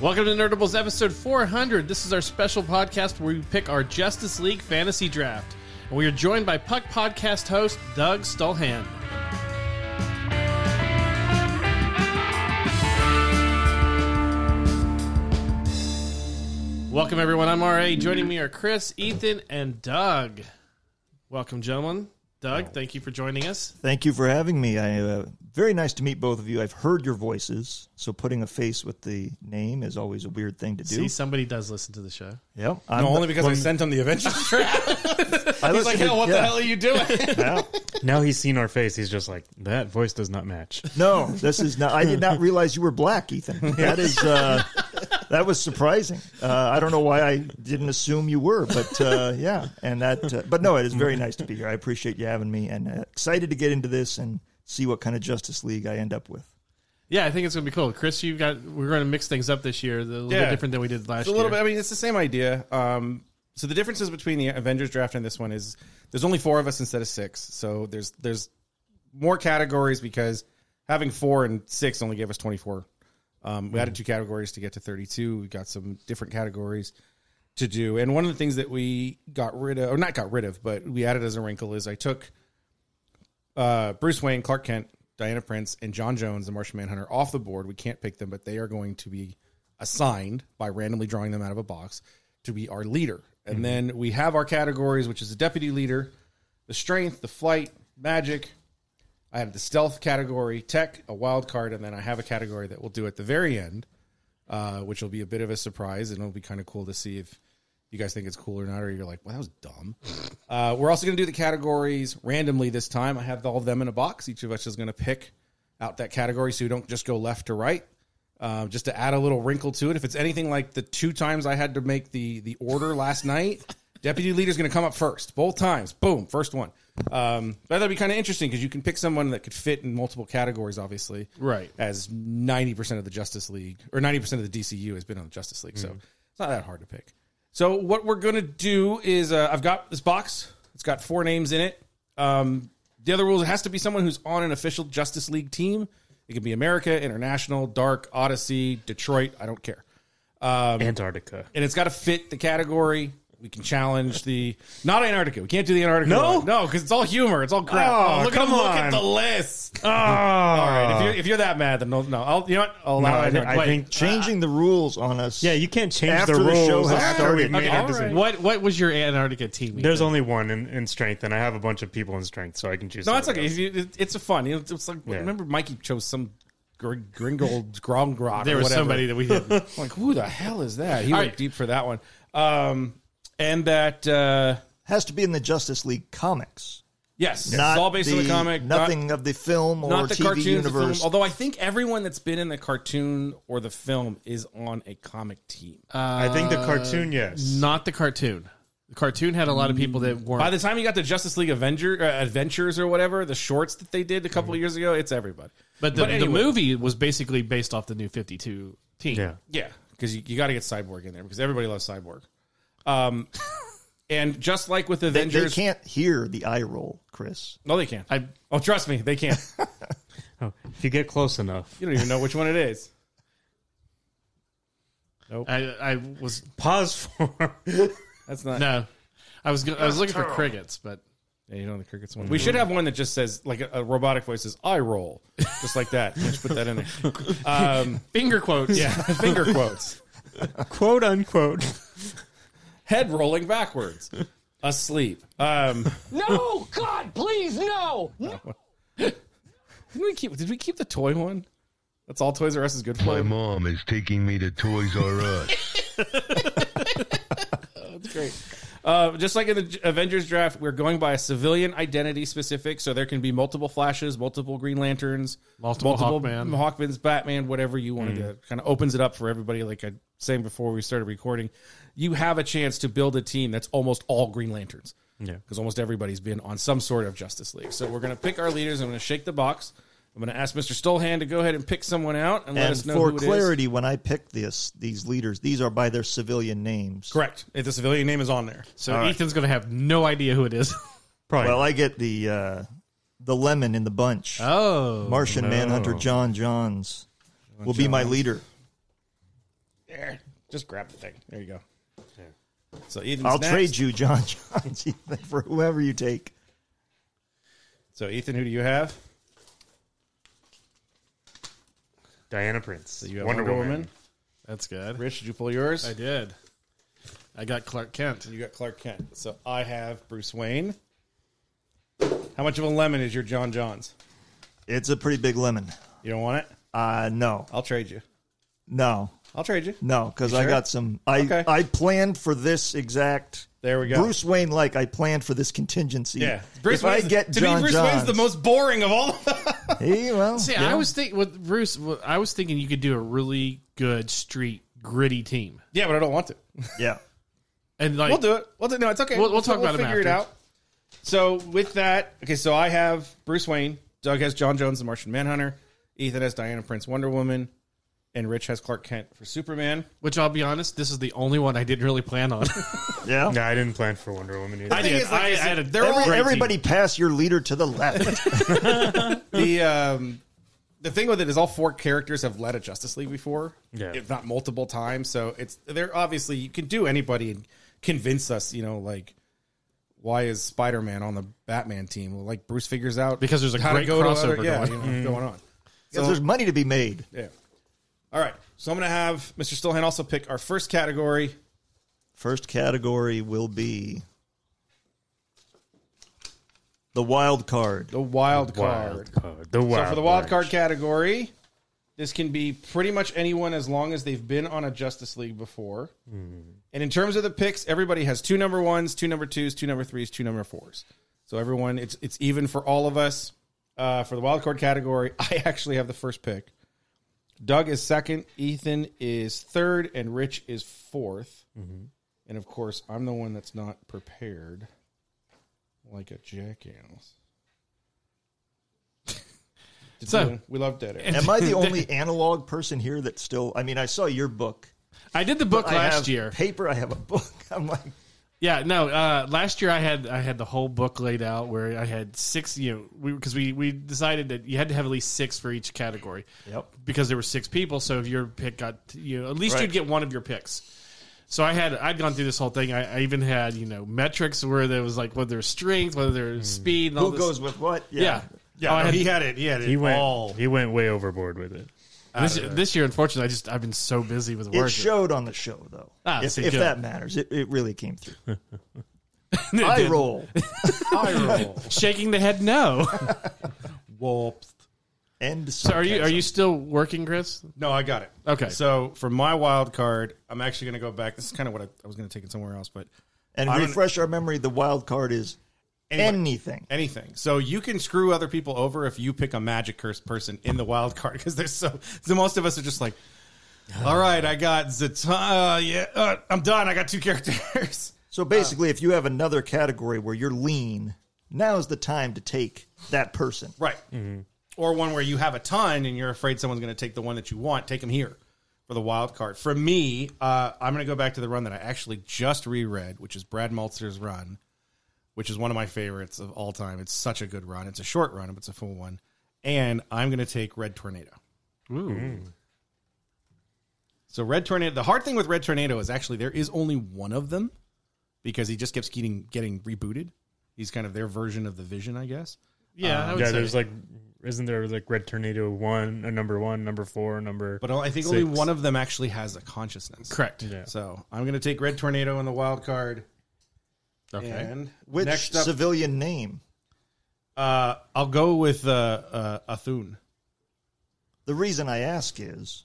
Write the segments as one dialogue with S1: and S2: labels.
S1: Welcome to Nerdables episode 400. This is our special podcast where we pick our Justice League fantasy draft. And we are joined by Puck Podcast host Doug Stulhan. Welcome, everyone. I'm RA. Joining me are Chris, Ethan, and Doug. Welcome, gentlemen. Doug, thank you for joining us.
S2: Thank you for having me. I uh, very nice to meet both of you. I've heard your voices, so putting a face with the name is always a weird thing to do.
S1: See, somebody does listen to the show.
S2: Yep.
S3: No,
S2: I'm
S3: only
S2: the-
S3: because I sent him the Avengers trap.
S2: I
S3: He's like,
S2: listened to-
S3: hell, what the
S2: yeah.
S3: hell are you doing?
S2: Yeah.
S4: Now he's seen our face. He's just like that voice does not match.
S2: No, this is not. I did not realize you were black, Ethan. That is. Uh, that was surprising. Uh, I don't know why I didn't assume you were, but uh, yeah, and that. Uh, but no, it is very nice to be here. I appreciate you having me, and uh, excited to get into this and see what kind of Justice League I end up with.
S1: Yeah, I think it's gonna be cool. Chris, you got we're gonna mix things up this year, a little bit
S3: Yeah.
S1: different than we did last
S3: It's a little bit.
S1: year.
S3: I mean, it's the same idea. Um, so the differences between the Avengers draft and this one is there's only four of us instead of six. So there's there's more categories because having four and six only gave us 24. Um, we
S1: Mm-hmm.
S3: added two categories to get to 32. We got some different categories to do. And one of the things that we got rid of, or not got rid of, but we added as a wrinkle is I took uh, Bruce Wayne, Clark Kent, Diana Prince, and John Jones, the Martian Manhunter, off the board. We can't pick them, but they are going to be assigned by randomly drawing them out of a box to be our leader. And then we have our categories, which is the deputy leader, the strength, the flight, magic. I have the stealth category, tech, a wild card, and then I have a category that we'll do at the very end, uh, which will be a bit of a surprise, and it'll be kind of cool to see if you guys think it's cool or not, or you're like, well, that was dumb. Uh, we're also going to do the categories randomly this time. I have all of them in a box. Each of us is going to pick out that category so you don't just go left to right. Um, just to add a little wrinkle to it, if it's anything like the two times I had to make the the order last night, deputy leader's going to come up first, both times. Boom, first one. Um, but that'd be kind of interesting because you can pick someone that could fit in multiple categories, obviously
S1: Right.
S3: as 90% of the Justice League or 90% of the DCU has been on the Justice League.
S4: Mm-hmm.
S3: So it's not that hard to pick. So what we're going to do is uh, I've got this box. It's got four names in it. Um, the other rules, it has to be someone who's on an official Justice League team. It could be America, International, Dark, Odyssey, Detroit. I don't care Um,
S4: Antarctica.
S3: and it's got to fit the category. We can challenge the not Antarctica. We can't do the Antarctica.
S4: No?
S3: one. no, because it's all humor. It's all crap.
S4: Oh,
S3: look,
S4: come
S3: at, look at
S4: on.
S3: the list.
S4: Oh, all
S3: All right, if
S2: Oh.
S3: you're, if you're that mad, then no, no. I'll, you know what? I'll
S4: no,
S3: allow
S4: I,
S3: it.
S4: thi- I
S3: Wait.
S4: think
S2: Changing the rules on us.
S4: Uh, yeah, you can't change
S2: After
S4: the
S2: the
S4: rules
S2: show has
S4: after
S2: started.
S4: we've made
S1: Okay,
S4: our
S1: all
S4: decision.
S1: right. What what was your Antarctica team?
S4: There's only one in, in strength, and I have a bunch of people in strength, so I can choose.
S3: no, it's
S4: somebody
S3: okay.
S4: else.
S3: If you- it- It's a fun. you know, It's, it's like remember Mikey chose some gr- Gringold Grongrod.
S1: there
S3: or
S1: was
S3: whatever.
S1: somebody that we didn't.
S3: I'm like who the hell is that? He
S1: All
S3: went
S1: right.
S3: deep for that one. Um, and that uh,
S2: has to be in the Justice League comics.
S3: yes, it's
S2: Not
S3: all based on the comic. not-
S2: Nothing of the film or
S3: not the
S2: TV
S3: cartoons, the film,
S2: universe.
S3: although I think everyone that's been in the cartoon or the film is on a comic team.
S1: Uh,
S4: I think the cartoon,
S2: Uh,
S4: yes.
S1: Not the cartoon. The cartoon had a lot of people that weren't.
S3: By the time you got to Justice League Avenger uh, Adventures or whatever, the shorts that they did a
S1: Mm-hmm.
S3: couple of years ago, it's everybody.
S1: but the, the
S3: anyway.
S1: movie was basically based off the new 52 team.
S4: yeah,
S3: Yeah, because you, you got to get Cyborg in there because everybody loves Cyborg. Um, and just like with
S2: they, they
S3: Avengers,
S2: can't hear the eye roll, Chris.
S3: no, they can't.
S1: I-
S3: oh, trust me, they can't.
S4: Oh, if you get close enough,
S3: you don't even know which one it is.
S1: I, I was
S4: pause for.
S3: That's not.
S1: no, I was go- I was looking for crickets, but
S3: Yeah, you know the crickets one. We should have one that just says like a, a robotic voice says "I roll," just like that. Let's put that in there. Um,
S1: finger quotes.
S3: yeah, finger quotes.
S4: quote unquote.
S3: head rolling backwards, asleep. Um,
S5: No, God, please, no. no.
S3: did we keep? Did we keep the toy one? That's all Toys R Us is good
S6: My
S3: for.
S6: mom is taking me to Toys R Us.
S3: That's great. Uh, just like in the J- Avengers draft, we're going by a civilian identity specific, so there can be multiple Flashes, multiple Green Lanterns,
S1: Multiple Hawkman.
S3: Hawkman's Batman, whatever you
S2: Hmm.
S3: want to do. Kind of opens it up for everybody. Like I saying before we started recording, you have a chance to build a team that's almost all Green Lanterns.
S4: Yeah.
S3: because almost everybody's been on some sort of Justice League. So we're gonna pick our leaders. I'm gonna shake the box. I'm gonna ask Mr. Stolhan to go ahead and pick someone out and, let
S2: And
S3: us know
S2: for
S3: who it is.
S2: clarity, when I pick this, these leaders, these are by their civilian names.
S3: Correct. If the civilian name is on there.
S1: So Ethan's gonna have no idea who it is.
S4: Probably.
S2: Well, I get the uh, the lemon in the bunch.
S1: Oh,
S3: Oh.
S2: Martian Manhunter John Johns will be my leader.
S3: There. Just grab the thing. There you go. So Ethan's
S2: I'll
S3: next.
S2: trade you John Johns Ethan, for whoever you take.
S3: So Ethan, who do you have?
S4: Diana Prince.
S3: So you have Wonder, Woman.
S1: That's good.
S3: Rich, did you pull yours?
S1: I did. I got Clark Kent.
S3: You got Clark Kent. So I have Bruce Wayne. How much of a lemon is your John Johns?
S2: It's a pretty big lemon.
S3: You don't want it?
S2: Uh, no,
S3: I'll trade you.
S2: no,
S3: I'll trade you.
S2: no, because
S3: You
S2: I
S3: sure?
S2: got some. I
S3: Okay.
S2: I planned for this exact.
S3: There we go.
S2: Bruce Wayne, like I planned for this contingency.
S3: Yeah,
S2: Bruce if I
S3: Wayne's-
S2: get
S3: to
S2: John
S3: me, Bruce Wayne's
S2: Johns,
S3: the most boring of all.
S2: Hey, well,
S1: See,
S2: yeah.
S1: I was thinking with Bruce. I was thinking you could do a really good street gritty team,
S3: yeah, but I don't want to.
S2: yeah.
S1: and like
S3: We'll do it. We'll do, no, it's okay.
S1: We'll- we'll talk about him
S3: figure it
S1: after.
S3: out. So with that, okay. So I have Bruce Wayne. Doug has John Jones, the Martian Manhunter. Ethan has Diana Prince, Wonder Woman, and Rich has Clark Kent for Superman.
S1: which I'll be honest, this is the only one I didn't really plan on.
S2: Yeah.
S4: No, I didn't plan for Wonder Woman either.
S1: I
S3: thing
S1: did.
S3: is, like,
S1: I, I
S3: is it-
S1: had a
S3: they're all-
S1: great team.
S2: Everybody pass your leader to the left.
S3: the um the thing with it is all four characters have led a Justice League before,
S4: Yeah.
S3: if not multiple times. So it's they're obviously you can do anybody and convince us. You know, like why is Spider Man on the Batman team? Well, like Bruce figures out
S1: Because there's a
S3: how to
S1: great
S3: go to
S1: crossover
S3: other- yeah,
S1: going on.
S3: you know, going on.
S2: Because there's money to be made.
S3: Yeah. All right. So I'm going to have Mr. Stillhan also pick our first category.
S2: First category will be the wild card.
S3: The wild card.
S4: Wild card. The wild
S3: So for the wild
S4: branch.
S3: card category, this can be pretty much anyone as long as they've been on a Justice League before. And in terms of the picks, everybody has two number ones, two number twos, two number threes, two number fours. So everyone, it's it's even for all of us. Uh, for the wild card category, I actually have the first pick. Doug is second, Ethan is third, and Rich is 4th
S1: Mm-hmm.
S3: And of course, I'm the one that's not prepared, like a jackass.
S1: So
S3: We love dead air.
S2: Am I the only analog person here that still? I mean, I saw your book
S1: I did the book
S2: I
S1: last
S2: have
S1: year.
S2: Paper. I have a book. I'm like,
S1: Yeah, no. Uh, last year I had I had the whole book laid out where I had six. You know, we because we we decided that you had to have at least six for each category.
S2: Yep.
S1: Because there were six people, so if your pick got you, know, at least
S2: Right.
S1: you'd get one of your picks. So I had I'd gone through this whole thing. I, I even had you know metrics where there was like whether there's strength, whether there's speed. And all
S2: who
S1: this.
S2: goes with what?
S1: Yeah.
S7: Yeah,
S1: Oh, I
S7: no,
S1: had-
S7: he had it. He had it
S4: He went.
S7: all.
S4: He went way overboard with it.
S1: this, this year, unfortunately, I just I've been so busy with work.
S2: It showed on the show though.
S1: Ah,
S2: if
S1: so
S2: if
S1: good.
S2: that matters, it, it really came through.
S1: It
S2: I
S1: didn't.
S2: roll
S3: Eye roll.
S1: shaking the head. No.
S7: Whoops.
S2: and
S1: so are you are you still working, Chris?
S3: No, I got it.
S1: Okay.
S3: So for my wild card, I'm actually going to go back. This is kind of what I, I was going to take it somewhere else, but
S2: and
S3: I don't-
S2: refresh our memory. The wild card is
S3: Anybody.
S2: anything.
S3: anything. So you can screw other people over if you pick a magic curse person in the wild card because there's so. So most of us are just like, all right, I got Zatanna. Uh, yeah, uh, I'm done. I got two characters.
S2: So basically, if you have another category where you're lean, now is the time to take that person.
S3: right. Or one where you have a ton and you're afraid someone's going to take the one that you want. Take them here for the wild card. For me, uh, I'm going to go back to the run that I actually just reread, which is Brad Maltzer's run. which is one of my favorites of all time. It's such a good run. It's a short run, but it's a full one. And I'm going to take Red Tornado.
S1: Ooh.
S3: So Red Tornado. The hard thing with Red Tornado is actually there is only one of them because he just keeps getting getting rebooted. He's kind of their version of the Vision, I guess.
S1: Yeah. I would
S4: Yeah,
S1: say.
S4: there's like, isn't there like Red Tornado one, or number one, number four, number?
S3: But I think only
S4: Six.
S3: one of them actually has a consciousness.
S1: correct.
S3: So I'm going to take Red Tornado in the wild card.
S1: Okay.
S3: And
S2: Which
S3: next up,
S2: civilian name?
S3: uh, I'll go with uh, uh, Athun.
S2: The reason I ask is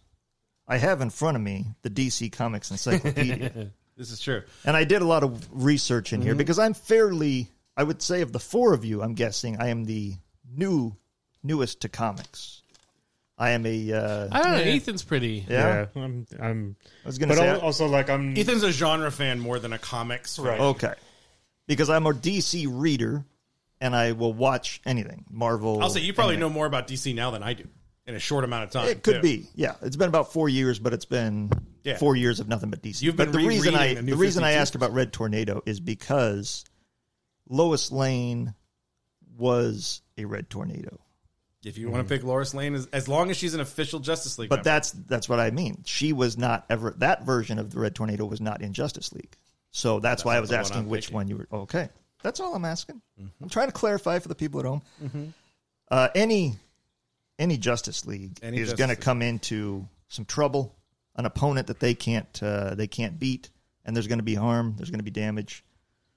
S2: I have in front of me the DC Comics Encyclopedia.
S3: This is true.
S2: and I did a lot of research in here
S3: Mm-hmm.
S2: because I'm fairly, I would say, of the four of you, I'm guessing I am the new, newest to comics. I am a, uh,
S1: I don't know. Ethan's pretty.
S2: yeah,
S4: yeah, I'm. I'm
S2: I was going to
S4: but
S2: say.
S4: al- also, like, I'm.
S3: Ethan's a genre fan more than a comics fan.
S4: Right.
S2: okay. Because I'm a DC reader and I will watch anything Marvel.
S3: I'll say you probably
S2: anything.
S3: know more about DC now than I do in a short amount of time.
S2: It could
S3: too.
S2: be, yeah. It's been about four years, but it's been
S3: Yeah.
S2: four years of nothing but DC.
S3: You've
S2: but
S3: been
S2: the reason I
S3: rereading the New
S2: reason I
S3: 52.
S2: asked about Red Tornado is because Lois Lane was a Red Tornado,
S3: If you want to pick Lois Lane, as, as long as she's an official Justice League,
S2: But
S3: member.
S2: that's that's what I mean. She was not ever that version of the Red Tornado was not in Justice League. So that's, why I was
S3: the one
S2: asking
S3: I'm
S2: which
S3: thinking. Mm-hmm.
S2: one you were. Okay, that's all I'm asking. I'm trying to clarify for the people at home. Uh, any any Justice League
S3: Any
S2: is
S3: Justice
S2: going to
S3: League.
S2: come into some trouble, an opponent that they can't uh, they can't beat, and there's going to be harm. There's going to be damage.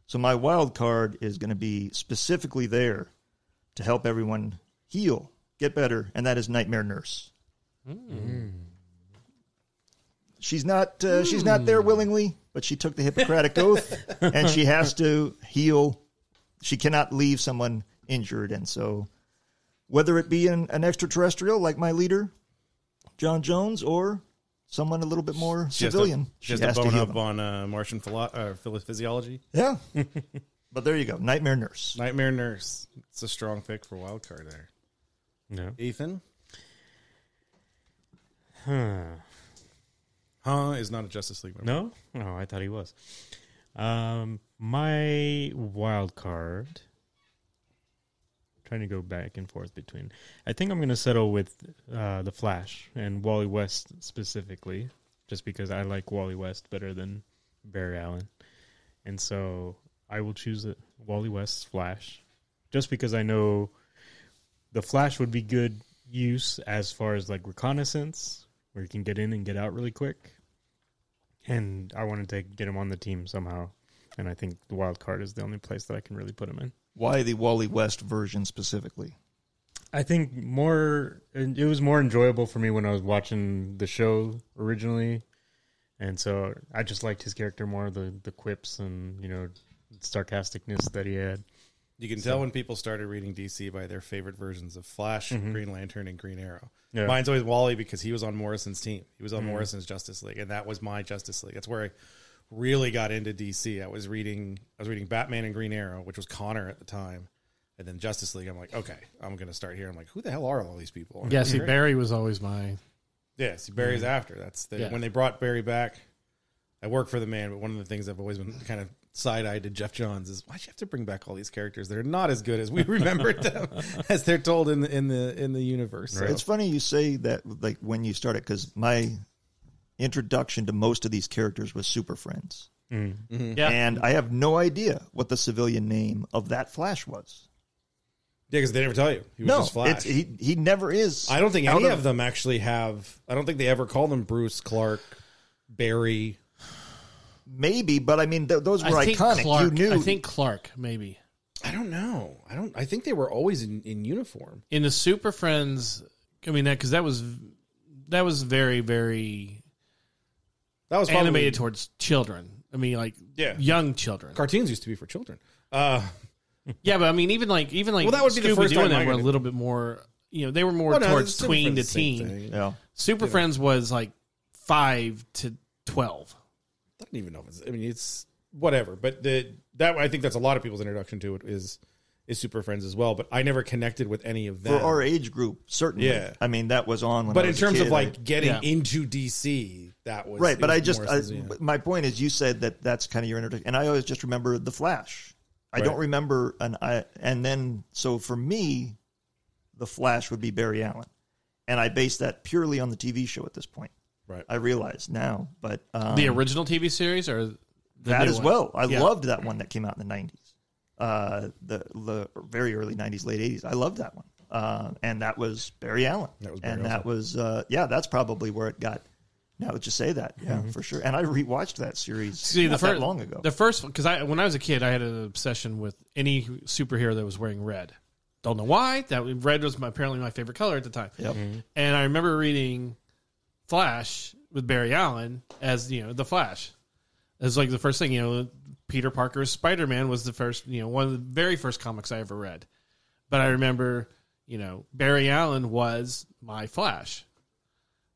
S2: So my wild card is going to be specifically there to help everyone heal, get better, and that is Nightmare Nurse. She's not uh, she's not there willingly, but she took the Hippocratic oath, and she has to heal. She cannot leave someone injured, and so whether it be an, an extraterrestrial like my leader, John Jones, or someone a little bit more
S3: She has to-
S2: civilian,
S3: She has
S2: she has
S3: to
S2: to
S3: bone
S2: heal
S3: up
S2: them.
S3: on uh, Martian philo- uh, philo- physiology.
S2: Yeah. but there you go. Nightmare Nurse.
S3: Nightmare Nurse. It's a strong pick for wild card there.
S4: No.
S3: Ethan,
S4: Huh.
S3: huh? Is not a Justice League member.
S4: No? No, Oh, I thought he was. Um, my wild card. Trying to go back and forth between. I think I'm going to settle with uh, the Flash and Wally West specifically, just because I like Wally West better than Barry Allen, and so I will choose the Wally West's Flash, just because I know the Flash would be good use as far as like reconnaissance, where you can get in and get out really quick and I wanted to get him on the team somehow. And I think the wild card is the only place that I can really put him in.
S2: Why the Wally West version specifically?
S4: I think more it was more enjoyable for me when I was watching the show originally, and so I just liked his character more the the quips and you know sarcasticness that he had.
S3: You can tell when people started reading DC by their favorite versions of Flash, Green Lantern, and Green Arrow.
S4: Yeah.
S3: Mine's always Wally because he was on Morrison's team. He was on Morrison's Justice League, and that was my Justice League. That's where I really got into DC. I was reading I was reading Batman and Green Arrow, which was Connor at the time, and then Justice League. I'm like, okay, I'm gonna start here. I'm like, who the hell are all these people?
S1: Yeah, see, Barry was always my.
S3: Yeah, see, Barry's after. That's the,
S1: Yeah.
S3: when they brought Barry back. I work for the man, but one of the things I've always been kind of side eyed to Jeff Johns is why'd you have to bring back all these characters that are not as good as we remembered them as they're told in the in the in the universe. So,
S2: It's funny you say that, like when you started, because my introduction to most of these characters was Super Friends.
S3: Mm-hmm.
S1: Yeah.
S2: And I have no idea what the civilian name of that Flash was.
S3: yeah, because they never tell you. He was
S2: No,
S3: just Flash.
S2: it's, he, he never is.
S3: I don't think
S2: out
S3: any of, them actually have. I don't think they ever call them Bruce, Clark, Barry.
S2: Maybe, but I mean, th- those were
S1: I think
S2: iconic.
S1: Clark.
S2: You knew.
S1: I think Clark maybe
S3: I don't know. I don't. I think they were always in, in uniform.
S1: in the Super Friends. I mean that because that was that was very very
S3: That was probably,
S1: animated towards children. I mean, like
S3: Yeah.
S1: young children.
S3: Cartoons used to be for children. Uh,
S1: Yeah, but I mean, even like even like
S3: Well, that would be the first
S1: Scooby-Doo and
S3: time I
S1: them were a
S3: got it.
S1: little bit more. You know, they were more
S3: well, no,
S1: towards
S3: Super
S1: tween to
S3: Friends, same
S1: teen.
S3: thing.
S2: yeah.
S1: Super Friends was like five to twelve.
S3: I don't even know if it's. I mean, it's whatever. But the that I think that's a lot of people's introduction to it is is Super Friends as well. But I never connected with any of
S2: For
S3: them.
S2: our age group, certainly.
S3: Yeah.
S2: I mean, that was on when
S3: but
S2: I
S3: in
S2: was a
S3: terms
S2: kid,
S3: of
S2: I-
S3: like getting
S1: Yeah.
S3: into DC, that was
S2: right
S3: it
S2: but
S3: was
S2: i just I,
S3: Morrison's, yeah.
S2: my point is you said that that's kind of your introduction and i always just remember the flash i don't
S3: Right.
S2: remember an i and then so for me the flash would be barry allen and i base that purely on the tv show at this point
S3: Right.
S2: i realize now but um,
S1: The original TV series or the
S2: that
S1: new
S2: as
S1: one?
S2: well i
S1: Yeah.
S2: loved that one that came out in the 90s uh, the, the very early 90s late 80s i loved that one uh, and that was barry allen
S3: That was Barry
S2: and
S3: Allen.
S2: that was uh, yeah that's probably where it got now that you say that, yeah, for sure. And I rewatched that series
S1: See
S2: not
S1: the first
S2: that long ago.
S1: The first because I when I was a kid, I had an obsession with any superhero that was wearing red. Don't know why that red was my, apparently my favorite color at the time.
S2: Yep.
S1: And I remember reading Flash with Barry Allen as you know the Flash. It was like the first thing you know. Peter Parker's Spider Man was the first you know one of the very first comics I ever read. But I remember you know Barry Allen was my Flash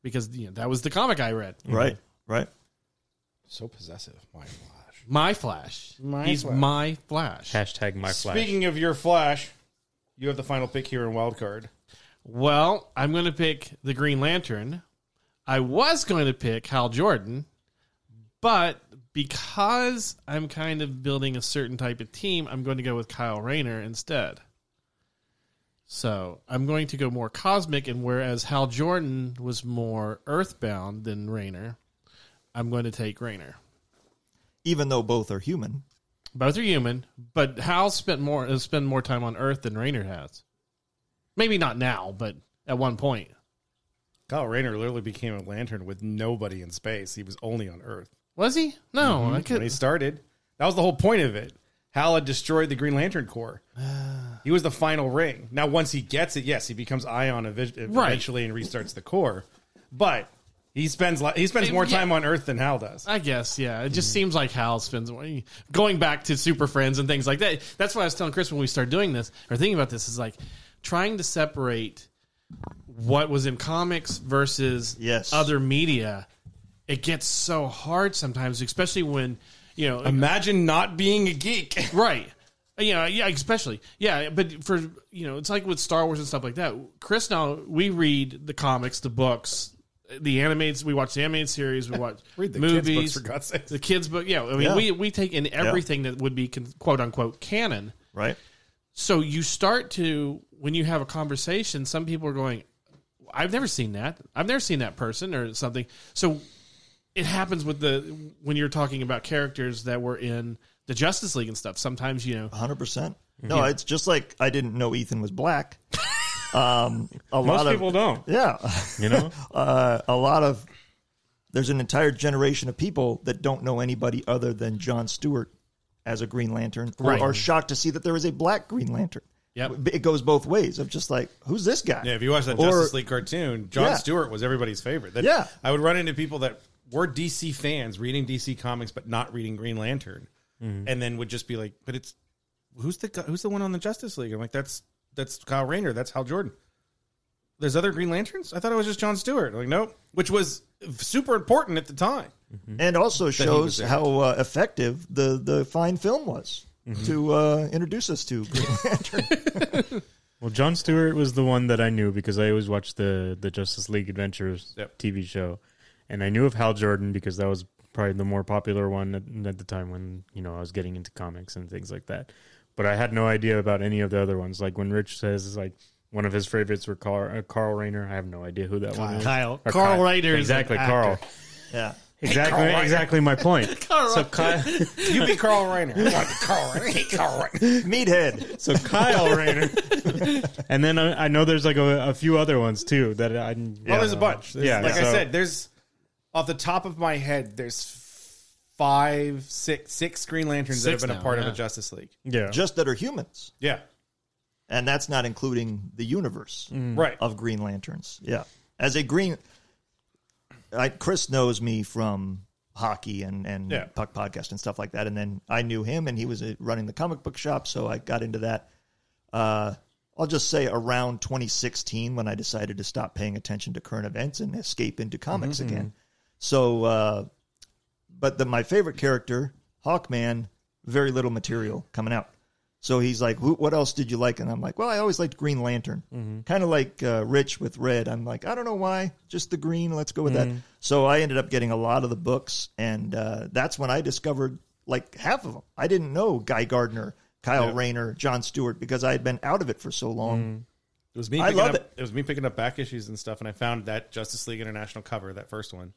S1: because you know that was the comic I read.
S2: Right, right.
S3: so possessive. My Flash.
S1: My Flash.
S3: My
S1: He's
S3: Flash.
S1: my Flash.
S4: Hashtag my Flash.
S3: Speaking of your Flash, you have the final pick here in Wild Card.
S1: Well, I'm going to pick the Green Lantern. I was going to pick Hal Jordan, but because I'm kind of building a certain type of team, I'm going to go with Kyle Rayner instead. So I'm going to go more cosmic, and whereas Hal Jordan was more earthbound than Rayner, I'm going to take Rayner.
S2: even though both are human.
S1: Both are human, but Hal spent more has spent more time on Earth than Rayner has. Maybe not now, but at one point.
S3: Kyle Rayner literally became a lantern with nobody in space. He was only on Earth.
S1: Was he? No, I
S3: when he
S1: could.
S3: started. That was the whole point of it. Hal had destroyed the Green Lantern Corps. he was the final ring. Now, once he gets it, yes, he becomes Ion evi- eventually and restarts the core. But he spends li- he spends
S1: Eh,
S3: more
S1: yeah.
S3: time on Earth than Hal does.
S1: I guess, yeah. It just seems like Hal spends going back to Super Friends and things like that. That's why I was telling Chris when we started doing this or thinking about this is like trying to separate what was in comics versus
S2: Yes.
S1: other media. It gets so hard sometimes, especially when you know
S3: Imagine not being a geek.
S1: right yeah yeah especially yeah but for you know it's like with star wars and stuff like that chris now we read the comics the books the animates we watch the animated series we watch
S3: Read the
S1: movies
S3: kids' books, for God's sake.
S1: the kids book yeah i mean
S2: Yeah.
S1: we we take in everything that would be con- quote unquote canon
S2: Right.
S1: so you start to when you have a conversation some people are going i've never seen that i've never seen that person or something so it happens with the when you're talking about characters that were in the justice league and stuff sometimes you know
S2: 100%. No, it's just like I didn't know Ethan was black. Um, a lot
S4: Most
S2: of
S4: people don't.
S2: Yeah.
S4: You know,
S2: Uh, a lot of there's an entire generation of people that don't know anybody other than John Stewart as a Green Lantern or
S1: Right.
S2: are shocked to see that there is a black Green Lantern.
S1: Yep.
S2: It goes both ways of just like, who's this guy?
S3: Yeah, if you watch that
S2: Or-
S3: Justice League cartoon, John
S2: Yeah.
S3: Stewart was everybody's favorite. That-
S2: Yeah.
S3: I would run into people that were DC fans reading DC comics but not reading Green Lantern, and then would just be like, "But it's who's the guy- who's the one on the Justice League?" I'm like, "That's that's Kyle Rayner. That's Hal Jordan." There's other Green Lanterns. I thought it was just John Stewart. I'm like, nope, which was super important at the time.
S2: and also
S3: was
S2: shows
S3: there.
S2: how uh, effective the, the fine film was
S3: Mm-hmm.
S2: to uh, introduce us to Green Lantern.
S4: well, John Stewart was the one that I knew because I always watched the the Justice League Adventures
S3: Yep.
S4: TV show, and I knew of Hal Jordan because that was probably the more popular one at, at the time when you know I was getting into comics and things like that. But I had no idea about any of the other ones. Like when Rich says like one of his favorites were Carl, uh, Carl Rayner. I have no idea who that one is.
S1: Kyle.
S4: Or
S1: Carl Reiner is
S4: Exactly,
S1: an
S4: Carl.
S1: actor.
S2: yeah.
S4: Exactly, exactly my point. so Kyle,
S3: You be Carl Rayner. I want to be Carl Rayner. I hate Carl Rayner.
S2: Meathead.
S4: So Kyle Rayner, and then I, I know there's like a, a few other ones too that I.
S3: Well, there's a bunch. There's-
S4: Yeah,
S3: like I
S4: so-
S3: said, there's off the top of my head, there's five, six, six Green Lanterns
S1: Six
S3: that have been
S1: now,
S3: a part
S1: yeah.
S3: of the Justice League.
S4: Yeah,
S2: Just that are humans.
S3: Yeah,
S2: And that's not including the universe
S3: right.
S2: of Green Lanterns. Yeah. As a Green. I, Chris knows me from hockey and, and
S3: Yeah.
S2: Puck Podcast and stuff like that. And then I knew him and he was uh, running the comic book shop. So I got into that. Uh, I'll just say around 2016 when I decided to stop paying attention to current events and escape into comics
S3: Mm-hmm.
S2: again. So, uh, but the, my favorite character, Hawkman, very little material coming out. So he's like, Who, "What else did you like?" And I'm like, "Well, I always liked Green Lantern, kind of like uh, Rich with Red." I'm like, "I don't know why, just the green. Let's go with that." So I ended up getting a lot of the books, and uh, that's when I discovered like half of them. I didn't know Guy Gardner, Kyle Rayner, John Stewart because I had been out of it for so long.
S3: It was me.
S2: I
S3: Picking
S2: love
S3: up,
S2: it.
S3: it. was me picking up back issues and stuff, and I found that Justice League International cover, that first one,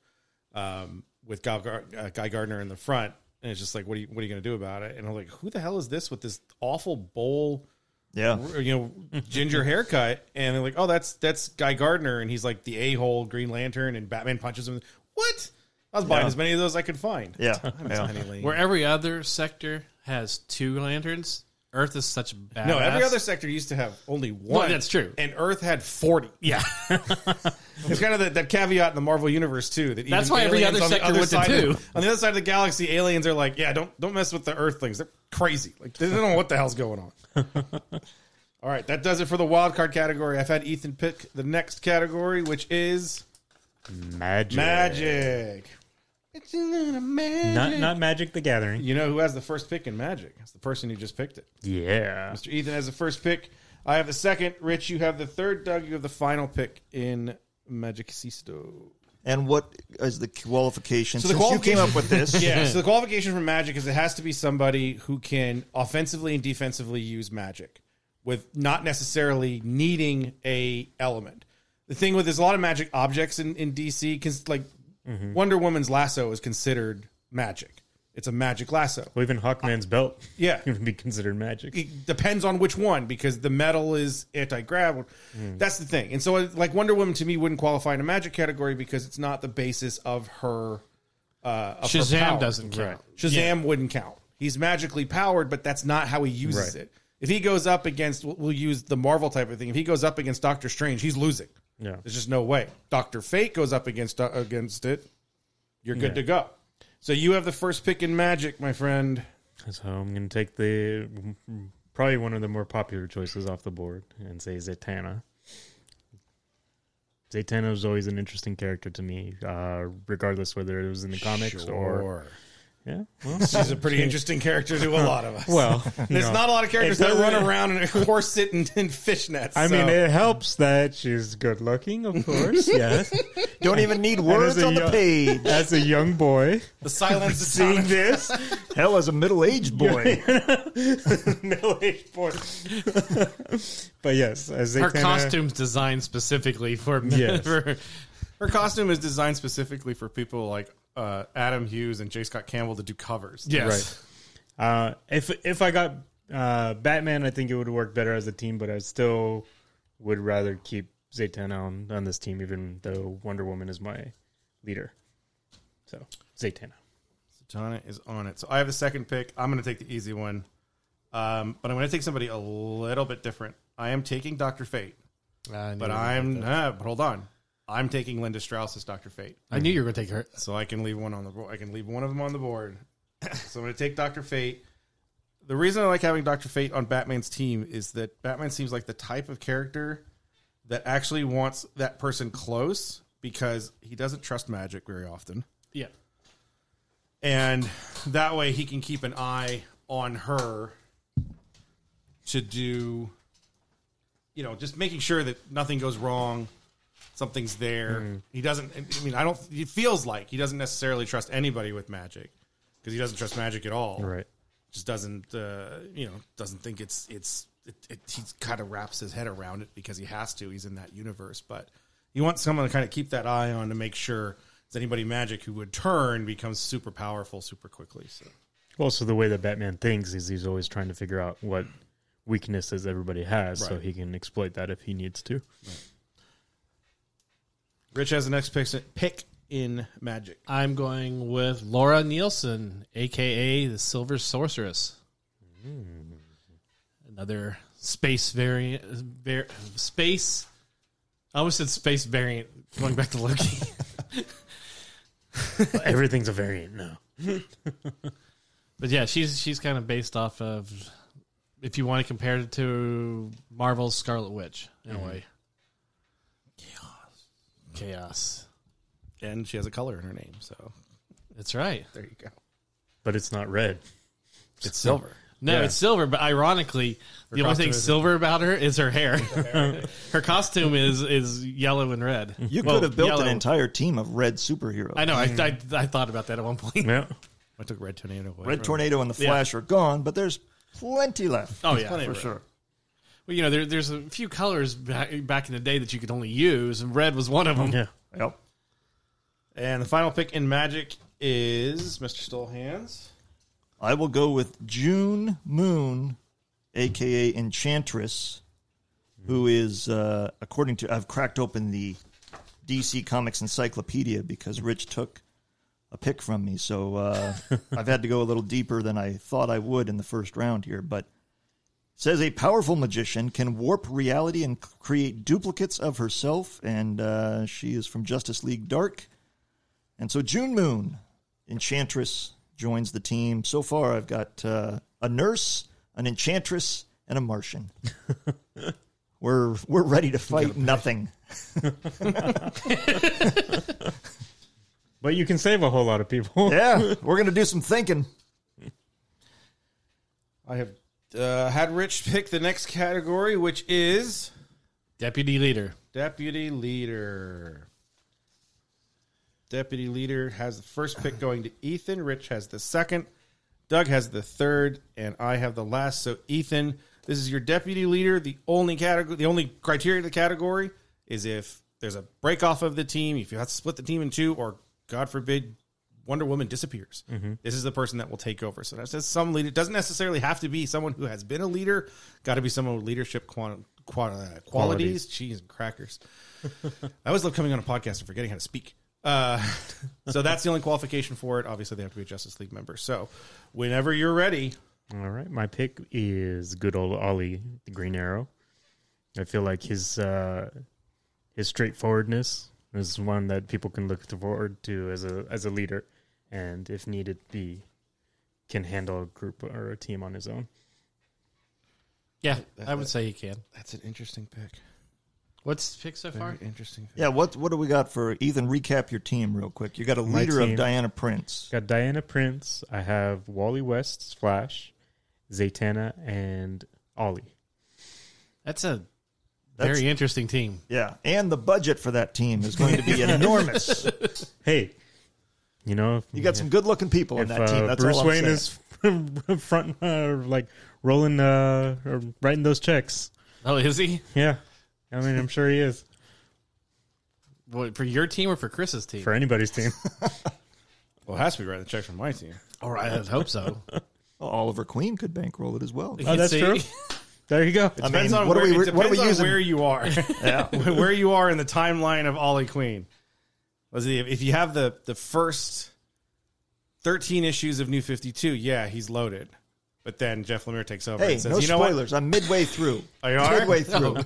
S3: um, with Guy, Gar- uh, Guy Gardner in the front, and it's just like, what are you, what are you going to do about it? And I'm like, who the hell is this with this awful bowl?
S2: Yeah,
S3: r- you know ginger haircut and they're like oh that's that's guy gardner and he's like the a-hole green lantern and batman punches him what i was buying as many of those i could find
S2: yeah, yeah.
S3: Tiny Lane.
S1: Where every other sector has two lanterns, Earth is such a badass.
S3: no every other sector used to have only one
S1: that's true.
S3: and earth had 40
S1: yeah.
S3: it's kind of the, that caveat in the marvel universe too that
S1: That's
S3: even
S1: why every
S3: aliens
S1: other
S3: on
S1: sector
S3: the
S1: went to
S3: side of-
S1: two.
S3: on the other side of the galaxy aliens are like yeah don't don't mess with the earthlings they're crazy like they don't know what the hell's going on all right that does it for the wild card category i've had ethan pick the next category which is
S4: magic.
S3: Magic. It's a lot of magic.
S4: Not not Magic the Gathering.
S3: You know who has the first pick in Magic? It's the person who just picked it.
S4: Yeah.
S3: Mr. Ethan has the first pick. I have the second. Rich, you have the third. Doug, you have the final pick in Magic Sisto.
S2: And what is the qualification?
S3: So the
S2: Since you
S3: qualification-
S2: came up with this,
S3: Yeah, so the qualification for Magic is it has to be somebody who can offensively and defensively use Magic. with not necessarily needing a element. The thing with there's a lot of magic objects in, in DC because like Wonder Woman's lasso is considered magic. It's a magic lasso.
S4: Well, even Hawkman's belt
S3: Yeah.
S4: would be considered magic.
S3: It depends on which one because the metal is anti grav. That's the thing. And so, like Wonder Woman to me wouldn't qualify in a magic category because it's not the basis of her. Uh, of her
S1: Shazam
S3: power.
S1: doesn't count.
S3: Shazam wouldn't count. He's magically powered, but that's not how he uses
S4: Right.
S3: it. If he goes up against, we'll- we'll use the Marvel type of thing. If he goes up against Doctor Strange, he's losing.
S4: Yeah.
S3: There's just no way. Doctor Fate goes up against uh, against it. You're good to go. So you have the first pick in magic, my friend.
S4: So I'm going to take the probably one of the more popular choices off the board and say Zatanna. Zatanna was always an interesting character to me, uh, regardless whether it was in the comics or yeah. Well,
S3: She's a pretty interesting character to a lot of us.
S4: well
S3: There's
S4: no.
S3: not a lot of characters that run around in a corset and, and fishnets.
S4: I
S3: so-
S4: mean,
S2: uh,
S4: it helps that she's good looking, of course. yes,
S2: Don't even need words
S4: a
S2: on the
S4: young-
S2: page.
S4: as a young boy,
S3: the silence is
S4: seeing this
S2: Hell, as a middle-aged boy,
S4: middle-aged boy. but yes, as
S1: Her
S4: Zatanna,
S1: costume's designed specifically for,
S4: Yes.
S1: for
S3: Her costume is designed specifically for people like uh, Adam Hughes and J. Scott Campbell to do covers.
S1: yes.
S4: Uh, if if I got uh, Batman, I think it would work better as a team, but I still would rather keep Zatanna on, on this team, even though Wonder Woman is my leader. So Zatanna.
S3: Zatanna is on it. So I have the second pick. I'm going to take the easy one, um, but I'm going to take somebody a little bit different. I am taking Doctor Fate,
S1: I knew,
S3: but I'm nah, but hold on. I'm taking Linda Strauss as Doctor Fate,
S1: I knew you were going to take her.
S3: so I can leave one on the board. I can leave one of them on the board. so I'm going to take Doctor Fate. The reason I like having Doctor Fate on Batman's team is that Batman seems like the type of character that actually wants that person close because he doesn't trust magic very often.
S1: Yeah.
S3: and that way he can keep an eye on her to do you know just making sure that nothing goes wrong something's there he doesn't i mean i don't it feels like he doesn't necessarily trust anybody with magic because he doesn't trust magic at all
S4: Right.
S3: just doesn't uh, you know doesn't think it's it's it, it, he kind of wraps his head around it because he has to he's in that universe but you want someone to kind of keep that eye on to make sure it's anybody magic who would turn becomes super powerful super quickly so
S4: Also, the way that Batman thinks is he's always trying to figure out what weaknesses everybody has, so
S3: Right.
S4: he can exploit that if he needs to.
S3: rich has the next pick, pick in magic
S1: I'm going with Laura Nielsen, aka the Silver Sorceress. Another space variant, var- space. I almost said space variant. Going back to Loki,
S4: Everything's a variant now.
S1: but yeah, she's she's kind of based off of. If you want to compare it to Marvel's Scarlet Witch, in a way. Chaos. Chaos.
S3: and she has a color in her name so
S1: That's right.
S3: there you go
S4: But it's not red.
S3: it's silver
S1: No,
S4: Yeah.
S1: it's silver, but ironically, the only
S3: costume
S1: thing
S3: is-
S1: silver about her is her hair. her costume is is yellow and red.
S2: you
S1: Well,
S2: could have built
S1: yellow.
S2: an entire team of red superheroes.
S1: I know. I, I I thought about that at one point.
S4: Yeah.
S3: i took red tornado away
S2: Red
S3: from-
S2: Tornado and the Flash are gone, but there's plenty left.
S1: Oh yeah,
S2: for sure.
S1: Well, you know, there, there's a few colors back, back in the day that you could only use, and red was one of them.
S4: Yeah.
S2: Yep.
S3: and the final pick in magic is mr stillhands
S2: I will go with June Moon, aka Enchantress, who is, uh, according to, I've cracked open the DC Comics Encyclopedia because Rich took a pick from me. So uh, I've had to go a little deeper than I thought I would in the first round here. But it says a powerful magician can warp reality and c- create duplicates of herself. And uh, she is from Justice League Dark. And so June Moon, Enchantress, joins the team. So far, I've got uh, a nurse, an enchantress, and a Martian. we're we're ready to fight nothing.
S4: But you can save a whole lot of people.
S2: Yeah, we're gonna do some thinking.
S3: I have uh, had Rich pick the next category, which is
S1: Deputy leader.
S3: deputy leader. Deputy leader has the first pick going to Ethan. Rich has the second. Doug has the third, and I have the last. So Ethan, This is your deputy leader. The only category, the only criteria of the category is if there's a break off of the team, if you have to split the team in two, or God forbid, Wonder Woman disappears. This is the person that will take over. So that says some leader. It doesn't necessarily have to be someone who has been a leader. Got to be someone with leadership quan- quan- uh, qualities. Cheese and crackers. I always love coming on a podcast and forgetting how to speak. Uh, so that's the only qualification for it. Obviously, they have to be a Justice League member. So whenever you're ready,
S4: All right, my pick is good old Ollie the Green Arrow. I feel like his uh, his straightforwardness is one that people can look forward to as a as a leader, and if needed, be can handle a group or a team on his own.
S1: Yeah, I would say he can.
S3: that's an interesting pick.
S1: What's pick so far?
S3: Very interesting. Pick.
S2: Yeah, what what do we got for Ethan? Recap your team real quick. You got a
S4: My
S2: leader of
S4: team.
S2: Diana Prince.
S4: Got Diana Prince. I have Wally West's Flash, Zatanna, and Ollie.
S1: That's a
S2: That's-
S1: very interesting team.
S2: Yeah, and the budget for that team is going to be enormous.
S4: Hey, you know if-
S2: You got some good looking people on
S4: if
S2: that team.
S4: uh,
S2: That's
S4: Bruce
S2: all I'm
S4: Wayne
S2: saying.
S4: is front uh, like rolling uh, or writing those checks.
S1: Oh, is he?
S4: Yeah, I mean, I'm sure he is
S1: What, for your team or for Chris's team?
S4: for anybody's team.
S3: Well, it has to be right. The checks from my team.
S1: All right, I hope so.
S2: Well, Oliver Queen could bankroll it as well.
S4: oh, that's
S1: See?
S4: true. There you go.
S2: I mean,
S3: Depends on
S2: what are
S3: where,
S2: we?
S3: it
S2: What are
S3: depends
S2: we
S3: on
S2: using?
S3: where you are,
S2: Yeah.
S3: where you are in the timeline of Ollie Queen. Let's see, if- if you have the the first thirteen issues of New Fifty Two, yeah, he's loaded. But then Jeff Lemire takes over
S2: Hey,
S3: and says,
S2: no
S3: "You know what?
S2: spoilers. I'm midway through.
S3: Oh, you are?
S2: Midway through.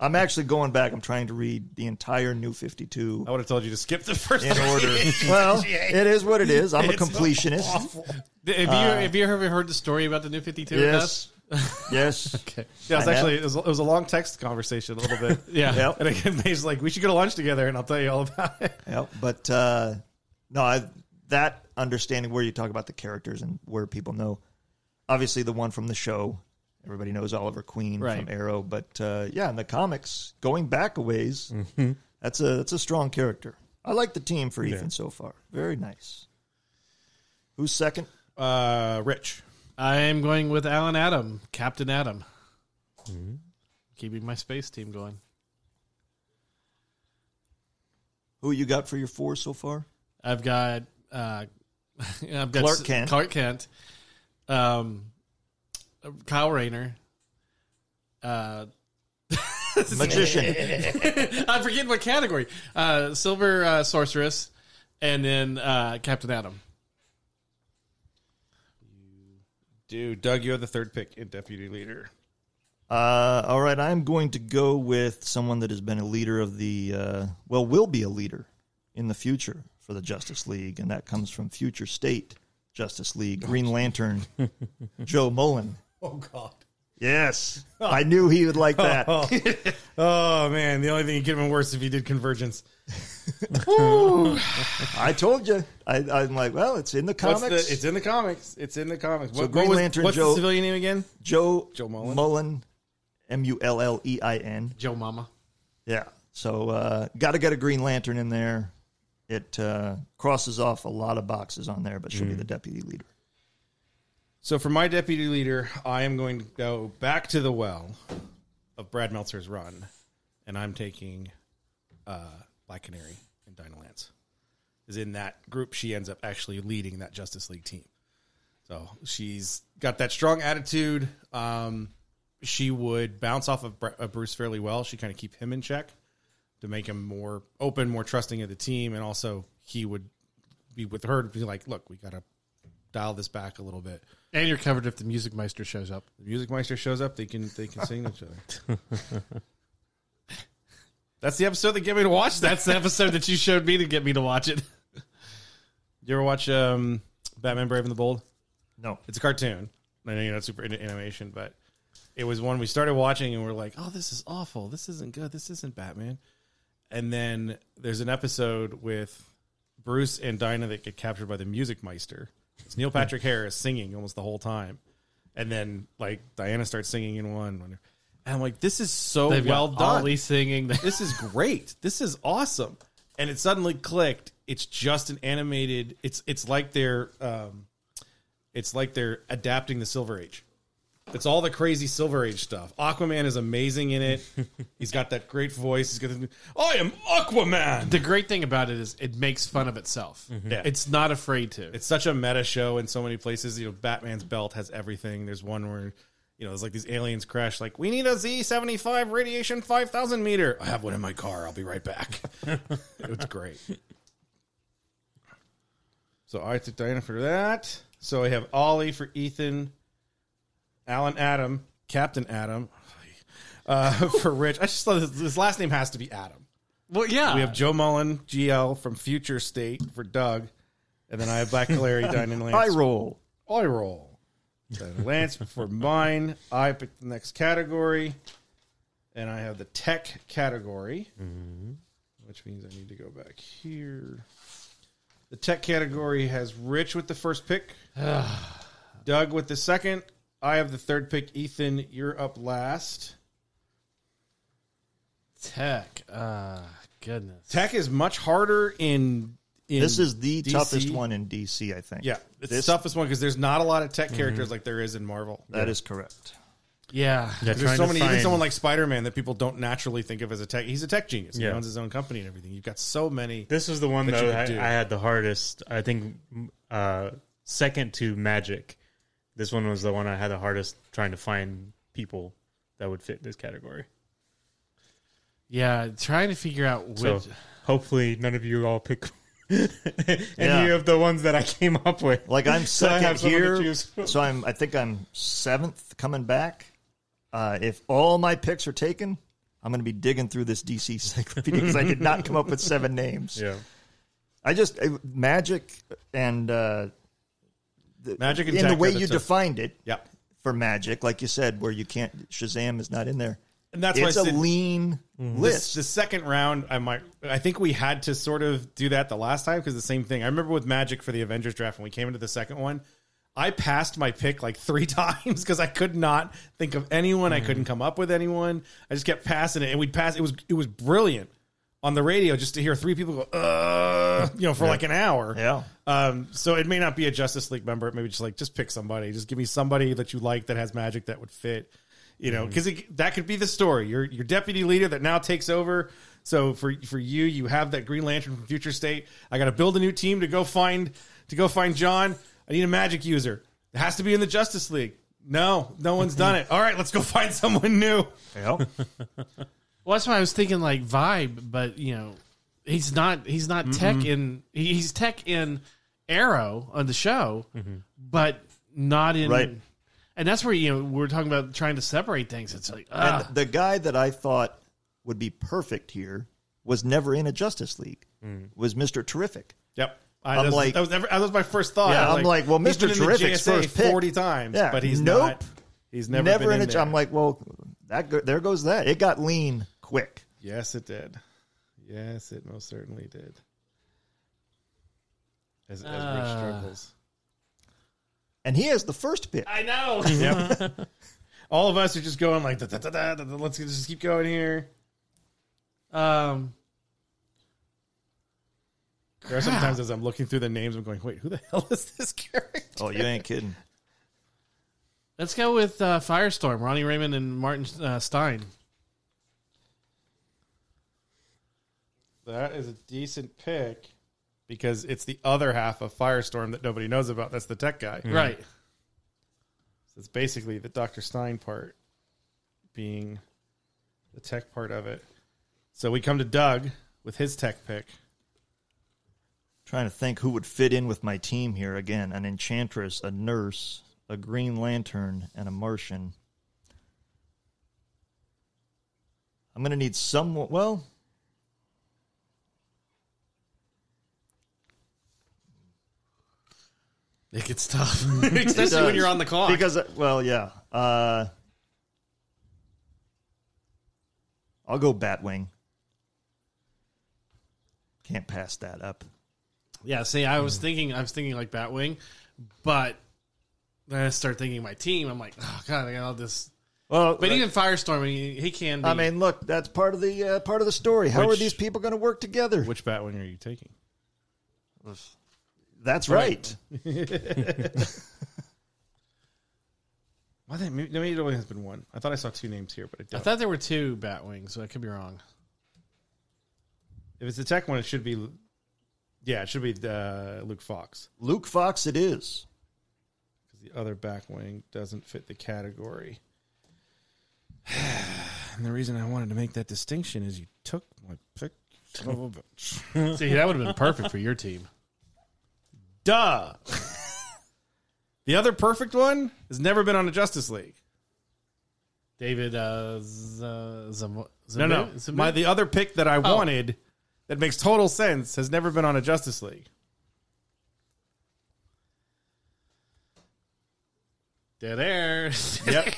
S2: I'm actually going back. I'm trying to read the entire New 52
S3: I would have told you to skip the first
S2: in
S3: 13
S2: order. well, it is what it is. I'm a completionist.
S1: Have you have you ever heard the story about the new Fifty Two?
S2: Uh, Yes. Yes.
S1: Okay.
S3: Yeah, it
S2: I have-
S3: was actually it was, it was a long text conversation a little bit.
S1: Yeah.
S2: Yep.
S3: and again, Maeve's like, "We should go to lunch together, and I'll tell you all about it."
S2: Yeah, but uh, no, I, that understanding where you talk about the characters and where people know. Obviously, the one from the show, everybody knows Oliver Queen
S1: Right.
S2: from Arrow, but uh, yeah, in the comics, going back a ways, that's a that's a strong character. I like the team for Ethan so far. Very nice. Who's second?
S3: Uh, Rich,
S1: I am going with Alan Adam, Captain Adam.
S2: Mm-hmm.
S1: Keeping my space team going.
S2: Who you got for your four so far?
S1: I've got uh, I've got
S2: Clark
S1: s-
S2: Kent.
S1: Clark Kent, um, Kyle Rayner. Uh,
S2: Magician.
S1: I forget what category. Uh, Silver uh, Sorceress, and then uh, Captain Adam.
S3: dude, Doug, you're the third pick in deputy leader.
S2: uh, all right, I'm going to go with someone that has been a leader of the uh, well, will be a leader in the future for the Justice League, and that comes from future state Justice League Green Lantern Joe Mullen.
S3: Oh God.
S2: Yes, I knew he would like that.
S3: Oh man, the only thing that could have been worse if he did convergence.
S2: I told you. I, I'm like, well, it's in the
S3: What's
S2: comics.
S3: the, it's in the comics. It's in the comics. What,
S2: Green
S3: what was-
S2: Lantern
S3: what's
S2: Joe-
S3: the civilian name again?
S2: Joe
S3: Joe Mullen?
S2: Mullen, M U L L E I N.
S1: Joe Mama.
S2: Yeah. So uh, got to get a Green Lantern in there. It uh, crosses off a lot of boxes on there, but should be the deputy leader.
S3: So for my deputy leader, I am going to go back to the well of Brad Meltzer's run, and I'm taking uh, Black Canary and Dinah Lance. Is in that group, she ends up actually leading that Justice League team. So she's got that strong attitude. Um, she would bounce off of Br- of Bruce fairly well. She kind of keep him in check to make him more open, more trusting of the team, and also he would be with her to be like, "Look, we got to dial this back a little bit."
S1: And you're covered if the music meister shows up.
S3: The music meister shows up. They can they can sing to each other. That's the episode that get me to watch that.
S1: That's the episode that you showed me to get me to watch it.
S3: You ever watch um, Batman Brave and the Bold?
S2: No.
S3: It's a cartoon. I know you're not super into animation, but it was one we started watching and we're like, "Oh, this is awful. This isn't good. This isn't Batman." And then there's an episode with Bruce and Dinah that get captured by the music meister. It's Neil Patrick Harris singing almost the whole time, and then like Diana starts singing in one. And I'm like, "This is so
S1: They've
S3: well
S1: got
S3: done."
S1: Ollie singing.
S3: this is great. This is awesome. And it suddenly clicked. It's just an animated. It's it's like they're um, it's like they're adapting the Silver Age. It's all the crazy Silver Age stuff. Aquaman is amazing in it. He's got that great voice. He's got the, I am Aquaman.
S1: The great thing about it is it makes fun of itself.
S3: Yeah.
S1: It's not afraid to.
S3: It's such a meta show in so many places. You know, Batman's belt has everything. There's one where, you know, there's like these aliens crash. Like, we need a Z75 radiation 5,000 meter. I have one in my car. I'll be right back. it's great. So I took Diana for that. So I have Ollie for Ethan, Alan Adam, Captain Adam, uh, for Rich. I just thought his, his last name has to be Adam.
S1: well, yeah.
S3: We have Joe Mullen, GL from Future State for Doug. And then I have Black Larry, Diamond Lance.
S2: I roll.
S3: I roll. Then Lance for mine. I pick the next category. And I have the tech category,
S2: Mm-hmm.
S3: which means I need to go back here. The tech category has Rich with the first pick, Doug with the second. I have the third pick. Ethan, you're up last.
S1: tech. Ah, goodness.
S3: Tech is much harder in. in
S2: This is the
S3: DC.
S2: toughest one in DC, I think.
S3: Yeah, it's
S2: This- Mhm.
S3: the toughest one because there's not a lot of tech characters like there is in Marvel.
S2: that is correct.
S1: Yeah.
S4: Yeah,
S3: There's
S4: trying
S3: so
S4: to
S3: many, even
S4: find-
S3: someone like Spider Man that people don't naturally think of as a tech. He's a tech genius. He
S4: Yeah.
S3: owns his own company and everything. You've got so many.
S4: This is the one
S3: that
S4: that,
S3: you
S4: I,
S3: could do.
S4: I had the hardest. I think uh, second to Magic. This one was the one I had the hardest trying to find people that would fit this category.
S1: Yeah. Trying to figure out which.
S4: So hopefully none of you all pick any
S2: Yeah.
S4: of the ones that I came up with.
S2: Like I'm
S4: So I
S2: second
S4: have someone to
S2: here,
S4: choose from.
S2: so I'm. I think I'm seventh coming back. Uh, if all my picks are taken, I'm going to be digging through this DC encyclopedia because I did not come up with seven names.
S4: yeah,
S2: I just I- magic and uh,
S3: Magic and
S2: in
S3: tech
S2: the way
S3: are the
S2: you
S3: tough-
S2: defined it
S3: Yeah.
S2: for magic, like you said, where you can't Shazam is not in there.
S3: And that's why
S2: it's
S3: I
S2: a
S3: said- Mm.
S2: lean
S3: This,
S2: list.
S3: the second round, I might. I think we had to sort of do that the last time because the same thing. I remember with Magic for the Avengers draft when we came into the second one, I passed my pick like three times because I could not think of anyone.
S2: Mm.
S3: I couldn't come up with anyone. I just kept passing it, and we'd pass. It was it was brilliant on the radio just to hear three people go, uh, you know, for like an hour.
S2: yeah,
S3: Um, so it may not be a Justice League member. It may be just like just pick somebody. Just give me somebody that you like that has magic that would fit. You
S2: Mm-hmm.
S3: know, because that could be the story. Your your deputy leader that now takes over. So for for you, you have that Green Lantern from Future State. I got to build a new team to go find to go find John. I need a magic user. It has to be in the Justice League. No, no one's
S2: Mm-hmm.
S3: done it. All right, let's go find someone new.
S2: yeah.
S1: Well, that's why I was thinking like vibe, but you know, he's not. He's not tech in. he- He's tech in Arrow on the show, but not in.
S2: Right.
S1: And that's where you know we're talking about trying to separate things. It's like ah,
S2: And the guy that I thought would be perfect here was never in a Justice League.
S3: Mm.
S2: Was Mister Terrific?
S3: Yep. I,
S2: I'm
S3: that was,
S2: like-
S3: that was, every- that was my first thought.
S2: Yeah,
S3: I was
S2: I'm like, well,
S3: he's
S2: Mr.
S3: been in the
S2: Terrific's
S3: JSA
S2: first pick.
S3: forty times,
S2: Yeah,
S3: but he's
S2: nope.
S3: not. He's never,
S2: Never,
S3: been
S2: in a.
S3: there.
S2: I'm like, well, that go, there goes that. It got lean quick.
S3: Yes, it did. Yes, it most certainly did. As, as Rich struggles.
S2: And he has the first pick.
S1: I know.
S3: Yep. All of us are just going like, da, da, da, da, da, da, let's just keep going here.
S1: um,
S3: There are sometimes as I'm looking through the names, I'm going, wait, who the hell is this character?
S2: Oh, you ain't kidding.
S1: let's go with uh, Firestorm, Ronnie Raymond, and Martin uh, Stein.
S3: That is a decent pick because it's the other half of Firestorm that nobody knows about. That's the tech guy.
S1: Right.
S3: So it's basically the Dr. Stein part being the tech part of it. So we come to Doug with his tech pick.
S2: Trying to think who would fit in with my team here again. An enchantress, a nurse, a green lantern, and a Martian. I'm going to need someone. Well,
S1: It gets tough, especially when
S2: does.
S1: you're on the clock.
S2: because well, yeah. Uh, I'll go Batwing. Can't pass that up.
S1: Yeah, see, I was thinking, I was thinking like Batwing, but then I start thinking my team. I'm like, oh god, I got all this.
S2: Well,
S1: But even Firestorm, he, he can. Be,
S2: I mean, look, that's part of the uh, part of the story. How are
S3: Which-
S2: these people going to work together?
S3: Which Batwing are you taking?
S2: that's right.
S3: I think maybe, maybe it only has been one. I thought I saw two names here, but I
S1: I
S3: don't.
S1: thought there were two Batwings, so I could be wrong.
S3: if it's the tech one, it should be. Yeah, it should be uh, Luke Fox
S2: Luke Fox, it is.
S3: because the other back wing doesn't fit the category. and the reason I wanted to make that distinction is you took my pick. son of a bitch.
S1: See, that would have been perfect for your team.
S3: Duh. the other perfect one has never been on a Justice League.
S1: David uh, Z- Zam-
S3: No,
S1: Zam-
S3: no.
S1: Zam-
S3: My the other pick that I
S2: Oh.
S3: wanted that makes total sense has never been on a Justice League.
S1: dead air.
S3: Yep.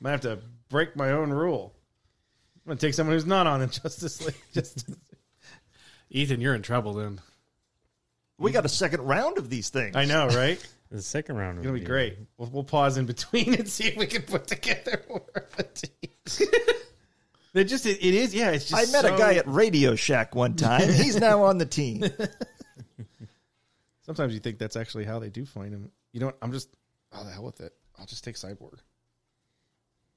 S3: Might have to break my own rule. I'm gonna take someone who's not on a Justice League. Just
S1: Ethan, you're in trouble then.
S2: We got a second round of these things.
S3: I know, right? It's
S4: The second round
S3: gonna be great. We'll, we'll pause in between and see if we can put together more of a team. It just it, it is yeah. It's
S2: I
S3: just
S2: met
S3: so-
S2: a guy at Radio Shack one time. He's now on the team.
S3: Sometimes you think that's actually how they do find him. You know, I'm just oh the hell with it. I'll just take Cyborg.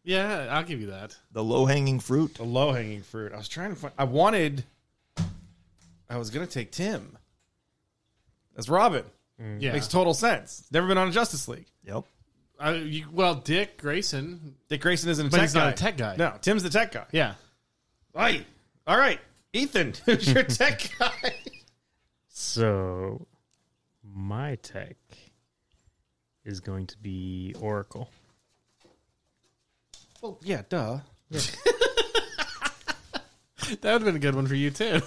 S1: Yeah, I'll give you that.
S2: The low hanging fruit.
S3: The low hanging fruit. I was trying to find. I wanted. I was gonna take Tim. That's Robin.
S1: Yeah.
S3: Makes total sense. It's Never been on a Justice League.
S2: Yep.
S1: I, you, well, Dick Grayson.
S3: Dick Grayson isn't a
S1: But
S3: tech
S1: he's
S3: guy.
S1: not a tech guy.
S3: No, Tim's the tech guy.
S1: Yeah.
S3: Aye. All right, Ethan, who's your tech guy?
S4: So, my tech is going to be Oracle.
S3: Well, yeah, duh.
S1: That would have been a good one for you too.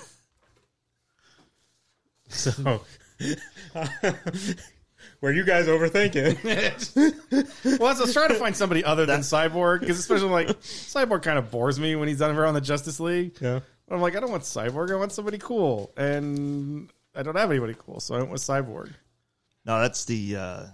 S4: So, Oh. were you guys overthinking?
S3: Well, I was trying to find somebody other than Cyborg because especially like Cyborg kind of bores me when he's ever on the Justice League.
S4: yeah.
S3: I'm like, I don't want Cyborg. I want somebody cool, and I don't have anybody cool, so I went with Cyborg.
S2: No, that's the uh,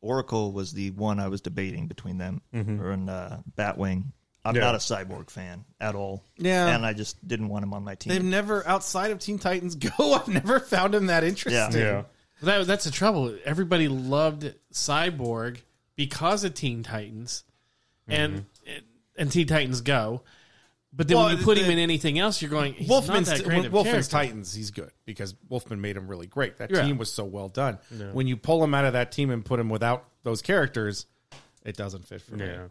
S2: Oracle was the one I was debating between them
S3: Mm-hmm.
S2: or in uh, Batwing. I'm
S4: Yeah.
S2: not a cyborg fan at all.
S3: Yeah.
S2: and I just didn't want him on my
S3: They've
S2: team.
S3: never outside of Teen Titans Go. I've never found him that interesting.
S4: Yeah.
S1: That, that's the trouble. Everybody loved Cyborg because of Teen Titans, and and, Teen Titans Go. But then
S3: Well,
S1: when you put him
S3: the-
S1: in anything else, you're going. He's
S3: Wolfman's,
S1: not that great of a
S3: Wolfman's
S1: character.
S3: Titans, he's good because Wolfman made him really great. That
S1: Yeah.
S3: team was so well done. When you pull him out of that team and put him without those characters, it doesn't fit for me
S4: Yeah.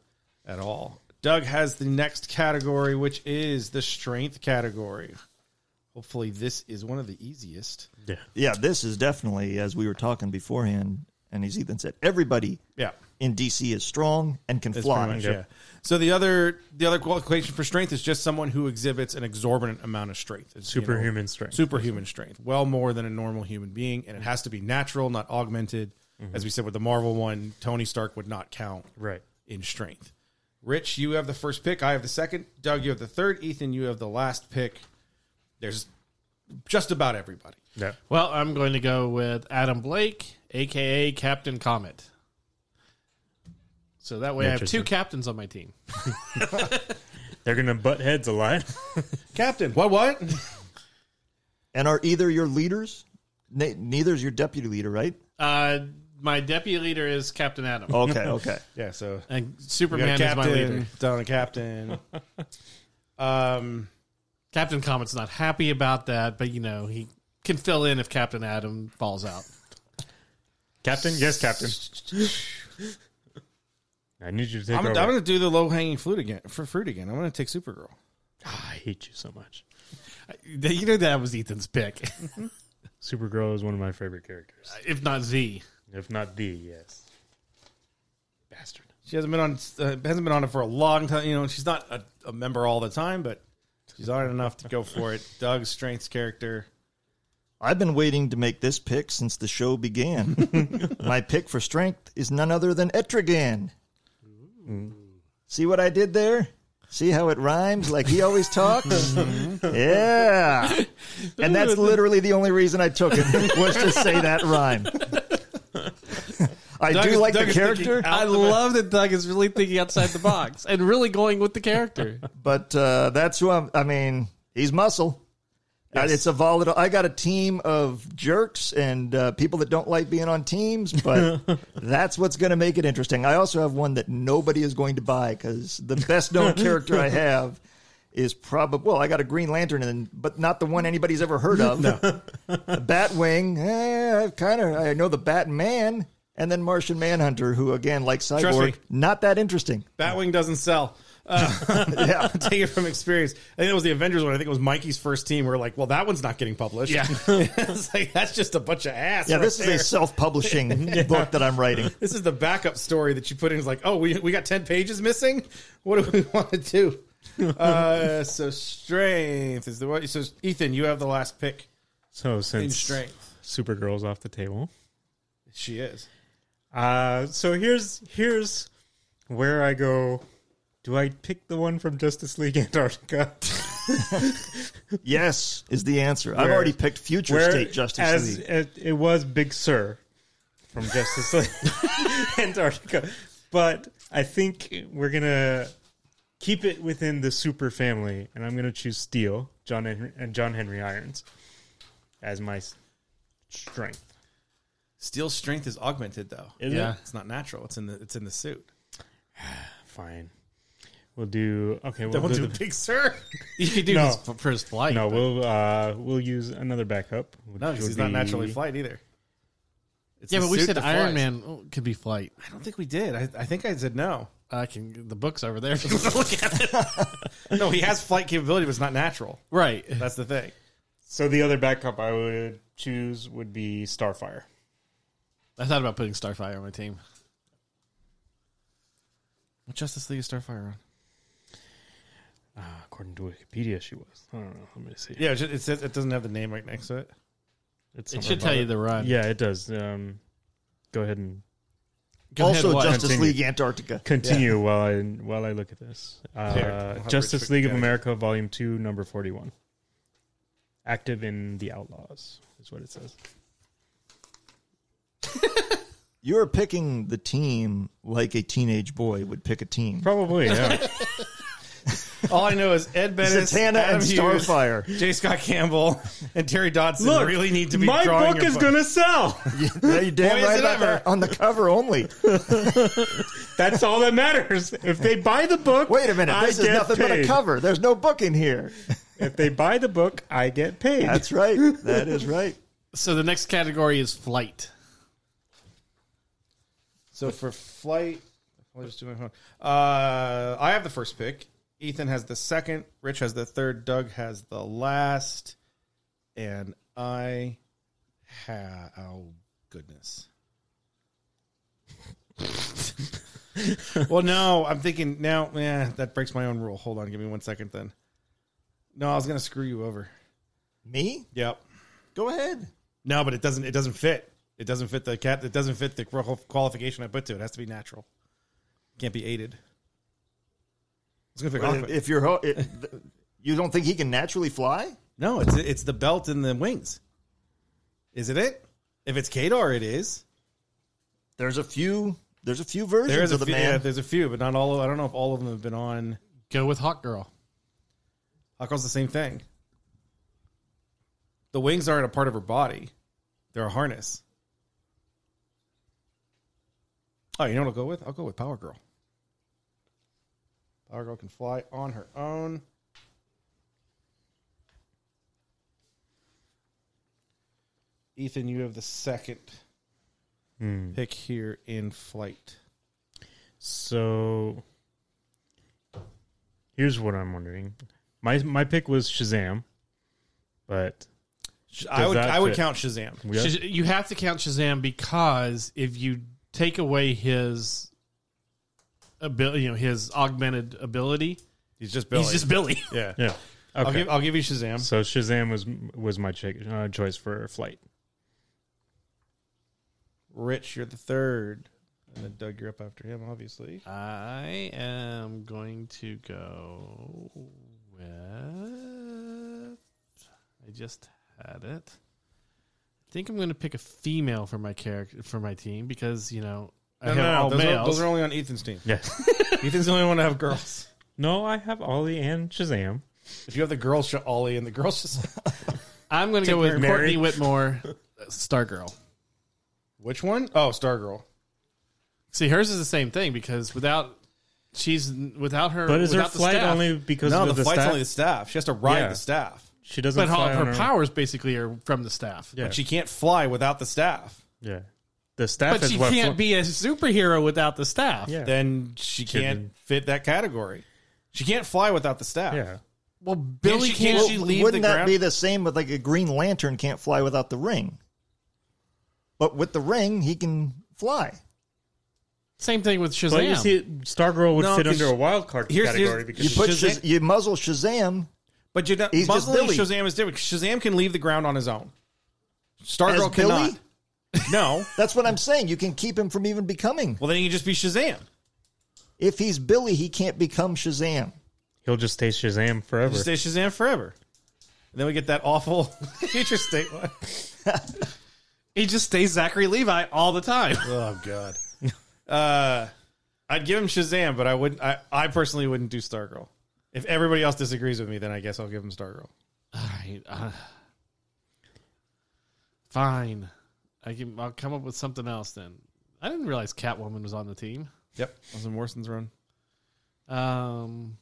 S3: at all. Doug has the next category, which is the strength category. Hopefully, this is one of the easiest.
S4: Yeah.
S2: Yeah, this is definitely as we were talking beforehand, and as Ethan said, everybody
S3: Yeah.
S2: in DC is strong and can
S3: That's
S2: fly.
S3: pretty much- yeah. So the other the other qualification for strength is just someone who exhibits an exorbitant amount of strength. It's, you know,
S4: Superhuman strength.
S3: superhuman strength, well more than a normal human being, and it has to be natural, not augmented. As we said with the Marvel one, Tony Stark would not count
S4: Right.
S3: in strength. Rich, you have the first pick. I have the second. Doug, you have the third. Ethan, you have the last pick. There's just about everybody.
S4: Yeah.
S1: Well, I'm going to go with Adam Blake, aka Captain Comet. So that way, I have two
S4: Interesting.
S1: captains on my team.
S4: They're going to butt heads a lot.
S3: Captain, what? What?
S2: And are either your leaders? Ne- neither's your deputy leader, right?
S1: Uh, my deputy leader is Captain Adam,
S2: Okay, okay.
S3: yeah. So
S1: and
S3: we got a
S1: Superman is my leader.
S3: captain, down a captain. um,
S1: Captain Comet's not happy about that, but you know he can fill in if Captain Adam falls out.
S4: Captain? Yes, Captain. I need you to take
S3: I'm, I'm
S4: over.
S3: going to do the low hanging fruit again. For fruit again, I'm going to take Supergirl.
S4: Ah, I hate you so much.
S1: You know that was Ethan's pick,
S4: Supergirl is one of my favorite characters.
S1: if not Z.
S4: If not the, yes. Bastard.
S3: She hasn't been on uh, hasn't been on it for a long time. You know, she's not a, a member all the time, but she's on it enough to go for it. Doug's strengths character.
S2: I've been waiting to make this pick since the show began. My pick for strength is none other than Etrigan. See what I did there? See how it rhymes like he always talks? yeah. And that's literally the only reason I took it was to say that rhyme. I do
S3: is-
S2: like
S3: Doug
S2: the
S3: is thinking
S2: character,
S1: I love that Doug is really thinking outside the box and really going with the character.
S2: but uh, that's who I'm. I mean, he's muscle. Uh, It's a volatile. I got a team of jerks and uh, people that don't like being on teams, but that's what's going to make it interesting. I also have one that nobody is going to buy because the best known character I have is probably well, I got a Green Lantern, and but not the one anybody's ever heard of. Batwing. Eh, I've kind of I know the Batman, and then Martian Manhunter, who again like
S3: me.
S2: Cyborg, not that interesting.
S3: Batwing doesn't sell. Uh,
S2: Yeah.
S3: take it from experience. I think it was the Avengers one. I think it was Mikey's first team. We're like, well, that one's not getting published.
S1: Yeah.
S3: it's like that's just a bunch of ass.
S2: Yeah,
S3: right
S2: this is
S3: there.
S2: a self-publishing book that I'm writing.
S3: this is the backup story that you put in. It's like, oh, we, we got 10 pages missing? What do we want to do? uh, so, strength is the what. So, Ethan, you have the last pick
S4: So
S3: in
S4: since
S3: strength.
S4: Supergirl's off the table,
S3: She is.
S4: uh, so here's here's where I go. Do I pick the one from Justice League Antarctica?
S2: Yes, is the answer. I've
S4: Where-
S2: already picked future state justice
S4: as
S2: league.
S4: It, it was Big Sir from Justice League Antarctica, but I think we're gonna keep it within the super family, and I'm gonna choose Steel, John Henry, and John Henry Irons as my s- strength.
S3: Steel's strength is augmented, though.
S4: Is
S1: Yeah.
S4: it?
S3: It's not natural. It's in the it's in the suit.
S4: Fine. We'll do okay. We'll
S3: Don't
S4: do
S3: do
S4: the,
S3: Big Sir.
S1: You could do
S4: No.
S1: this for- for his flight.
S4: no.
S1: but-
S4: We'll uh, we'll use another backup. which
S3: No, because
S4: would
S3: he's not
S4: be-
S3: naturally flight either. It's
S1: yeah,
S3: the
S1: but we
S3: suit
S1: said
S3: that
S1: Iron
S3: flies.
S1: Man oh, could be flight.
S3: I don't think we did. I, I think I said no.
S1: I can. The book's over there. if you wanna look at it.
S3: No, he has flight capability, but it's not natural.
S1: Right.
S3: That's the thing.
S4: So the other backup I would choose would be Starfire.
S1: I thought about putting Starfire on my team.
S3: What Justice League is Starfire on?
S4: According to Wikipedia, she was. I don't know. Let me see.
S3: Yeah, it, ju- it says it doesn't have the name right next to it.
S4: It's
S1: It
S4: somewhere
S1: should tell
S4: about
S1: you the run.
S4: Yeah, it does. Um, go ahead and
S1: Go ahead and
S2: also,
S1: watch.
S2: Justice
S4: Continue.
S2: League Antarctica.
S4: continue while I while I look at this. Uh,
S3: Here, we'll have
S4: Justice
S3: Rich
S4: League of
S3: Wikipedia.
S4: America, Volume Two, Number Forty One. Active in the Outlaws is what it says.
S2: You're picking the team like a teenage boy would pick a team.
S4: Probably, yeah.
S3: All I know is Ed Bennis,
S2: Zatanna
S3: Adam
S2: and
S3: Hughes,
S2: Starfire.
S3: J. Scott Campbell, and Terry Dodson
S4: Look,
S3: really need to be.
S4: My
S3: drawing
S4: book
S3: your
S4: is going to sell.
S2: Yeah, you damn
S3: Boy, is
S2: right
S3: it
S2: about
S3: ever.
S2: that. On the cover only.
S4: That's all that matters. If they buy the book,
S2: Wait a minute.
S4: I
S2: This is
S4: get
S2: nothing but a
S4: paid.
S2: cover. There's no book in here.
S4: If they buy the book, I get paid.
S2: That's right. That is right.
S1: So the next category is flight.
S3: So for flight, I'll just do my phone. Uh, I have the first pick. Ethan has the second. Rich has the third. Doug has the last, and I have oh goodness. well, no, I'm thinking now. Yeah, that breaks my own rule. Hold on, give me one second. Then, no, I was gonna screw you over.
S2: Me?
S3: Yep.
S2: Go ahead.
S3: No, but it doesn't. It doesn't fit. It doesn't fit the cat. It doesn't fit the qual- qualification I put to it. It has to be natural. Can't be aided. It's gonna pick
S2: If,
S3: Aquaman.
S2: if you're, ho- it, th- you don't think he can naturally fly?
S3: No, it's it's the belt and the wings. Is it it? If it's Kadar, it is.
S2: There's a few. There's a few versions
S3: There's a
S2: of the
S3: few, yeah,
S2: man.
S3: there's a few, but not all. Of, I don't know if all of them have been on.
S1: Go with Hawk Girl.
S3: Huckle's the same thing. The wings aren't a part of her body; they're a harness. Oh, you know what I'll go with? I'll go with Power Girl. Power Girl can fly on her own. Ethan, you have the second
S4: Hmm.
S3: pick here in flight.
S4: So here's what I'm wondering. My my pick was Shazam, but
S3: I would
S4: that
S3: I would
S4: fit?
S3: count Shazam.
S4: we are,
S1: Shaz- You have to count Shazam because if you take away his ability, you know, his augmented ability,
S3: He's just Billy.
S1: he's just Billy.
S3: yeah.
S4: yeah.
S3: I'll
S4: Okay.
S3: give I'll give you Shazam.
S4: so Shazam was was my ch- uh, choice for flight.
S3: Rich, you're the third. And then Doug, you're up after him, obviously.
S1: I am going to go with. I just had it. I think I'm going to pick a female for my character for my team because you know I have all
S3: those,
S1: males.
S3: are, those are only on Ethan's team.
S4: Yes.
S3: Ethan's the only one to have girls.
S4: no, I have Ollie and Shazam.
S3: If you have the girls, sh- Ollie, and the girls, just
S1: I'm going to go with
S4: Mary.
S1: Courtney Whitmore, uh, Stargirl.
S3: Which one? Oh, Stargirl.
S1: See, hers is the same thing because without she's without her,
S4: But is her
S1: without the
S4: flight
S1: staff,
S4: only because
S3: No,
S4: of
S3: the,
S4: the,
S3: flight's
S4: staff?
S3: only the staff. She has to ride
S4: Yeah.
S3: the staff.
S4: She doesn't.
S1: But all
S4: fly
S1: of her
S4: on
S1: powers basically are from the staff.
S4: Yeah,
S3: But she can't fly without the staff.
S4: yeah. The staff
S1: But
S4: is
S1: she
S4: what
S1: can't
S4: fl-
S1: be a superhero without the staff.
S4: Yeah.
S3: Then she can't
S4: Couldn't.
S3: fit that category. She can't fly without the staff.
S4: Yeah,
S1: Well, Billy
S3: she-
S1: can't.
S3: well,
S1: she
S3: Did
S1: leave
S2: Wouldn't
S1: the
S2: that
S1: ground?
S2: be the same with like a Green Lantern can't fly without the ring? But with the ring, he can fly.
S1: same thing with Shazam?
S4: but you see, Stargirl would
S3: No,
S4: fit
S3: 'cause
S4: under a wild card
S3: here's- here's-
S4: category because
S2: You
S4: she
S2: put
S4: doesn't-
S2: Shaz- you muzzle Shazam
S3: But you know,
S2: He's just
S3: muzzling
S2: Billy.
S3: Shazam is different. Shazam can leave the ground on his own.
S2: as
S3: Stargirl
S2: Billy.
S3: cannot. No.
S2: That's what I'm saying. You can keep him from even becoming.
S3: Well, then he can just be Shazam.
S2: If he's Billy, he can't become Shazam.
S4: he'll just stay Shazam forever.
S3: Just stay Shazam forever. And then we get that awful future state one.
S1: he just stays Zachary Levi all the time.
S3: Oh God. Uh, I'd give him Shazam, but I wouldn't. I, I personally wouldn't do Stargirl. If everybody else disagrees with me, then I guess I'll give him Stargirl.
S1: all right, uh, fine. I can. I'll come up with something else then. I didn't realize Catwoman was on the team.
S3: Yep, that was in Morrison's run.
S1: Um.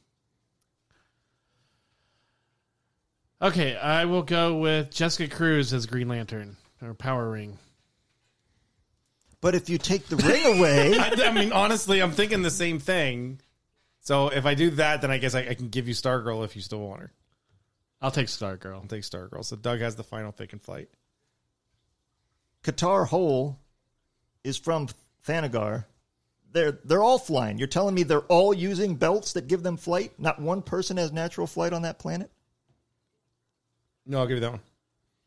S1: Okay, I will go with Jessica Cruz as Green Lantern or Power Ring.
S2: But if you take the ring away,
S3: I, I mean, honestly, I'm thinking the same thing. So if I do that, then I guess I, I can give you Stargirl if you still want her.
S1: I'll take Stargirl.
S3: I'll take Stargirl. So Doug has the final pick in flight.
S2: Qatar Hole is from Thanagar. They're they're all flying. You're telling me they're all using belts that give them flight? Not one person has natural flight on that planet.
S3: No, I'll give you that one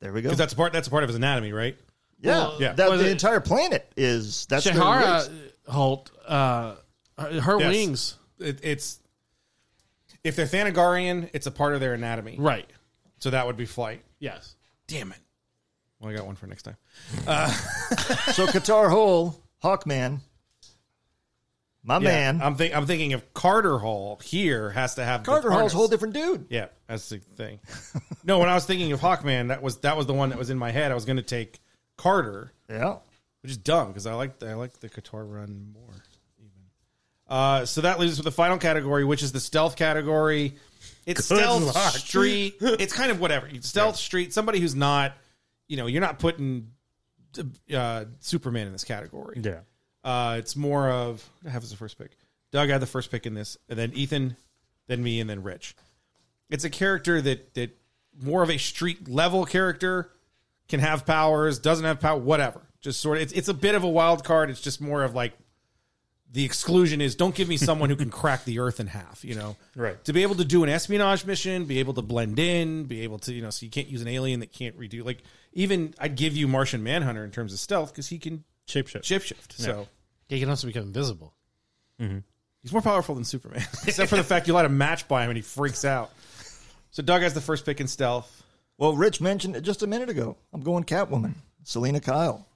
S2: There we go.
S3: because that's a part. That's a part of his anatomy, right?
S2: yeah,
S1: well,
S3: yeah.
S2: That,
S1: Was
S2: the
S1: it-
S2: entire planet is that's their
S1: Shahara
S2: race.
S1: Holt, uh, her her
S3: Yes.
S1: wings.
S3: It, it's if they're Thanagarian, it's a part of their anatomy.
S1: Right.
S3: So that would be flight.
S1: Yes.
S3: Damn it. Well, I got one for next time.
S2: So Qatar Hole, Hawkman, my
S3: Yeah,
S2: man.
S3: I'm think I'm thinking of Carter Hall here has to have the
S2: Carter Hall's
S3: harness.
S2: a whole different dude.
S3: Yeah, that's the thing. no, when I was thinking of Hawkman, that was that was the one that was in my head. I was going to take Carter,
S2: Yeah.
S3: which is dumb because I like I like the Qatar run more. Even uh, so that leaves us with the final category, which is the stealth category. It's
S4: Good
S3: stealth
S4: luck.
S3: street. It's kind of whatever stealth street. Somebody who's not, you know, you're not putting uh, Superman in this category.
S4: yeah,
S3: Uh, it's more of I have as the first pick. Doug had the first pick in this, and then Ethan, then me, and then Rich. It's a character that that more of a street level character can have powers, doesn't have power, whatever. Just sort of it's it's a bit of a wild card. It's just more of like the exclusion is don't give me someone who can crack the earth in half, you know.
S4: Right.
S3: To be able to do an espionage mission, be able to blend in, be able to, you know, so you can't use an alien that can't redo like even I'd give you Martian Manhunter in terms of stealth because he can
S4: shapeshift.
S3: shapeshift. So
S1: He can also become invisible.
S3: He's more powerful than Superman, except for the fact you light a match by him and he freaks out. So Doug has the first pick in stealth.
S2: Well, Rich mentioned it just a minute ago. I'm going Catwoman, Selena Kyle,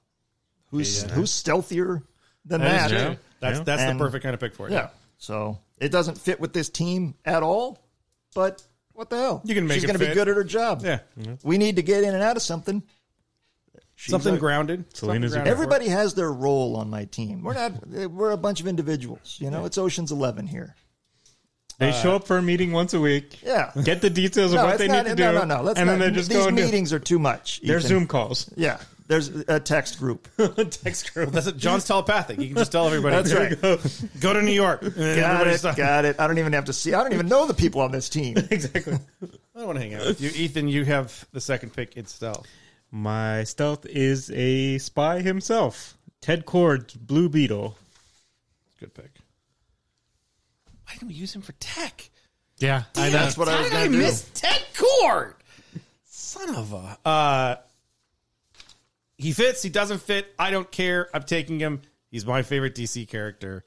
S2: who's who's stealthier than
S1: That is
S2: that.
S4: Yeah,
S1: true.
S3: That's
S4: yeah.
S3: that's
S2: And-
S3: the perfect kind of pick for it.
S2: Yeah. So it doesn't fit with this team at all. But what the hell?
S3: You can make
S2: She's
S3: it
S2: gonna be
S3: fit.
S2: good at her job.
S3: yeah.
S2: We need to get in and out of something. She's
S3: Something
S2: a-
S3: grounded.
S4: Selena's-
S3: Something grounded.
S2: Everybody has their role on my team. We're not. We're a bunch of individuals. You know, it's Ocean's Eleven here.
S4: They show up for a meeting once a week.
S2: Uh, Yeah.
S4: Get the details of
S2: No,
S4: what
S2: it's
S4: they
S2: not,
S4: need to
S2: no,
S4: do.
S2: no, no. Let's
S4: and
S2: not,
S4: then they just
S2: these
S4: go and do-
S2: meetings are too much.
S4: Their
S2: Ethan.
S4: Zoom calls.
S2: Yeah, there's a text group.
S4: Text group.
S3: That's it. John's telepathic. You can just tell everybody.
S2: That's
S3: "There
S2: right.
S3: we Go. Go to New York. And then
S2: Got
S3: everybody's
S2: it.
S3: like,
S2: Got it. I don't even have to see. I don't even know the people on this team.
S4: exactly.
S3: I don't want to hang out with you, Ethan. You have the second pick in stealth.
S4: My stealth is a spy himself, Ted Kord's Blue Beetle.
S3: Good pick. Why didn't we use him for tech?
S1: Yeah. I know.
S2: That's what I was
S3: How
S2: going
S3: did
S2: to do.
S3: miss Ted Cord? Son of a. Uh, he fits. He doesn't fit. I don't care. I'm taking him. He's my favorite DC character.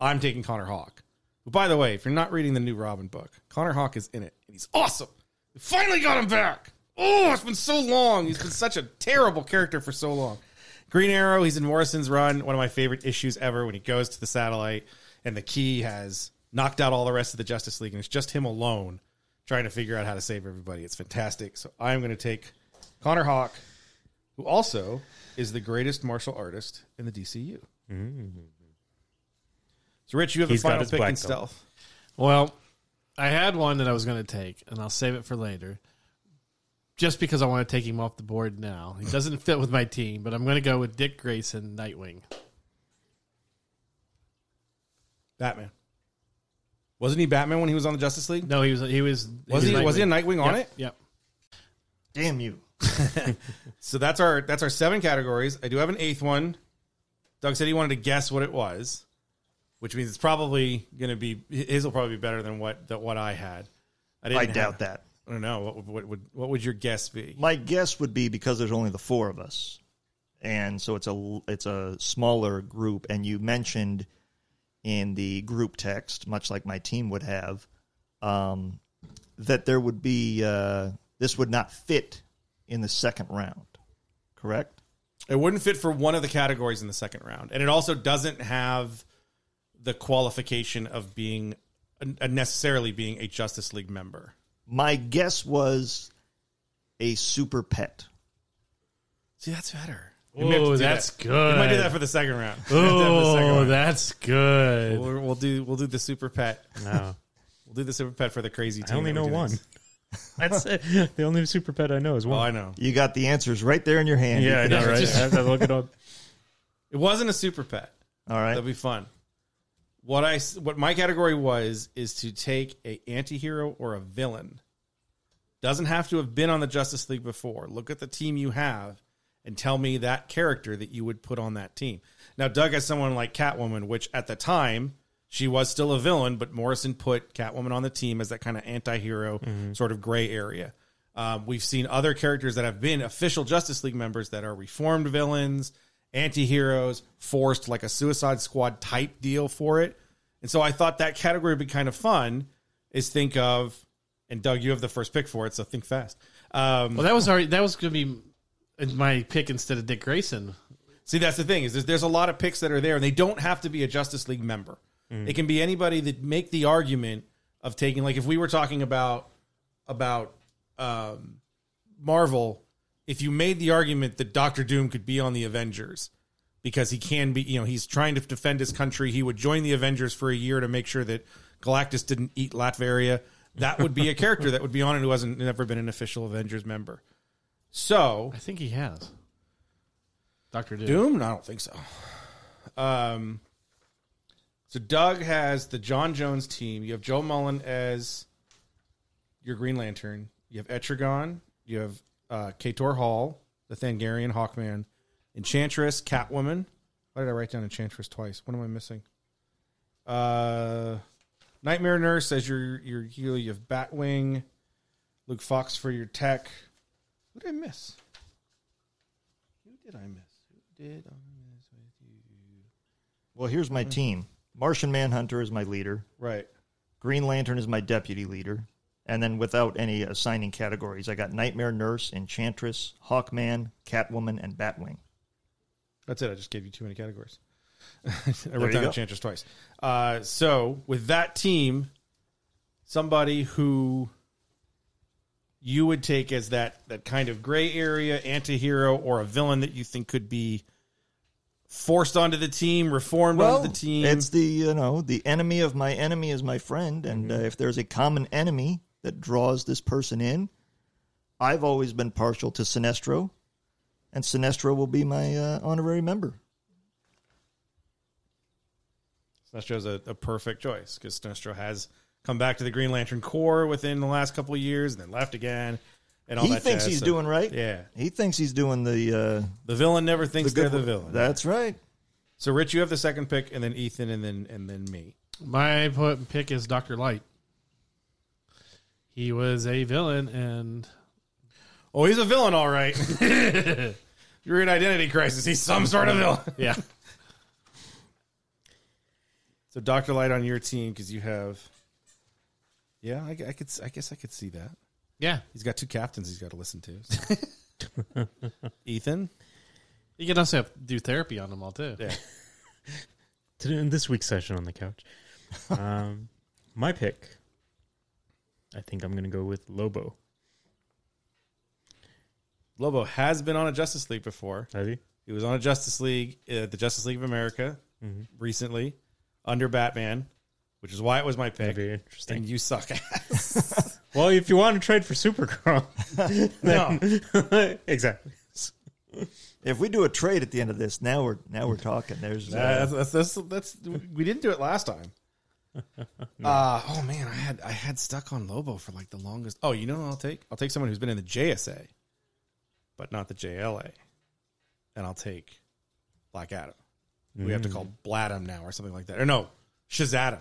S3: I'm taking Connor Hawk. But by the way, if you're not reading the new Robin book, Connor Hawk is in it, and he's awesome. We finally got him back. Oh, it's been so long. He's been such a terrible character for so long. Green Arrow. He's in Morrison's Run. One of my favorite issues ever. When he goes to the satellite, and the key has knocked out all the rest of the Justice League, and it's just him alone trying to figure out how to save everybody. It's fantastic. So I'm going to take Connor Hawk, who also is the greatest martial artist in the DCU. So, Rich, you have
S4: He's got
S3: the final
S4: his
S3: pick
S4: black
S3: in
S4: belt.
S3: stealth.
S1: Well, I had one that I was going to take, and I'll save it for later, just because I want to take him off the board now. He doesn't fit with my team, but I'm going to go with Dick Grayson, Nightwing.
S3: Batman. Wasn't he Batman when he was on the Justice League?
S1: No, he was he was
S3: Was he? Was he a
S1: Nightwing.
S3: Nightwing on it?
S1: Yep.
S2: Damn you.
S3: So that's our that's our seven categories. I do have an eighth one. Doug said he wanted to guess what it was, which means it's probably going to be his will probably be better than what that what I had. didn't
S2: I
S3: have-
S2: doubt that.
S3: I don't know what, would- what would what would your guess be?
S2: My guess would be because there's only the four of us, and so it's a it's a smaller group. And you mentioned in the group text, much like my team would have, um, that there would be uh, this would not fit in the second round, correct?
S3: It wouldn't fit for one of the categories in the second round, and it also doesn't have the qualification of being uh, necessarily being a Justice League member.
S2: My guess was a super pet.
S3: See, that's better. We may have to
S1: Oh,
S3: do
S1: that's
S3: that.
S1: good.
S3: We might do that for the second round. We might do that for the second
S1: Oh,
S3: round.
S1: that's good.
S3: We'll, we'll do we'll do the super pet.
S4: No,
S3: We'll do the super pet for the crazy
S4: I
S3: team.
S4: only
S3: that
S4: know
S3: we do
S4: one.
S3: this.
S4: That's it. The only super pet I know is
S3: Oh, I
S4: one.
S3: know.
S2: You got the answers right there in your hand.
S4: yeah, I
S2: You
S4: know,
S2: can-
S4: right? I have to look it up.
S3: It wasn't a super pet.
S2: All right.
S3: That'd be fun. What I s- what my category was is to take a antihero or a villain. Doesn't have to have been on the Justice League before. Look at the team you have and tell me that character that you would put on that team. Now Doug has someone like Catwoman, which at the time she was still a villain, but Morrison put Catwoman on the team as that kind of anti-hero sort of gray area. Um, we've seen other characters that have been official Justice League members that are reformed villains, anti-heroes, forced like a Suicide Squad type deal for it. And so I thought that category would be kind of fun. Is think of, and Doug, you have the first pick for it, so think fast. Um,
S1: Well, that was already that was going to be my pick instead of Dick Grayson.
S3: See, that's the thing is there's, there's a lot of picks that are there, and they don't have to be a Justice League member. It can be anybody that make the argument of taking, like, if we were talking about about um, Marvel, if you made the argument that Doctor Doom could be on the Avengers because he can be, you know, he's trying to defend his country, he would join the Avengers for a year to make sure that Galactus didn't eat Latveria. That would be a character that would be on it who hasn't never been an official Avengers member. So
S1: I think he has. Doctor Doom.
S3: Doom? No, I don't think so. Um, so Doug has the John Jones team. You have Joe Mullen as your Green Lantern. You have Etrigan. You have uh, Kator Hall, the Thangarian Hawkman, Enchantress, Catwoman. Why did I write down Enchantress twice? What am I missing? Uh, Nightmare Nurse as your your healer. You have Batwing, Luke Fox for your tech. Who did I miss? Who did I miss? Who did I miss with you?
S2: well, here's my team. Martian Manhunter is my leader.
S3: Right.
S2: Green Lantern is my deputy leader. And then without any assigning categories, I got Nightmare Nurse, Enchantress, Hawkman, Catwoman, and Batwing.
S3: That's it. I just gave you too many categories. I
S2: you
S3: wrote down
S2: go.
S3: Enchantress twice. Uh, so with that team, somebody who you would take as that that kind of gray area anti-hero or a villain that you think could be forced onto the team, reformed onto the team.
S2: it's the you know the enemy of my enemy is my friend, and
S3: Mm-hmm.
S2: uh, if there's a common enemy that draws this person in, I've always been partial to Sinestro, and Sinestro will be my uh, honorary member.
S3: Sinestro's a, a perfect choice because Sinestro has come back to the Green Lantern Corps within the last couple of years and then left again. And all
S2: He
S3: that
S2: thinks
S3: jazz.
S2: he's
S3: So,
S2: doing right.
S3: Yeah,
S2: He thinks he's doing the uh,
S3: the villain never thinks
S2: good
S3: they're the
S2: work.
S3: villain.
S2: That's right.
S3: so Rich, you have the second pick, and then Ethan, and then and then me.
S1: My put- pick is Doctor Light. He was a villain, and
S3: Oh, he's a villain, all right. You're in identity crisis. He's some sort of villain.
S1: yeah,
S3: So Doctor Light on your team because you have. Yeah, I, I could. I guess I could see that.
S1: yeah.
S3: He's got two captains. He's got to listen to. so. Ethan,
S1: You can also have, do therapy on them all too.
S3: Yeah.
S4: Today, in this week's session on the couch, um, my pick, I think I'm going to go with Lobo.
S3: Lobo has been on a Justice League before.
S4: Have you?
S3: He was on a Justice League, uh, the Justice League of America, recently under Batman, which is why it was my
S4: That'd
S3: pick.
S4: be interesting.
S3: And you suck.
S4: Well, if you want to trade for Supergirl,
S3: no,
S4: exactly.
S2: If we do a trade at the end of this, now we're now we're talking. There's uh,
S3: that's, that's, that's, that's we didn't do it last time. uh, oh man, I had I had stuck on Lobo for like the longest. Oh, you know what I'll take? I'll take someone who's been in the JSA, but not the JLA, and I'll take Black Adam. We have to call Bladam now or something like that, or no, Shazadam.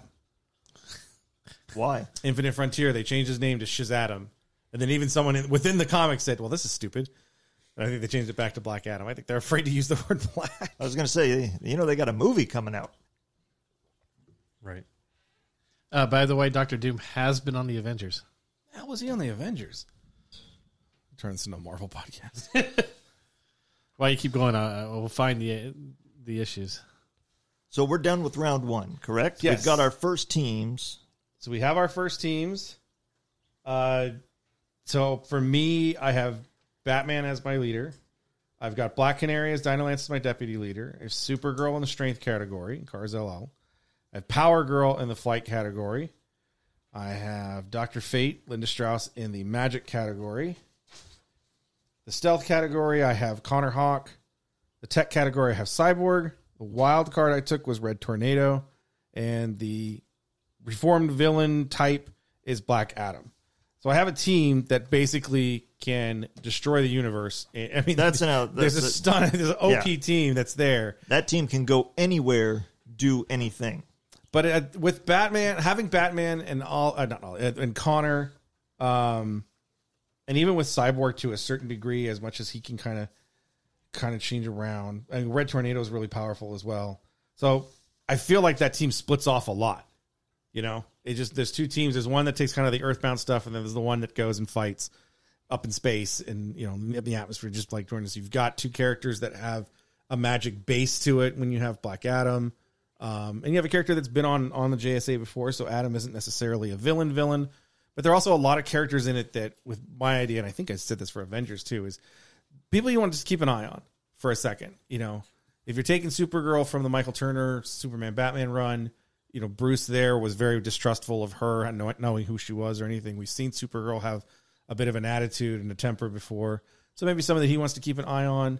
S2: why.
S3: Infinite Frontier, they changed his name to Shazadam. And then even someone in, within the comics said, well, this is stupid. And I think they changed it back to Black Adam. I think they're afraid to use the word black.
S2: I was going to say, you know, they got a movie coming out.
S4: Right.
S1: Uh, by the way, Doctor Doom has been on the Avengers.
S3: How was he on the Avengers? Turn this into a Marvel podcast.
S1: Why you keep going? Uh, we'll find the the issues.
S2: So we're done with round one, correct?
S3: Yes.
S2: We've got our first teams.
S3: so we have our first teams. Uh, so for me, I have Batman as my leader. I've got Black Canary as Dino Lance as my deputy leader. I have Supergirl in the strength category, Carzel out. I have Power Girl in the flight category. I have Dr. Fate, Linda Strauss in the magic category. The stealth category, I have Connor Hawk. The tech category, I have Cyborg. The wild card I took was Red Tornado. And the reformed villain type is Black Adam. So I have a team that basically can destroy the universe. I mean,
S2: That's an out.
S3: there's a
S2: that's a-
S3: stun. There's an OP
S2: Yeah.
S3: team that's there.
S2: that team can go anywhere, do anything.
S3: But uh, with Batman, having Batman and all, uh, not all, uh, and Connor, um, and even with Cyborg to a certain degree, as much as he can kind of, kind of change around. I mean, Red Tornado is really powerful as well. So I feel like that team splits off a lot. You know, it just there's two teams. There's one that takes kind of the Earthbound stuff, and then there's the one that goes and fights up in space and you know in the atmosphere, just like Jordan. So you've got two characters that have a magic base to it. When you have Black Adam, um, and you have a character that's been on on the JSA before, so Adam isn't necessarily a villain villain. But there are also a lot of characters in it that, with my idea, and I think I said this for Avengers too, is people you want to just keep an eye on for a second. You know, if you're taking Supergirl from the Michael Turner Superman Batman run, you know Bruce there was very distrustful of her and not knowing who she was or anything. We've seen Supergirl have a bit of an attitude and a temper before, so maybe something that he wants to keep an eye on.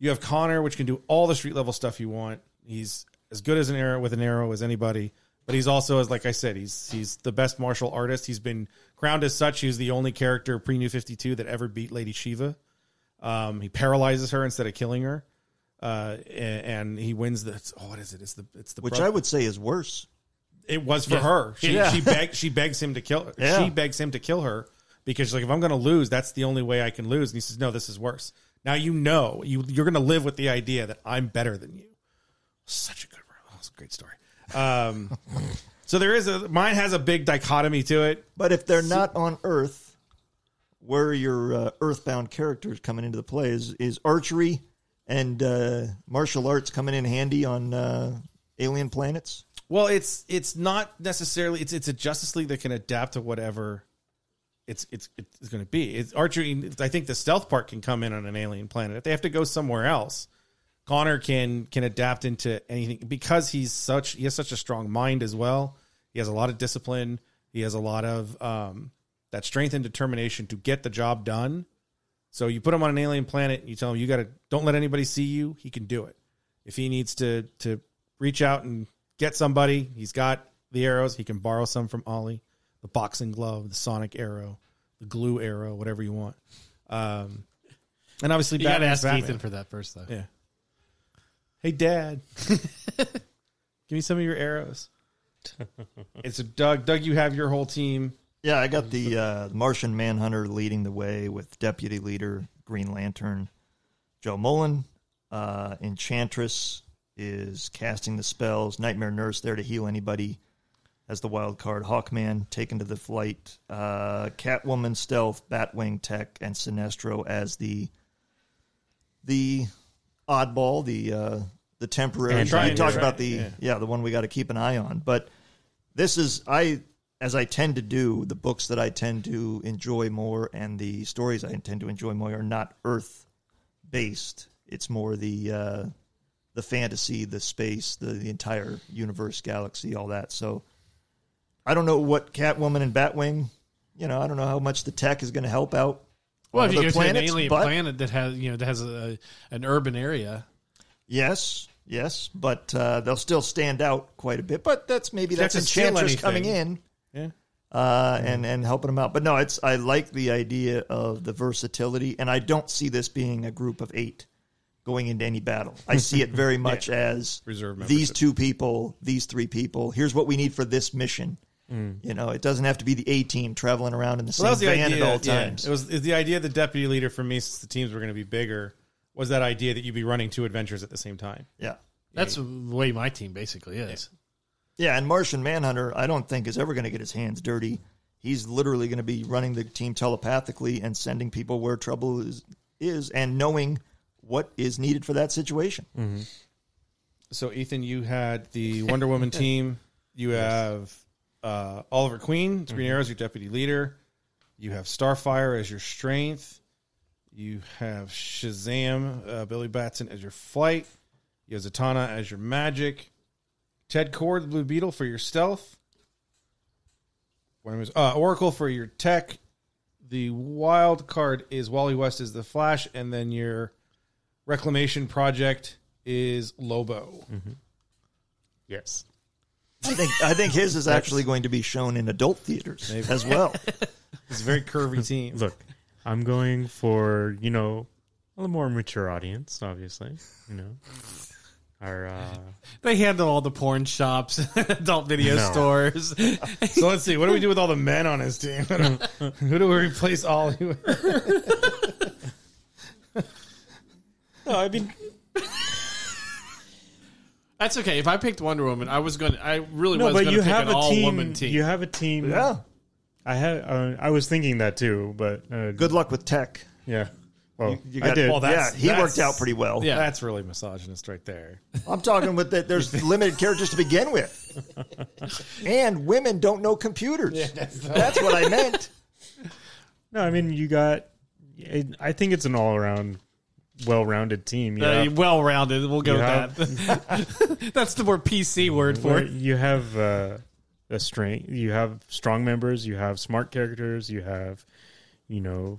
S3: You have Connor, which can do all the street level stuff you want. He's as good as an arrow with an arrow as anybody, but he's also as like I said, he's he's the best martial artist. He's been crowned as such. He's the only character pre New Fifty Two that ever beat Lady Shiva. Um, he paralyzes her instead of killing her, uh, a- and, he wins the. Oh, what is it? It's the it's the
S2: Which
S3: bro-
S2: I would say is worse.
S3: it was for her. She
S2: Yeah.
S3: she begs she begs him to kill her.
S2: Yeah.
S3: She begs him to kill her because she's like, if I'm gonna lose, that's the only way I can lose. And he says, No, this is worse. Now you know you you're gonna live with the idea that I'm better than you. Such a good oh, that's a great story. Um, so there is a mine has a big dichotomy to it.
S2: But if they're not on Earth, where your uh, Earthbound characters coming into the play is, is archery and uh, martial arts coming in handy on uh, alien planets.
S3: Well, it's it's not necessarily it's it's a Justice League that can adapt to whatever it's it's it's going to be. It's archery. I think the stealth part can come in on an alien planet. If they have to go somewhere else, Connor can can adapt into anything because he's such he has such a strong mind as well. He has a lot of discipline. He has a lot of um, that strength and determination to get the job done. So you put him on an alien planet. You tell him you got to don't let anybody see you. He can do it. If he needs to to reach out and get somebody, he's got the arrows. He can borrow some from Ollie, the boxing glove, the sonic arrow, the glue arrow, whatever you want. Um, and obviously,
S1: You got to
S3: Batman's
S1: ask
S3: Batman.
S1: Ethan for that first, though.
S3: Yeah. Hey, Dad, give me some of your arrows. it's a Doug. Doug, you have your whole team.
S2: Yeah, I got the uh, Martian Manhunter leading the way with Deputy Leader Green Lantern Joe Mullen. Uh, Enchantress is casting the spells. Nightmare Nurse there to heal anybody as the wild card. Hawkman taken to the flight. Uh, Catwoman Stealth, Batwing Tech, and Sinestro as the the oddball, the uh, the temporary.
S4: And
S2: you
S4: trying,
S2: talked
S4: right?
S2: about the yeah the one we got to keep an eye on, but this is I as I tend to do, the books that I tend to enjoy more and the stories I tend to enjoy more are not Earth based. It's more the uh, the fantasy, the space, the, the entire universe, galaxy, all that. So I don't know what Catwoman and Batwing. You know, I don't know how much the tech is going to help out.
S1: Well,
S2: on
S1: if you
S2: other
S1: go to an
S2: planets,
S1: alien
S2: but-
S1: planet that has you know that has a, an urban area,
S2: Yes, yes, but uh, they'll still stand out quite a bit. But that's maybe
S3: Can't
S2: that's
S3: just steal
S2: Enchantress coming
S3: anything.
S2: in,
S3: Yeah.
S2: uh, and and helping them out. But no, it's I like the idea of the versatility, and I don't see this being a group of eight going into any battle. I see it very much as
S3: Reserve
S2: these
S3: membership.
S2: two people, these three people. Here's what we need for this mission. You know, it doesn't have to be the A team traveling around in the
S3: Mm. Well, that was
S2: same
S3: the
S2: van
S3: idea.
S2: at all
S3: yeah.
S2: times.
S3: It was is the idea. of The deputy leader for me, since the teams were going to be bigger, was that idea that you'd be running two adventures at the same time.
S2: yeah.
S1: that's the way my team basically is.
S2: Yeah, and Martian Manhunter, I don't think is ever going to get his hands dirty. He's literally going to be running the team telepathically and sending people where trouble is, is and knowing what is needed for that situation.
S3: So Ethan, you had the Wonder Woman team. You have uh, Oliver Queen, Green Arrow, as your deputy leader. You have Starfire as your strength. You have Shazam, uh, Billy Batson as your flight. You have Zatanna as your magic. Ted Cord, the Blue Beetle, for your stealth. Where was- Uh, Oracle for your tech. The wild card is Wally West as the Flash, and then your reclamation project is Lobo.
S4: Yes.
S2: I think I think his is actually going to be shown in adult theaters as well.
S3: It's a very curvy team.
S4: Look, I'm going for, you know, a little more mature audience, obviously. You know, our, uh,
S1: They handle all the porn shops, adult video
S4: No.
S1: stores.
S3: So let's see. What do we do with all the men on his team? Who do we replace Ollie with?
S4: no, I mean,
S1: That's okay. If I picked Wonder Woman, I was going. to I really
S4: no,
S1: was
S4: but
S1: going
S4: you
S1: to pick
S4: have
S1: an
S4: a
S1: all
S4: team,
S1: woman team.
S4: You have a team.
S2: yeah.
S4: I had, uh, I was thinking that too, but, uh,
S2: Good luck with tech.
S4: Yeah. Well,
S2: You
S4: I did.
S3: well, that- That's-
S2: yeah, he
S3: that's-
S2: worked out pretty well.
S1: Yeah.
S3: That's really misogynist right there.
S2: I'm talking with that there's limited characters to begin with. And women don't know computers. that's, what I meant.
S4: no, I mean, you got, it, I think it's an all around, well rounded team. You
S1: Uh,
S4: have-
S1: well rounded. We'll go
S4: You
S1: with that. That's the more PC word for
S4: Where
S1: it.
S4: you have uh, a strength. You have strong members. You have smart characters. You have, you know,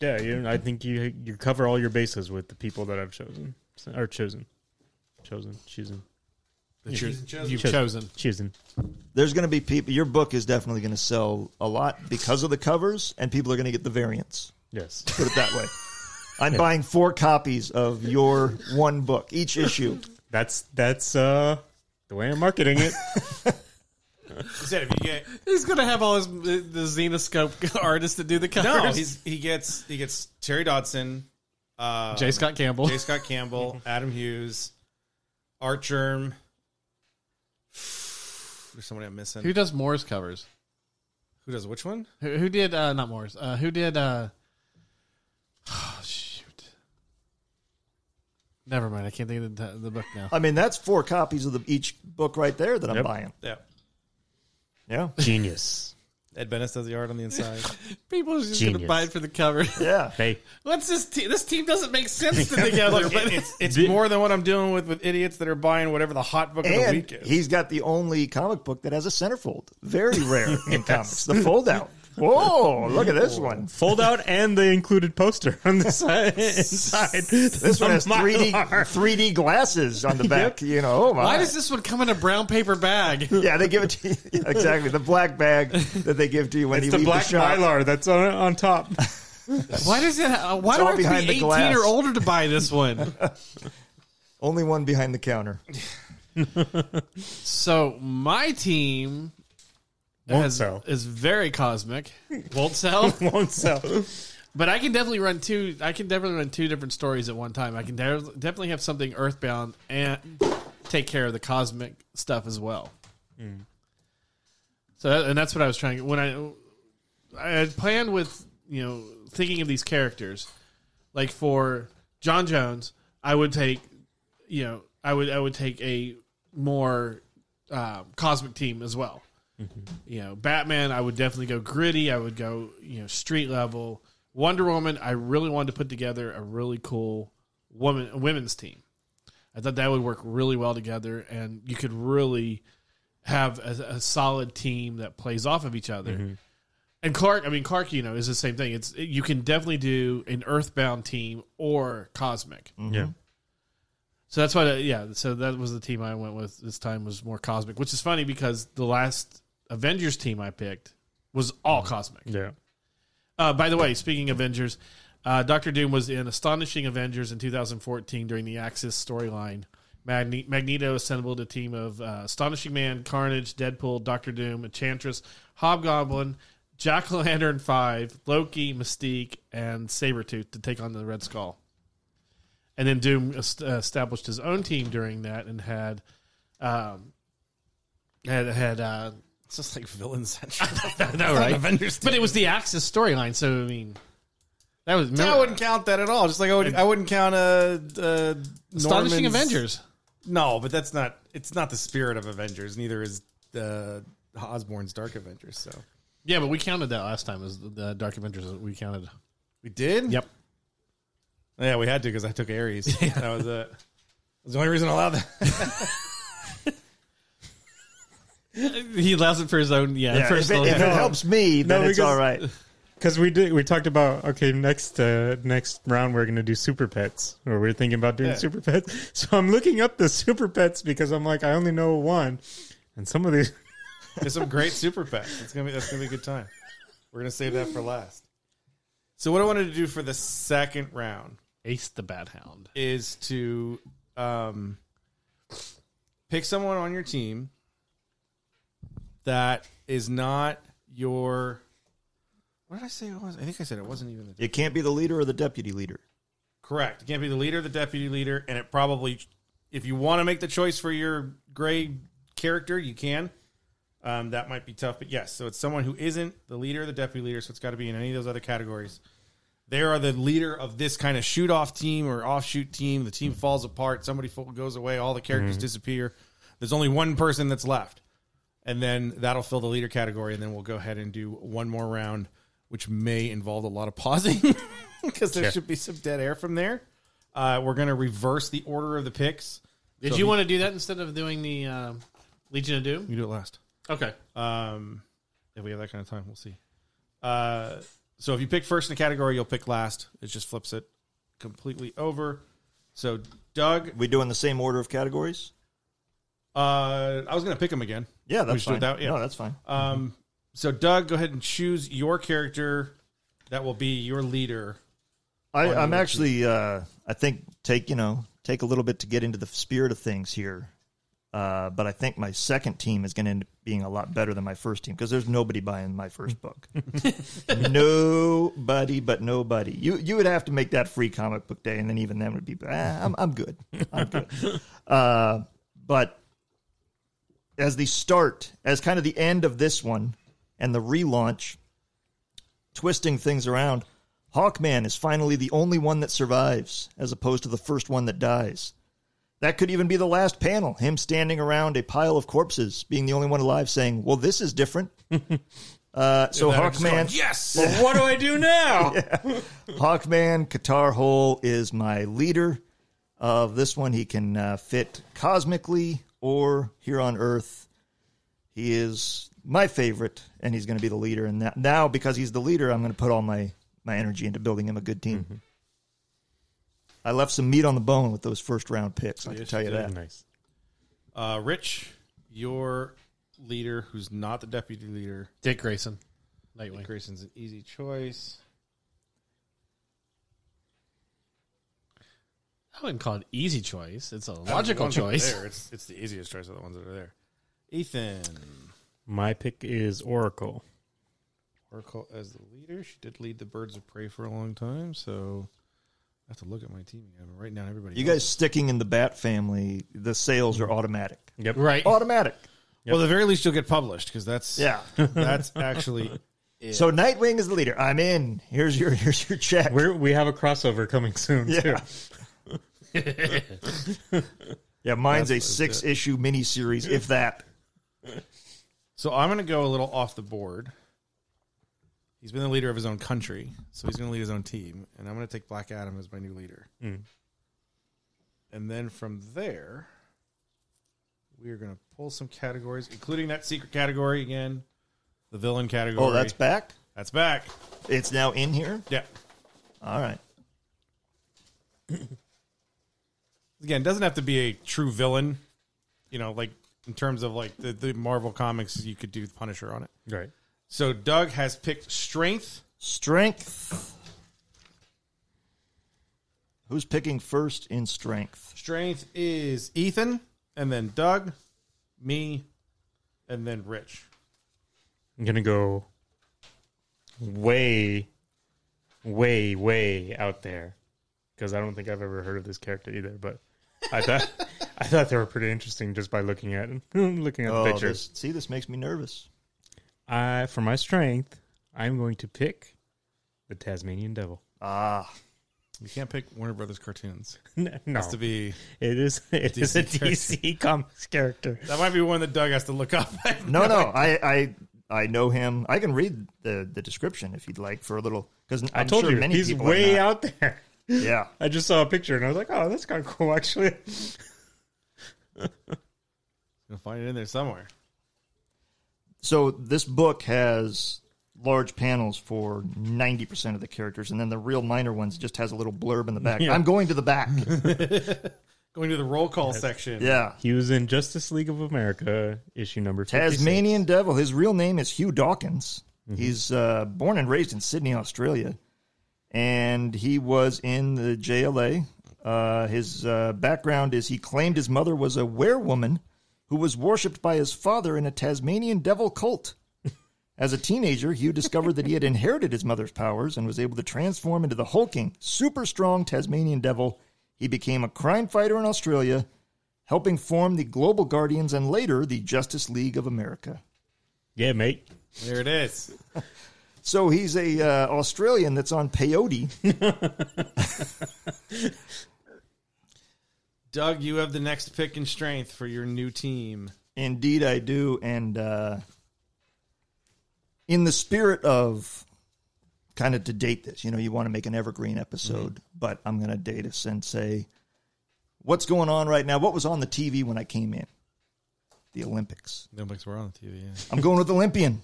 S4: yeah. You, I think you you cover all your bases with the people that I've chosen or chosen, chosen, chosen,
S1: That you're, you've
S4: Chosen.
S1: chosen.
S4: chosen.
S2: there's going to be people. Your book is definitely going to sell a lot because of the covers, and people are going to get the variants.
S4: Yes.
S2: Put it that way. I'm buying four copies of your one book, each issue.
S4: That's that's uh the way I'm marketing it.
S3: He said if you get
S1: He's gonna have all his the Xenoscope artists to do the covers.
S3: no, he's, he gets he gets Terry Dodson, uh,
S1: J. Scott Campbell.
S3: J. Scott Campbell, Adam Hughes, Art Germ. There's somebody I'm missing.
S1: Who
S3: Who,
S1: does Moore's covers?
S3: does which one?
S1: Who, who did uh, not Moore's? Uh, who did? Uh, oh, shoot. Never mind. I can't think of the, the book now.
S2: I mean, that's four copies of the, each book right there that I'm
S4: Yep.
S2: buying.
S3: Yeah,
S2: Yeah,
S4: Genius.
S3: Ed Bennett does the art on the inside.
S1: People are just gonna
S4: Genius.
S1: buy it for the cover.
S2: yeah.
S4: Hey,
S1: What's this team? This team doesn't make sense to together. but
S3: it's it's more than what I'm dealing with with idiots that are buying whatever the hot book of the
S2: And
S3: week is.
S2: he's got the only comic book that has a centerfold. Very rare in comics. The fold out. Whoa, look at this one.
S4: fold out and the included poster on the side inside.
S2: This one has 3D 3D glasses on the back. You know, oh my.
S1: why does this one come in a brown paper bag?
S2: Yeah, they give it to you. Yeah, exactly. The black bag that they give to you when
S4: It's
S2: you
S4: the
S2: leave
S4: black
S2: the shop.
S4: mylar that's on on top.
S1: Why does it? Uh, why
S2: It's
S1: do
S2: all
S1: I have to
S2: behind
S1: be
S2: the
S1: eighteen
S2: glass.
S1: or older to buy this one?
S2: Only one behind the counter.
S1: So my team
S4: Won't
S1: has,
S4: sell.
S1: is very cosmic. Won't sell.
S4: Won't sell.
S1: But I can definitely run two. I can definitely run two different stories at one time. I can de- definitely have something earthbound and take care of the cosmic stuff as well. So that, and that's what I was trying when I I had planned with you know thinking of these characters like for John Jones I would take you know I would I would take a more um, cosmic team as well You know, Batman, I would definitely go gritty. I would go, you know, street level. Wonder Woman, I really wanted to put together a really cool woman a women's team. I thought that would work really well together, and you could really have a, a solid team that plays off of each other. And Clark, I mean Clark, you know, is the same thing. It's you can definitely do an Earthbound team or Cosmic.
S4: Yeah.
S1: So that's why, the- yeah. So that was the team I went with this time was more cosmic, which is funny because the last Avengers team I picked was all cosmic.
S4: Yeah.
S1: Uh, by the way, speaking of Avengers, uh, Doctor Doom was in Astonishing Avengers in 2014 during the Axis storyline. Magne- Magneto assembled a team of uh, Astonishing Man, Carnage, Deadpool, Doctor Doom, Enchantress, Hobgoblin, Jack Lantern 5, Loki, Mystique, and Sabretooth to take on the Red Skull. And then Doom est- uh, established his own team during that and had. Um, had had uh,
S3: It's just like villain central.
S1: no right Avengers, but it was the Axis storyline. So I mean, that was
S3: No, I wouldn't count that at all. Just like I, would, I wouldn't count a, uh
S1: astonishing
S3: Norman's-
S1: Avengers.
S3: No, but that's not. It's not the spirit of Avengers. Neither is the Osborne's Dark Avengers. So
S1: Yeah, but we counted that last time as the, the Dark Avengers. that We counted.
S3: we did. Yeah, we had to because I took Aries. That was it. That was the only reason I allowed that.
S1: he allows it for his own. Yeah,
S2: Yeah, if it, if it helps me, then
S4: No,
S2: it's
S4: because-
S2: all right.
S4: Because we did, we talked about okay, next uh, next round we're gonna do super pets, or we're thinking about doing
S3: Yeah.
S4: super pets. So I'm looking up the super pets because I'm like, I only know one, and some of these.
S3: There's some great super packs. It's gonna be that's gonna be a good time. We're gonna save that for last. So what I wanted to do for the second round
S1: Ace the Bat Hound.
S3: is to um, pick someone on your team that is not your. What did I say it was? I think I said it wasn't even the
S2: It can't be the leader or the deputy leader.
S3: Correct. It can't be the leader, the deputy leader, and it probably, if you want to make the choice for your gray character, you can. Um, that might be tough, but yes. So it's someone who isn't the leader or the deputy leader, so it's got to be in any of those other categories. They are the leader of this kind of shoot off team or offshoot team. The team falls apart, somebody fo- goes away, all the characters disappear. There's only one person that's left. And then that'll fill the leader category, and then we'll go ahead and do one more round, which may involve a lot of pausing because there should be some dead air from there. Uh, we're going to reverse the order of the picks.
S1: Did you want to do that instead of doing the um, Legion of Doom?
S3: You do it last.
S1: Okay.
S3: Um, if we have that kind of time, we'll see. Uh, so if you pick first in the category, you'll pick last. It just flips it completely over. So Doug,
S2: We doing the same order of categories?
S3: uh, I was going to pick him again.
S2: Yeah,
S3: We
S2: that's
S3: should do
S2: fine.
S3: it that- yeah.
S2: No, that's fine.
S3: Um, so Doug, go ahead and choose your character that will be your leader.
S2: I, I'm actually, uh, I think, take you know, take a little bit to get into the spirit of things here, uh, but I think my second team is going to end up being a lot better than my first team because there's nobody buying my first book, nobody but nobody. You you would have to make that free comic book day, and then even then would be, ah, I'm I'm good, I'm good. Uh, but as the start, as kind of the end of this one, and the relaunch, twisting things around. Hawkman is finally the only one that survives, as opposed to the first one that dies. That could even be the last panel, him standing around a pile of corpses, being the only one alive, saying, Well, this is different. uh, so Hawkman,
S3: Yes.
S4: what do I do now?
S2: Hawkman, Qatar Hole is my leader of this one. He can uh, fit cosmically or here on Earth. He is my favorite, and he's going to be the leader. And that, now, because he's the leader, I'm going to put all my, my energy into building him a good team. I left some meat on the bone with those first round picks. I can tell you that.
S4: Nice.
S3: Uh, Rich, your leader, who's not the deputy leader.
S1: Dick Grayson, Nightwing.
S3: Grayson's an easy choice.
S1: I wouldn't call it easy choice. It's a logical choice.
S3: There. It's, it's the easiest choice of the ones that are there. Ethan,
S4: My pick is Oracle.
S3: Oracle as the leader. She did lead the Birds of Prey for a long time, so I have to look at my team again. Right now, everybody.
S2: You guys sticking in the Bat family, the sales are automatic.
S4: Yep.
S1: Right.
S2: Automatic.
S3: Well, at the very least, you'll get published because that's
S2: Yeah.
S3: that's actually
S2: So Nightwing is the leader. I'm in. Here's your here's your check.
S4: We're, we have a crossover coming soon.
S2: Yeah.
S4: Too.
S2: Yeah, mine's a six issue miniseries, if that.
S3: So I'm going to go a little off the board. He's been the leader of his own country, so he's going to lead his own team, and I'm going to take Black Adam as my new leader.
S2: Mm.
S3: And then from there, we are going to pull some categories, including that secret category again, the villain category.
S2: Oh, that's back.
S3: that's back.
S2: It's now in here.
S3: Yeah.
S2: All right.
S3: Again, it doesn't have to be a true villain. You know, like in terms of like the, the Marvel comics, you could do Punisher on it.
S4: Right.
S3: So Doug has picked strength.
S2: Strength. Who's picking first in strength?
S3: Strength is Ethan, and then Doug, me, and then Rich.
S4: I'm gonna go way, way, way out there because I don't think I've ever heard of this character either. But I thought I thought they were pretty interesting just by looking at looking at the
S2: Oh,
S4: pictures.
S2: this, see, this makes me nervous.
S4: I, for my strength, I'm going to pick the Tasmanian Devil.
S2: Ah,
S3: You can't pick Warner Brothers cartoons.
S4: no,
S3: Has to be
S4: it is it is a DC Comics character.
S3: that might be one that Doug has to look up.
S2: no, no, I, I, I know him. I can read the the description if you'd like for a little because
S4: I told
S2: sure
S4: you
S2: many
S4: he's
S2: people
S4: way
S2: are not.
S4: out there.
S2: Yeah,
S4: I just saw a picture and I was like, oh, that's kind of cool actually.
S3: You'll find it in there somewhere.
S2: so this book has large panels for 90% of the characters and then the real minor ones just has a little blurb in the back
S4: Yeah.
S2: i'm going to the back
S3: Going to the roll call section.
S2: yeah
S4: He was in Justice League of America issue number 56.
S2: tasmanian devil his real name is hugh dawkins he's uh, born and raised in sydney australia and he was in the jla uh, his uh, background is he claimed his mother was a werewoman who was worshipped by his father in a tasmanian devil cult As a teenager, Hugh discovered that he had inherited his mother's powers and was able to transform into the hulking, super strong Tasmanian devil. He became a crime fighter in Australia, helping form the Global Guardians and later the Justice League of America.
S4: Yeah, mate.
S3: There it is.
S2: So he's a uh, Australian that's on peyote.
S3: Doug, you have the next pick in strength for your new team.
S2: Indeed, I do. And uh, in the spirit of kind of to date this, you know, you want to make an evergreen episode, but I'm going to date us and say, what's going on right now? What was on the TV when I came in? The Olympics.
S3: No picks were on the TV. Yeah.
S2: I'm going with Olympian.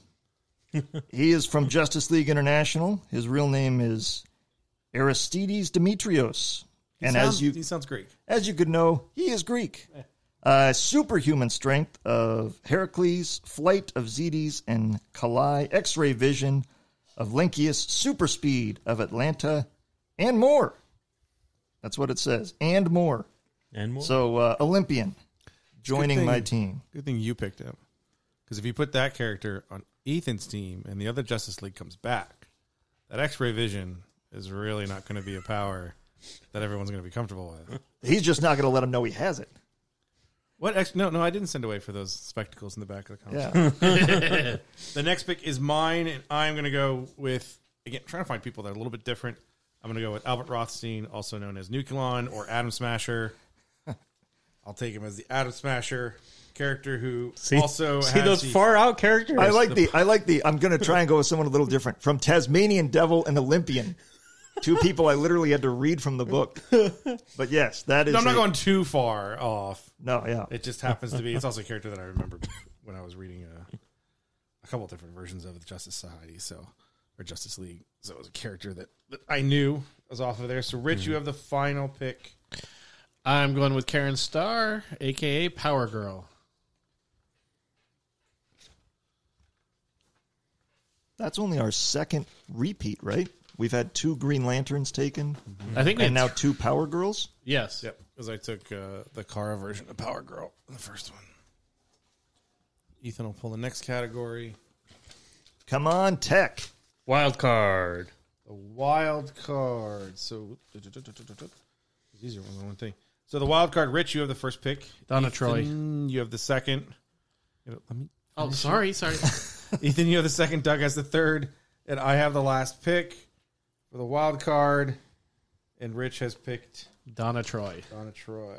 S2: he is from Justice League International. His real name is Aristides Demetrios. and
S3: sounds,
S2: as you
S3: he sounds Greek.
S2: as you could know, he is Greek. Uh, superhuman strength of Heracles, flight of Zetes and Kali, X ray vision of Lynceus, super speed of Atlanta, and more. That's what it says. And more.
S4: And more.
S2: So, uh, Olympian joining
S3: thing.
S2: my team.
S3: Good thing you picked him. Because if you put that character on Ethan's team and the other Justice League comes back, that X ray vision is really not going to be a power that everyone's going to be comfortable with.
S2: He's just not going to let him know he has it.
S3: What? Ex- no, no, I didn't send away for those spectacles in the back of the comic.
S2: Yeah.
S3: The next pick is mine, and I'm going to go with again trying to find people that are a little bit different. I'm going to go with Albert Rothstein, also known as Nucleon or Atom Smasher. I'll take him as the Atom Smasher character who
S4: see,
S3: also
S4: see
S3: has
S4: those
S3: the-
S4: far out characters.
S2: I like the, I like the, I'm going to try and go with someone a little different from Tasmanian Devil and Olympian. Two people I literally had to read from the book. But yes, that is.
S3: I'm not
S2: a-
S3: going too far off.
S2: No, yeah.
S3: It just happens to be. It's also a character that I remember when I was reading a, a couple different versions of the Justice Society, so or Justice League. So it was a character that, that I knew was off of there. So Rich, you have the final pick.
S1: I'm going with Karen Starr, aka Power Girl.
S2: That's only our second repeat, right? We've had two Green Lanterns taken,
S1: I think we
S2: and now
S1: now
S2: two Power Girls.
S1: yes.
S3: Yep, because I took uh, the Kara version of Power Girl, the first one. Ethan will pull the next category,
S2: Come on, Tech.
S4: wild card.
S3: the wild card. So it's easier one than one thing. So the wild card, Rich, you have the first pick.
S1: Donna Troy.
S3: Ethan, You have the second. Let me
S1: Oh, sorry, sorry.
S3: Ethan, you have the second. Doug has the third, and I have the last pick for the wild card. And Rich has picked
S1: Donna Troy.
S3: Donna Troy.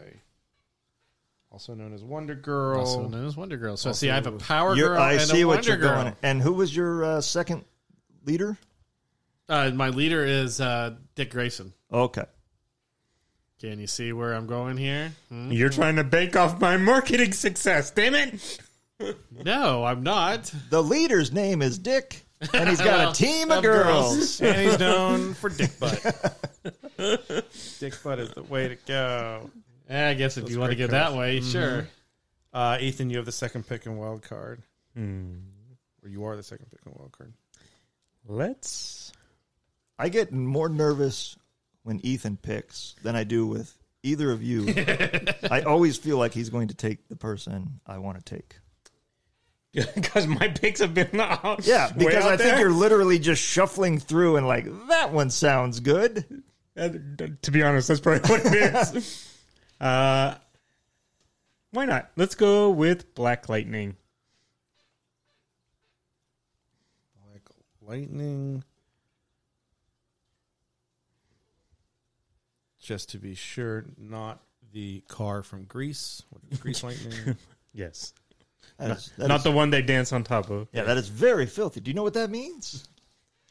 S3: also known as Wonder Girl.
S1: Also known as Wonder Girl. So see, I have a Power
S2: You're-
S1: Girl
S2: I
S1: and
S2: see
S1: a
S2: what
S1: Wonder
S2: you're
S1: Girl.
S2: going. And who was your uh, second leader?
S1: Uh, my leader is uh, Dick Grayson.
S2: Okay.
S1: Can you see where I'm going here? Hmm?
S4: You're trying to bake off my marketing success, damn it!
S1: No, I'm not.
S2: The leader's name is Dick, and he's got
S1: Well,
S2: a team of
S1: of
S2: girls.
S1: girls.
S3: and he's known for Dick Butt. Dick Butt is the way to go.
S1: Eh, I guess if you want to
S3: great
S1: get that way, sure.
S3: Uh, Ethan, you have the second pick in wild card.
S1: Hmm.
S3: Or you are the second pick in wild card.
S4: Let's.
S2: I get more nervous when Ethan picks than I do with either of you. I always feel like he's going to take the person I want to take.
S4: Because my picks have been out.
S2: Yeah,
S4: way
S2: because
S4: out
S2: I think
S4: there.
S2: you're literally just shuffling through and like that one sounds good.
S4: Uh, d- to be honest, that's probably what it is. uh, why not? Let's go with Black Lightning.
S3: Like lightning. Just to be sure, not the car from Greece. What is Grease lightning.
S4: Yes.
S2: That is- that
S4: Not
S2: is-
S4: the one they dance on top of.
S2: yeah, that is very filthy. Do you know what that means?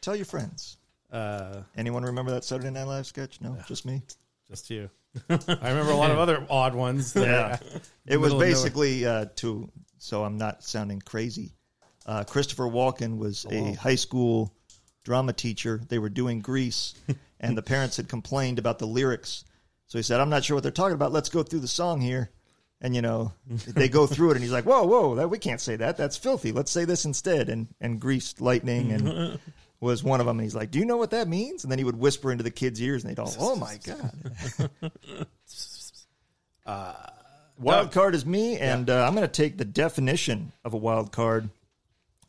S2: Tell your friends.
S3: Uh,
S2: Anyone remember that Saturday Night Live sketch? No, just me.
S3: just you. I remember a lot of other odd ones. that-
S2: Yeah. It was
S3: Middle of nowhere.
S2: basically uh, to, so I'm not sounding crazy. Uh, Christopher Walken was
S3: Oh,
S2: a high school drama teacher. They were doing Grease, and the parents had complained about the lyrics. So he said, I'm not sure what they're talking about. Let's go through the song here. And, you know, they go through it, and he's like, whoa, whoa, that, we can't say that. That's filthy. Let's say this instead. And, and Greased Lightning and was one of them. And he's like, do you know what that means? And then he would whisper into the kids' ears, and they'd all, oh, my God. Wild card is me, and uh, I'm going to take the definition of a wild card.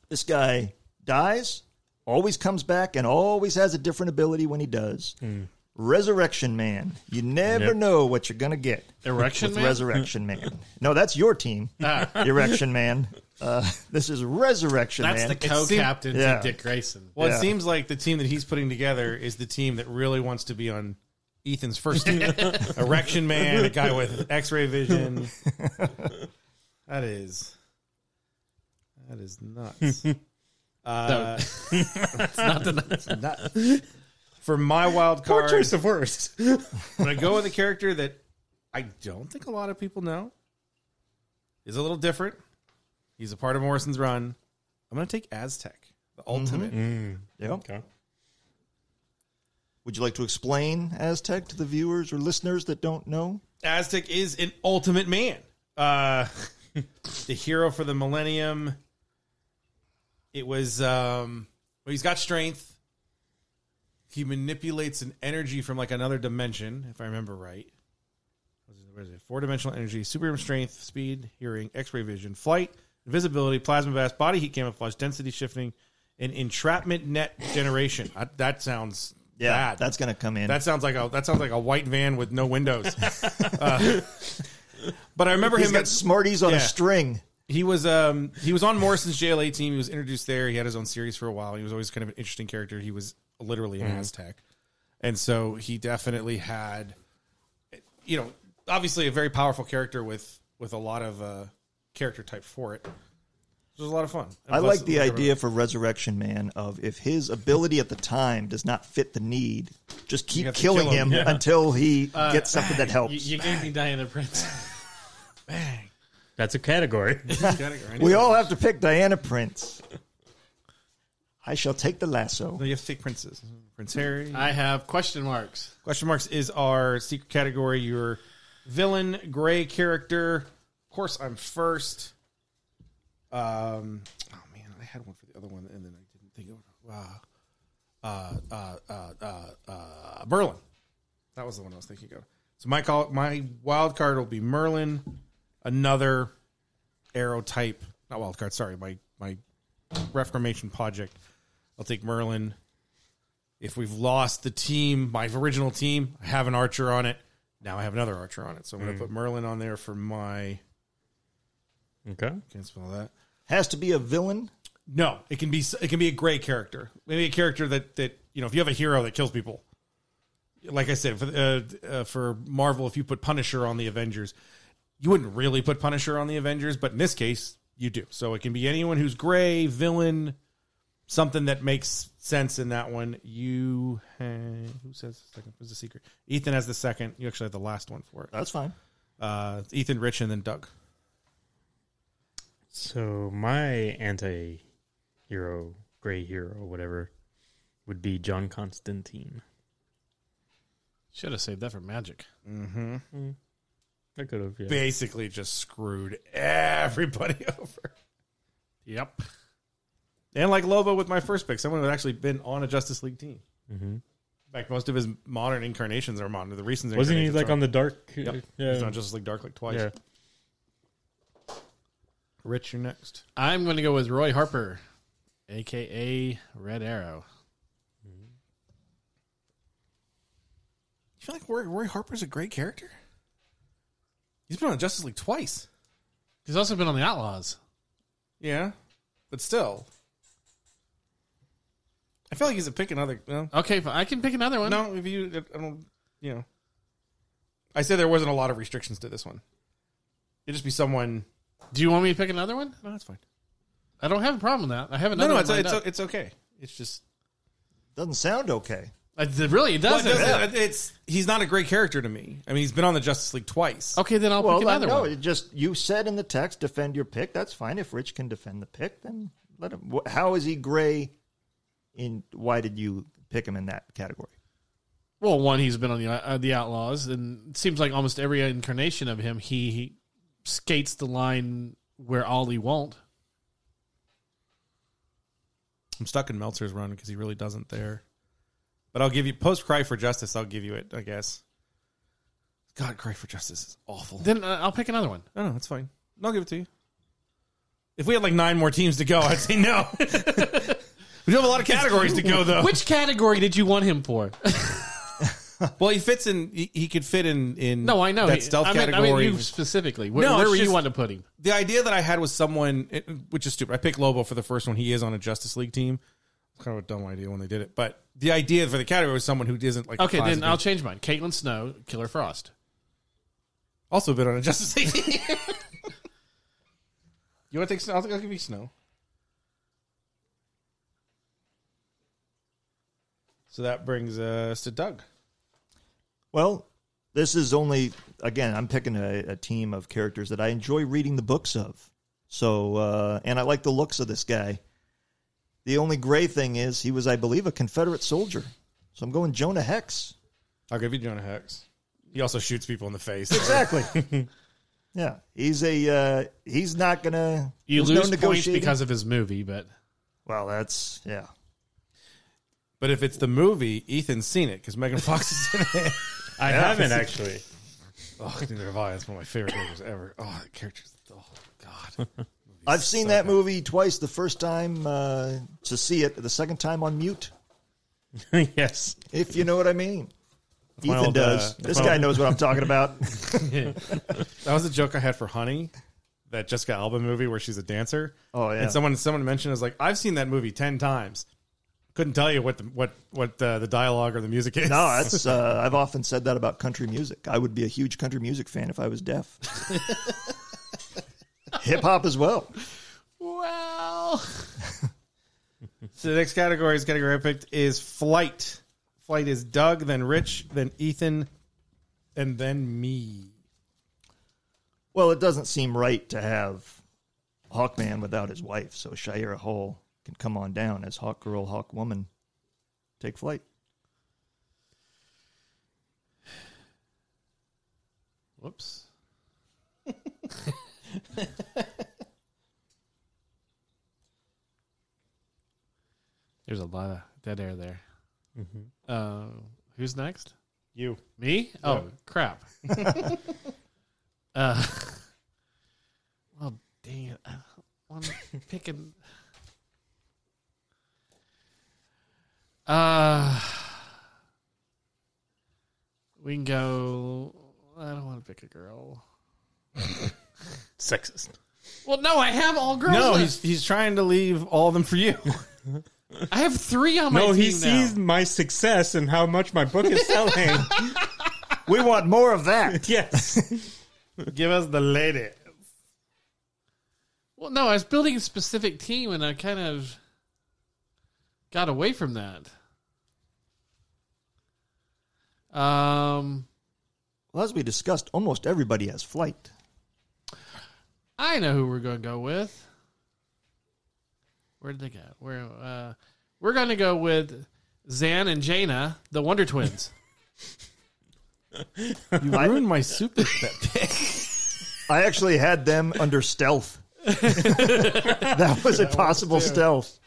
S2: This guy dies, always comes back, and always has a different ability when he does. Resurrection Man. You never
S4: Yep.
S2: know what you're going to get.
S1: Erection
S2: with
S1: Man?
S2: Resurrection Man. No, that's your team. Erection Man. Uh, this is Resurrection
S1: That's
S2: Man.
S1: the co-captain
S2: Yeah.
S1: to Dick Grayson.
S3: Well,
S2: Yeah.
S3: it seems like the team that he's putting together is the team that really wants to be on Ethan's first team. Erection man, a guy with X-ray vision. That is, that is nuts. Uh, it's not the nuts. For my wild
S4: Poor
S3: card,
S4: choice of words.
S3: I'm gonna go with a character that I don't think a lot of people know. Is a little different. He's a part of Morrison's run. I'm gonna take Aztec, the ultimate.
S2: Mhm. Yep. Would you like to explain Aztec to the viewers or listeners that don't know?
S3: Aztec is an ultimate man. Uh, the hero for the millennium. It was um well, he's got strength. He manipulates an energy from like another dimension, if I remember right. What is it- What is it? Four dimensional energy, superhuman strength, speed, hearing, x ray vision, flight, invisibility, plasma vast, body heat camouflage, density shifting, and entrapment net generation. I, that sounds bad.
S2: That's going to come in.
S3: That sounds like a that sounds like a white van with no windows. Uh, but I remember
S2: He's
S3: him.
S2: got Smarties on
S3: Yeah.
S2: a string.
S3: he was um he was on Morrison's JLA team. He was introduced there. He had his own series for a while. He was always kind of an interesting character. He was literally
S2: Mm-hmm.
S3: an Aztec, and so he definitely had, you know, obviously a very powerful character with with a lot of uh, character type for it. It was a lot of fun. And
S2: I
S3: plus,
S2: like the idea for Resurrection Man of if his ability at the time does not fit the need, just keep
S3: have to
S2: killing
S3: kill him,
S2: him, until he gets something that helps.
S1: You, you gave me Diana Prince.
S4: That's a category.
S2: we all have to pick Diana Prince. I shall take the lasso.
S3: You have to take princes, Prince Harry.
S1: I have question marks.
S3: Question marks is our secret category. Your villain, gray character. Of course, I'm first. Um, oh man, I had one for the other one, and then I didn't think of it. Uh, uh, uh, uh, uh, uh, Merlin. That was the one I was thinking of. So my call, my wild card will be Merlin, another arrow type. Not wild card. Sorry, my my Reformation project. I'll take Merlin if we've lost the team, my original team, I have an archer on it. Now I have another archer on it. So I'm going to put Merlin on there for my.
S4: okay.
S3: Can't spell that.
S2: Has to be a villain.
S3: No, it can be it can be a gray character. Maybe a character that that you know if you have a hero that kills people. Like I said for uh, uh, for Marvel, if you put Punisher on the Avengers, you wouldn't really put Punisher on the Avengers, but in this case, you do. So it can be anyone who's gray, villain, something that makes sense in that one. You had, who says the second was the secret? Ethan has the second. You actually have the last one for it.
S2: That's fine.
S3: Uh, it's Ethan, Rich, and then Doug.
S4: So my anti hero, gray hero, whatever, would be John Constantine.
S1: Should have saved that for magic.
S4: I could have, yeah.
S3: Basically, just screwed everybody over.
S1: Yep.
S3: And like Lobo with my first pick, someone who had actually been on a Justice League team.
S4: Mm-hmm.
S3: In fact, most of his modern incarnations are modern. The recent
S4: Wasn't he like on the dark? uh,
S3: He's on Justice League Dark like twice.
S4: yeah.
S3: Rich, you're next.
S1: I'm going to go with Roy Harper, aka Red Arrow.
S3: You feel like Roy, Roy Harper's a great character? He's been on Justice League twice.
S1: He's also been on the Outlaws.
S3: Yeah, but still, I feel like he's a pick another. No,
S1: Okay, fi- I can pick another one.
S3: no. If you, I don't, you know, I said there wasn't a lot of restrictions to this one. It'd just be someone.
S1: Do you want me to pick another one?
S3: No, that's fine.
S1: I don't have a problem with that. I have
S3: No,
S1: another
S3: no,
S1: one.
S3: it's
S1: lined
S3: it's,
S1: up.
S3: it's okay. It's just
S2: Doesn't sound okay.
S1: it really doesn't.
S3: Well, it doesn't- It's he's not a great character to me. I mean, he's been on the Justice League twice.
S1: Okay, then I'll
S2: Well,
S1: pick
S2: I
S1: another
S2: no,
S1: one.
S2: it just you said in the text, defend your pick. That's fine. If Rich can defend the pick, then let him. Wh- How is he gray? In why did you pick him in that category?
S1: Well, one, he's been on the uh, the Outlaws, and it seems like almost every incarnation of him, he, he skates the line where Ollie won't.
S3: I'm stuck in Meltzer's run because he really doesn't there. But I'll give you post Cry for Justice. I'll give you it. I guess. God, Cry for Justice is awful.
S1: Then uh, I'll pick another one.
S3: No, no, that's fine. I'll give it to you. If we had like nine more teams to go, I'd say no. we do have a lot of categories to go though.
S1: Which category did you want him for?
S3: well, he fits in. He, he could fit in. In
S1: no, I know.
S3: that stealth
S1: I mean,
S3: category.
S1: I mean, you specifically. Where,
S3: No,
S1: where
S3: it's
S1: were you
S3: just-
S1: want to put him?
S3: the idea that I had was someone, it- which is stupid. I picked Lobo for the first one. He is on a Justice League team. It's kind of a dumb idea when they did it, but the idea for the category was someone who isn't like
S1: Okay, then
S3: positive-
S1: I'll change mine. Caitlin Snow, Killer Frost.
S3: also been on a Justice League. team. you want to take Snow? I'll, I'll give you Snow. So that brings us to Doug.
S2: Well, this is only again. I'm picking a, a team of characters that I enjoy reading the books of. So, uh, and I like the looks of this guy. The only gray thing is he was, I believe, a Confederate soldier. So I'm going Jonah Hex.
S3: I'll give you Jonah Hex. He also shoots people in the face.
S2: Exactly. yeah, he's a uh, he's not gonna.
S1: You
S2: there's
S1: lose
S2: no
S1: points
S2: negotiating.
S1: because of his movie, but
S2: well, that's yeah.
S3: but if it's the movie, Ethan's seen it because Megan Fox is in it.
S4: I haven't actually.
S3: Oh, neither have I. It's one of my favorite movies ever. Oh, that character's. Oh, God.
S2: I've seen that movie twice. The first time uh, to see it, the second time on mute.
S4: yes.
S2: If you know what I mean.
S3: my
S2: Ethan
S3: old,
S2: does.
S3: uh,
S2: this
S3: my
S2: guy
S3: old-
S2: knows what I'm talking about.
S3: That was a joke I had for Honey, that Jessica Alba movie where she's a dancer.
S2: Oh, yeah.
S3: And someone someone mentioned, I was like, I've seen that movie 10 times. Couldn't tell you what the, what, what uh, the dialogue or the music is.
S2: No, that's uh, I've often said that about country music. I would be a huge country music fan if I was deaf. Hip hop as well.
S1: well,
S3: So the next category is category I picked is Flight. Flight is Doug, then Rich, then Ethan, and then me.
S2: Well, it doesn't seem right to have Hawkman without his wife, so Shira Hole can come on down as Hawk Girl, Hawk Woman. Take flight.
S1: whoops. There's a lot of dead air there. Uh, who's next?
S3: You.
S1: Me? Oh crap! uh, well, dang it! I want to pick an. Uh, we can go. I don't want to pick a girl.
S4: Sexist.
S1: Well, no, I have all girls.
S3: No,
S1: left.
S3: he's, he's trying to leave all of them for you.
S1: I have three on my
S4: No,
S1: team
S4: Oh, he
S1: now.
S4: sees my success and how much my book is selling.
S2: We want more of that.
S4: yes.
S3: Give us the latest.
S1: Well, no, I was building a specific team, and I kind of got away from that. Um,
S2: Well, as we discussed, almost everybody has flight.
S1: I know who we're going to go with. Where did they go? Where uh, we're going to go with Zan and Jaina, the Wonder Twins.
S3: You ruined my super
S2: I actually had them under stealth. that was a possible stealth.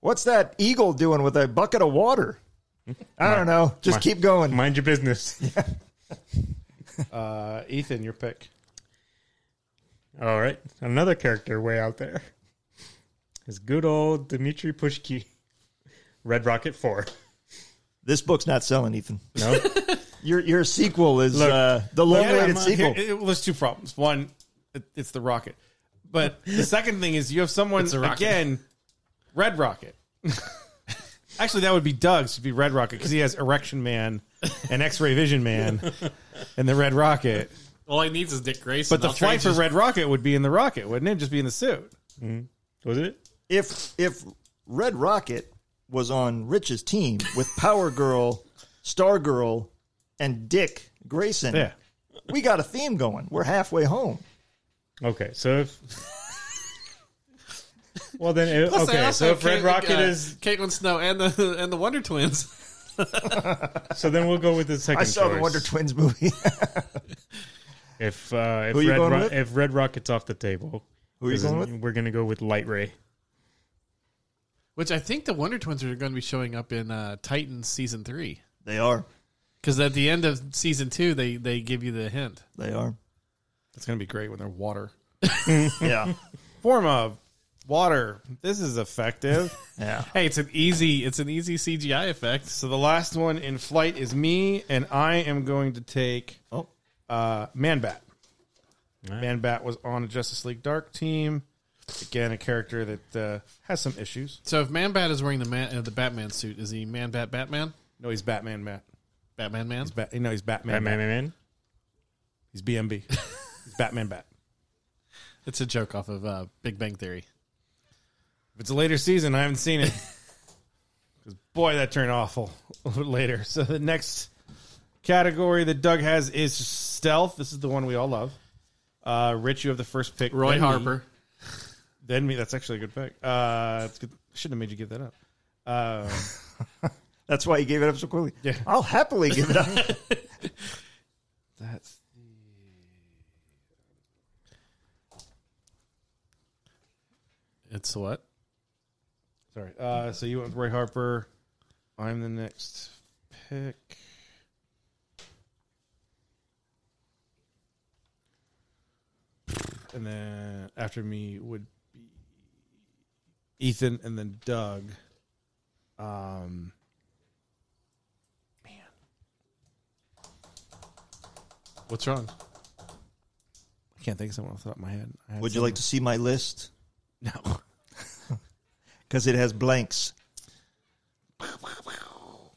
S2: What's that eagle doing with a bucket of water? I don't know. Just
S4: my-
S2: keep going.
S4: Mind your business.
S3: uh, Ethan, your pick.
S4: All right, another character way out there is good old Dmitri Pushki, Red Rocket Four.
S2: this book's not selling, Ethan.
S4: No,
S2: Your your sequel is
S4: Look.
S2: uh, the long-awaited
S3: I'm, uh,
S2: sequel.
S3: here- well, there's two problems. One, it, it's the rocket. But the second thing is you have someone
S1: a rocket.
S3: again, Red Rocket. Actually, that would be Doug's. Would be Red Rocket because he has Erection Man and X-Ray Vision Man, and the Red Rocket.
S1: All he needs is Dick Grayson.
S3: But the flight for Red Rocket would be in the rocket, wouldn't it? Just be in the suit.
S4: was it?
S2: if if Red Rocket was on Rich's team with Power Girl, Star Girl, and Dick Grayson,
S3: Yeah.
S2: we got a theme going. We're halfway home.
S4: Okay, so if well then it, okay, so if Red Rocket is
S1: Caitlin uh, Snow and the and the Wonder Twins.
S4: so then we'll go with the second.
S2: I saw the
S4: choice.
S2: Wonder Twins movie.
S4: If uh, if
S2: Who you
S4: Red
S2: going
S4: Ro-
S2: with?
S4: if Red Rocket's off the table,
S2: Who are you going with?
S4: we're gonna go with Light Ray.
S1: Which I think the Wonder Twins are going to be showing up in uh, Titans season three.
S2: They are.
S1: Because at the end of season two, they, they give you the hint.
S2: They are.
S3: That's gonna be great when they're water.
S2: Yeah.
S3: Form of water. This is effective.
S2: Yeah.
S1: Hey, it's an easy it's an easy CGI effect.
S3: so the last one in flight is me, and I am going to take
S2: Oh,
S3: uh, Man Bat.
S4: All right.
S3: Man Bat was on a Justice League Dark team. Again, a character that uh, has some issues.
S1: So if Man Bat is wearing the man, uh, the Batman suit, is he Man Bat Batman?
S3: No, he's Batman. Matt.
S1: Batman Man?
S3: Bat. No, he's Batman.
S4: Batman,
S3: Bat.
S4: man,
S3: He's BMB. he's Batman. Bat.
S1: It's a joke off of uh, Big Bang Theory.
S3: If it's a later season, I haven't seen it. Because boy, that turned awful later. So the next category that Doug has is stealth. This is the one we all love. Uh, Rich, you have the first pick.
S1: Roy
S3: Then me.
S1: Harper.
S3: Then me. That's actually a good pick. Uh, it's good. Shouldn't have made you give that up. Um,
S2: that's why he gave it up so quickly.
S3: Yeah.
S2: I'll happily give it up.
S3: That's
S1: It's what?
S3: Sorry. Uh, so you went with Roy Harper. I'm the next pick. And then after me would be Ethan and then Doug. Um,
S1: What's wrong?
S3: I can't think of someone off the top of my head. I had
S2: Would you like to see my list?
S3: some- No.
S2: Because it has blanks.
S3: Oh,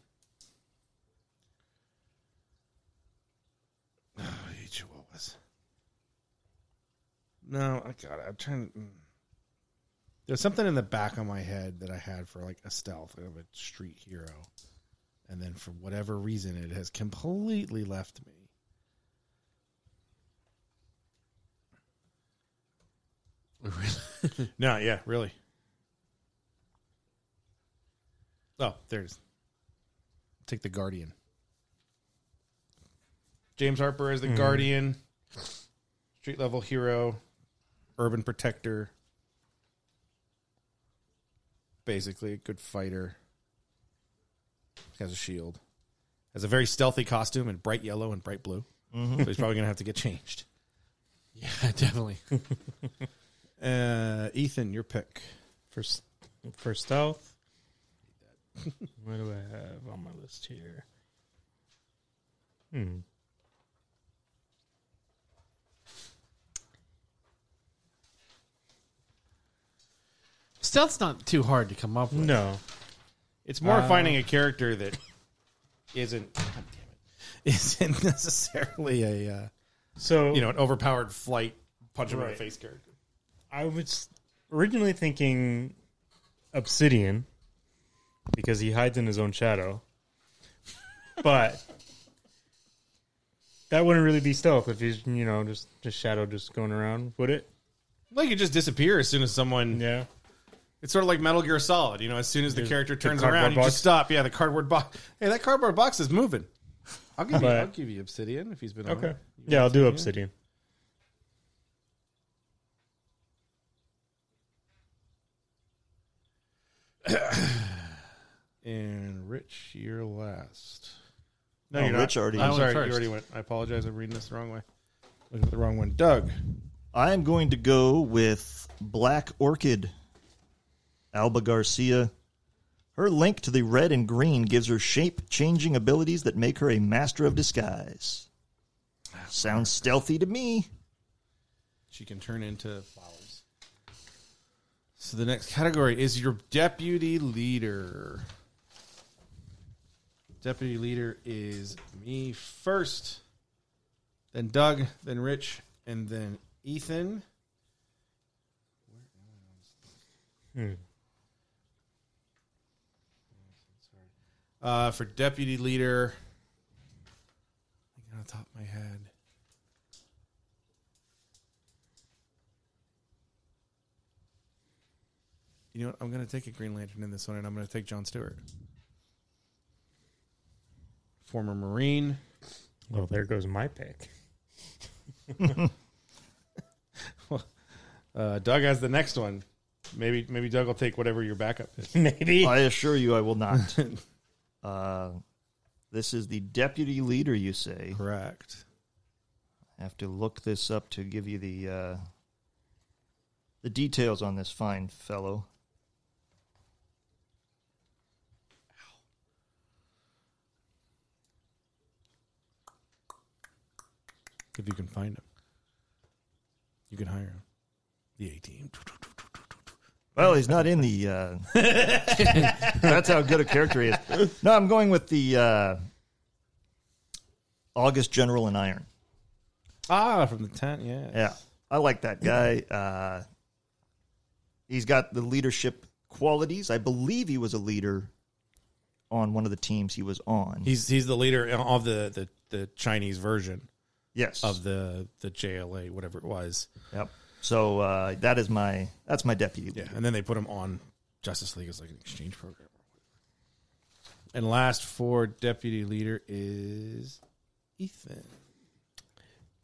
S3: you chihuahuas. No, I got it. I'm trying to. mm. There's something in the back of my head that I had for like a stealth of a street hero. And then for whatever reason, it has completely left me. No, yeah, really. Oh, there it is. Take the Guardian. James Harper is the Guardian, street level hero, urban protector, basically a good fighter. Has a shield, has a very stealthy costume in bright yellow and bright blue. So he's probably gonna have to get changed.
S1: yeah, definitely.
S3: Uh, Ethan, your pick.
S4: for s- for stealth. what do I have on my list here? Hmm.
S1: Stealth's not too hard to come up with.
S4: No,
S3: It's more finding a character that isn't God damn it, isn't necessarily a uh,
S4: So
S3: you know, an overpowered flight punch him in
S4: Right.
S3: the face character.
S4: I was originally thinking Obsidian because he hides in his own shadow, but that wouldn't really be stealth if he's you know just just shadow just going around, would it?
S3: Like you just disappear as soon as someone.
S4: Yeah.
S3: It's sort of like Metal Gear Solid. You know, as soon as the character turns
S4: cardboard
S3: around, you
S4: box.
S3: just stop. Yeah, the cardboard box. Hey, that cardboard box is moving. I'll give you.
S4: But-
S3: I'll give you obsidian if he's been on
S4: Okay.
S3: it.
S4: Yeah, I'll do Obsidian.
S3: Enrich your last. No,
S2: Oh,
S3: you're
S2: Rich
S3: not.
S2: already
S3: I'm
S1: went
S3: sorry,
S1: first.
S3: you already went. I apologize. I'm reading this the wrong way. Looking at the wrong one. Doug.
S2: I am going to go with Black Orchid, Alba Garcia. Her link to the red and green gives her shape changing abilities that make her a master of disguise. Sounds stealthy to me.
S3: She can turn into flowers. So the next category is your deputy leader. Deputy leader is me first, then Doug, then Rich, and then Ethan. Hmm. Uh, for deputy leader, I got on top of my head. You know what? I'm going to take a Green Lantern in this one, and I'm going to take John Stewart, former Marine.
S4: Well, there goes my pick.
S3: Uh, Doug has the next one. Maybe maybe Doug will take whatever your backup is.
S4: Maybe.
S3: Uh,
S2: I assure you I will not. Uh, this is the deputy leader, you say.
S3: Correct.
S2: I have to look this up to give you the uh, the details on this fine fellow.
S3: If you can find him, you can hire him. The A team.
S2: Well, he's not in the. Uh, that's how good a character he is. No, I'm going with the uh, August General in Iron.
S3: Ah, from the tent. Yeah.
S2: Yeah, I like that guy. Uh, he's got the leadership qualities. I believe he was a leader on one of the teams he was on.
S3: He's he's the leader of the the, the Chinese version
S2: yes.
S3: of the the JLA, whatever it was.
S2: yep. So uh, that is my that's my deputy.
S3: Yeah,
S2: leader.
S3: and then they put him on Justice League as like an exchange program. And last for deputy leader is Ethan.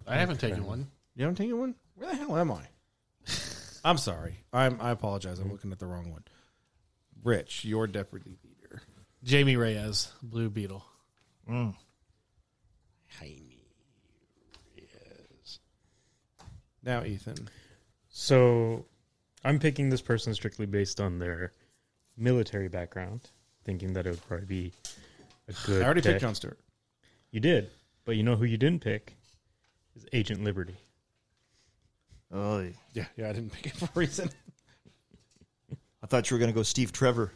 S1: I haven't taken one.
S3: You haven't taken one? Where the hell am I? I'm sorry. I'm I apologize. I'm looking at the wrong one. Rich, your deputy leader.
S1: Jamie Reyes, Blue Beetle.
S3: Jaime. Reyes. Now Ethan.
S4: So I'm picking this person strictly based on their military background, thinking that it would probably be a good.
S3: I already
S4: pick.
S3: picked John Stewart.
S4: You did, but you know who you didn't pick is Agent Liberty.
S2: Oh,
S3: Yeah, yeah, I didn't pick it for a reason.
S2: I thought you were going to go Steve Trevor.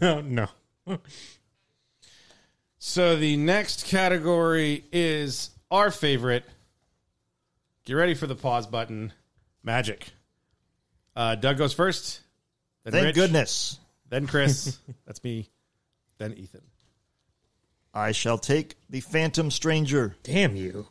S4: oh no,
S3: So the next category is our favorite. Get ready for the pause button. Magic. Uh, Doug goes first. Then
S2: Thank
S3: Rich,
S2: goodness.
S3: Then Chris. That's me. Then Ethan.
S2: I shall take the Phantom Stranger.
S4: damn you,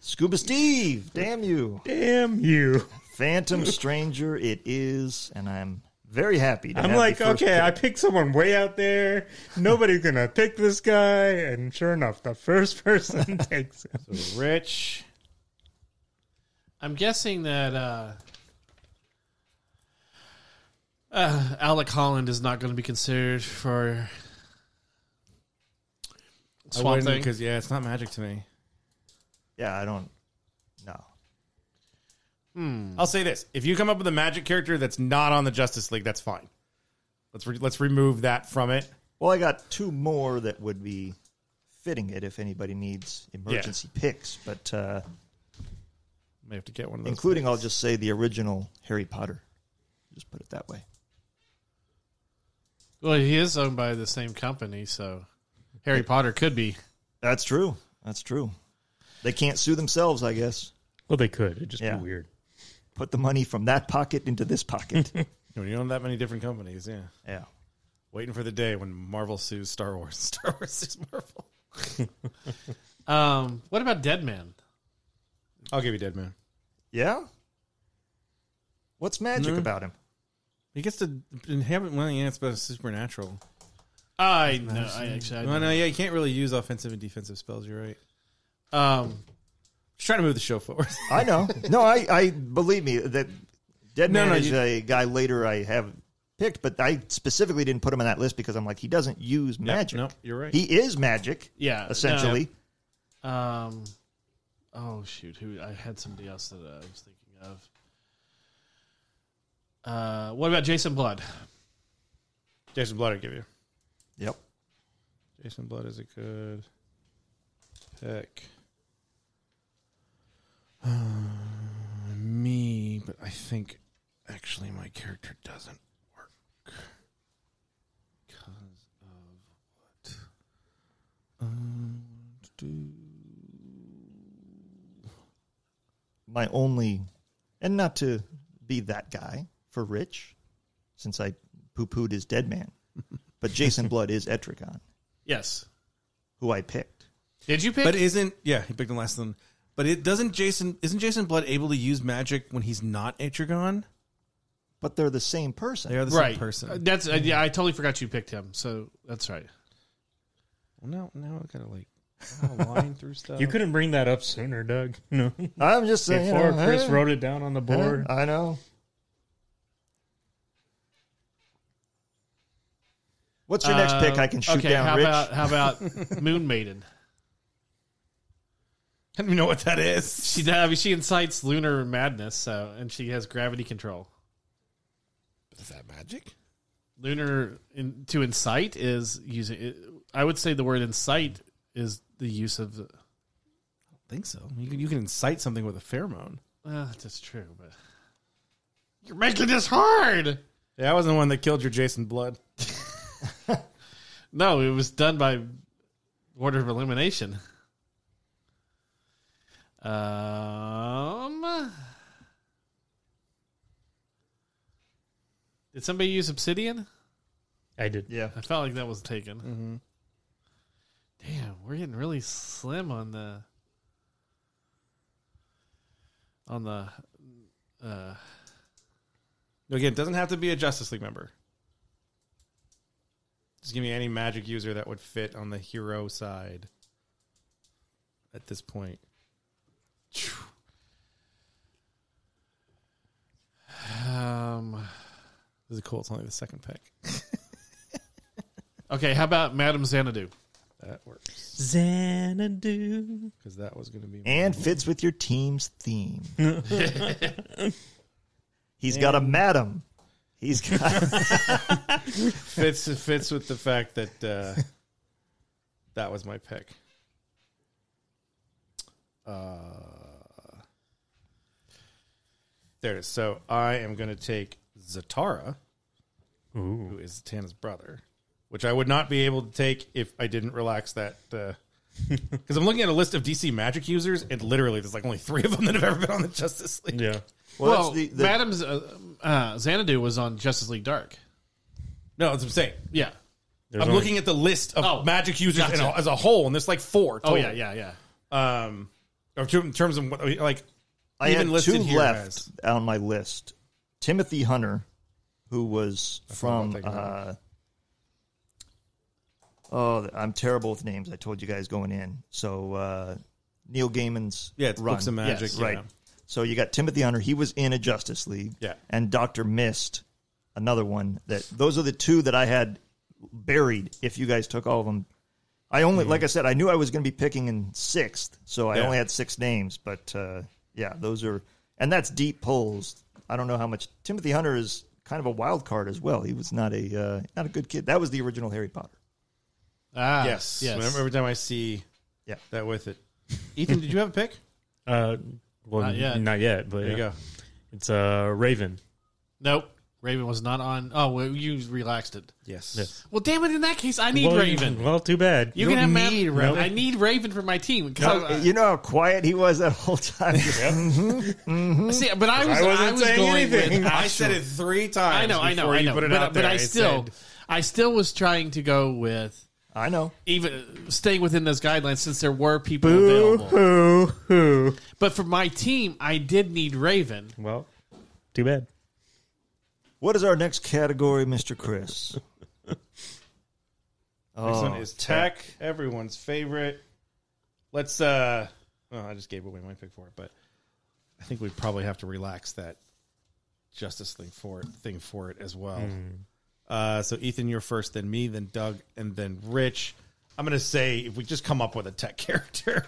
S2: Scuba Steve, damn you.
S4: damn you!
S2: Phantom Stranger it is, and I'm very happy to
S4: I'm
S2: have
S4: like,
S2: the first
S4: okay, I
S2: pick.
S4: picked someone way out there. Nobody's gonna pick this guy, and sure enough, the first person takes it.
S3: Rich.
S1: I'm guessing that uh, uh, Alec Holland is not going to be considered for Swamp Thing.
S3: Because, yeah, it's not magic to me.
S2: Yeah, I don't no.
S3: I'll say this. If you come up with a magic character that's not on the Justice League, that's fine. Let's, re- let's remove that from it.
S2: Well, I got two more that would be fitting it if anybody needs emergency picks, but uh,
S3: May have to get one of those.
S2: including I'll just say the original Harry Potter. Just put it that way.
S1: Well, he is owned by the same company, so Harry Potter could be.
S2: That's true. That's true. They can't sue themselves, I guess.
S4: Well, they could. It'd just
S2: Yeah.
S4: be weird.
S2: Put the money from that pocket into this pocket.
S3: When you own that many different companies, yeah.
S2: yeah.
S3: Waiting for the day when Marvel sues Star Wars. Star Wars sues Marvel.
S1: Um, what about Dead Man?
S3: I'll give you Dead Man.
S2: Yeah? What's magic about him?
S3: He gets to inhabit. Well, yeah, it's about supernatural.
S1: I know. I actually. I
S3: No,
S1: know.
S3: no, yeah, you can't really use offensive and defensive spells. You're right.
S1: Um,
S3: Just trying to move the show forward.
S2: I know. No, I, I believe me that Dead
S3: No,
S2: Man
S3: no,
S2: is
S3: you-
S2: a guy later I have picked, but I specifically didn't put him on that list because I'm like he doesn't use magic.
S3: no, you're right. Uh,
S2: He is magic,
S1: yeah. no,
S2: essentially.
S1: um, oh shoot, who I had somebody else that I was thinking of. Uh, what about Jason Blood?
S3: Jason Blood, I give you.
S2: Yep.
S3: Jason Blood is a good pick. Uh, Me, but I think actually my character doesn't work because of what? Um, do-
S2: My only, and not to be that guy for Rich, since I poo pooed his Dead Man, but Jason Blood is Etrigan,
S1: Yes.
S2: who I picked.
S1: Did you pick?
S3: But isn't yeah? He picked the last one. But it doesn't Jason isn't Jason Blood able to use magic when he's not Etrigan?
S2: But they're the same person.
S3: They are the
S1: right.
S3: same person.
S1: Uh, That's uh, yeah. I totally forgot you picked him. So that's right.
S3: well, now now I gotta like kinda line through stuff.
S4: You couldn't bring that up sooner, Doug. No.
S2: I'm just saying. you
S4: Before
S2: know,
S4: Chris
S2: eh,
S4: wrote it down on the
S2: eh,
S4: board.
S2: I know. What's your next
S1: Uh,
S2: pick? I can shoot
S1: okay,
S2: down
S1: how
S2: Rich.
S1: About, how about Moon Maiden?
S3: I don't even know what that is.
S1: She I mean, uh, she incites lunar madness, so and she has gravity control.
S3: Is that magic?
S1: Lunar in, to incite is using. I would say the word incite is the use of. the-
S3: think so. You can, you can incite something with a pheromone.
S1: Well, ah, that's true, but you're making this hard.
S3: Yeah, I wasn't the one that killed your Jason Blood.
S1: No, it was done by order of elimination. Um, did somebody use obsidian?
S4: I did.
S2: yeah.
S1: I felt like that was taken. Damn, we're getting really slim on the on the. Uh,
S3: Again, it doesn't have to be a Justice League member. Just give me any magic user that would fit on the hero side at this point.
S1: um.
S3: This is cool. It's only the second pick.
S1: Okay, how about Madame Xanadu?
S3: That works.
S4: Xanadu.
S3: Because that was going to be.
S2: and fits with your team's theme. He's got a madam. He's got
S3: fits, fits with the fact that uh, that was my pick. Uh, there it is. So I am going to take Zatara.
S4: Ooh.
S3: who is Tana's brother, which I would not be able to take if I didn't relax that. Because I'm looking at a list of DC magic users, and literally there's like only three of them that have ever been on the Justice League.
S4: Yeah.
S2: well,
S1: well,
S2: that's the, the-
S1: Madame's uh, uh, Xanadu was on Justice League Dark.
S3: No, that's what I'm saying.
S1: Yeah.
S4: There's
S3: I'm
S4: only-
S3: looking at the list of
S1: Oh,
S3: magic users in
S1: gotcha.
S3: a- as a whole, and there's like four.
S1: Oh
S3: Total.
S1: yeah, yeah, yeah.
S3: yeah. Um, or in terms of what, like,
S2: I
S3: even
S2: had
S3: listed
S2: two
S3: here
S2: left
S3: as-
S2: on my list. Timothy Hunter, who was
S3: forgot
S2: from
S3: about that
S2: uh, oh, I'm terrible with names. I told you guys going in. So uh, Neil Gaiman's
S3: yeah, it's
S2: run.
S3: books of magic,
S1: Yes,
S3: yeah.
S2: Right. So you got Timothy Hunter. He was in a Justice League.
S3: Yeah.
S2: And Doctor Mist, another one. That those are the two that I had buried. If you guys took all of them, I only, like I said, I knew I was going to be picking in sixth, so I
S3: Yeah.
S2: only had six names. But uh, yeah, those are, and that's deep pulls. I don't know how much Timothy Hunter is kind of a wild card as well. He was not a uh, not a good kid. That was the original Harry Potter.
S1: Ah,
S3: Yes.
S1: yes.
S3: Whenever- every time I see
S2: Yeah.
S3: that with it. Ethan, did you have a pick?
S4: Uh, well,
S1: Not
S4: not
S1: yet.
S4: yet. Not yet, but
S3: There you
S4: yeah.
S3: go.
S4: it's uh, Raven.
S1: Nope. Raven was not on. Oh, well, you relaxed it.
S3: Yes.
S4: Yes.
S1: Well, damn it! In that case, I need
S4: well, you-
S1: Raven.
S4: well, too bad.
S1: You,
S3: don't
S1: can have Matt-
S3: need Raven.
S1: I need Raven for my team. uh, 'cause I-
S2: You know how quiet he was that whole time.
S1: see, but I was, I
S3: wasn't
S1: was
S3: saying
S1: going
S3: anything.
S1: with
S3: I said it three times.
S1: I know, I know,
S3: before
S1: I
S3: you
S1: know.
S3: put it
S1: but
S3: out
S1: but
S3: there.
S1: I still,
S3: said-
S1: I still was trying to go with
S2: I know.
S1: even staying within those guidelines since there were people available.
S4: Hoo, hoo.
S1: But for my team, I did need Raven.
S4: Well, too bad.
S2: What is our next category, Mr. Chris? Oh,
S3: This one is tech, everyone's favorite. Let's uh well, I just gave away my pick for it, but I think we probably have to relax that justice thing for it thing for it as well. Uh so Ethan, you're first, then me, then Doug, and then Rich. I'm gonna say if we just come up with a tech character.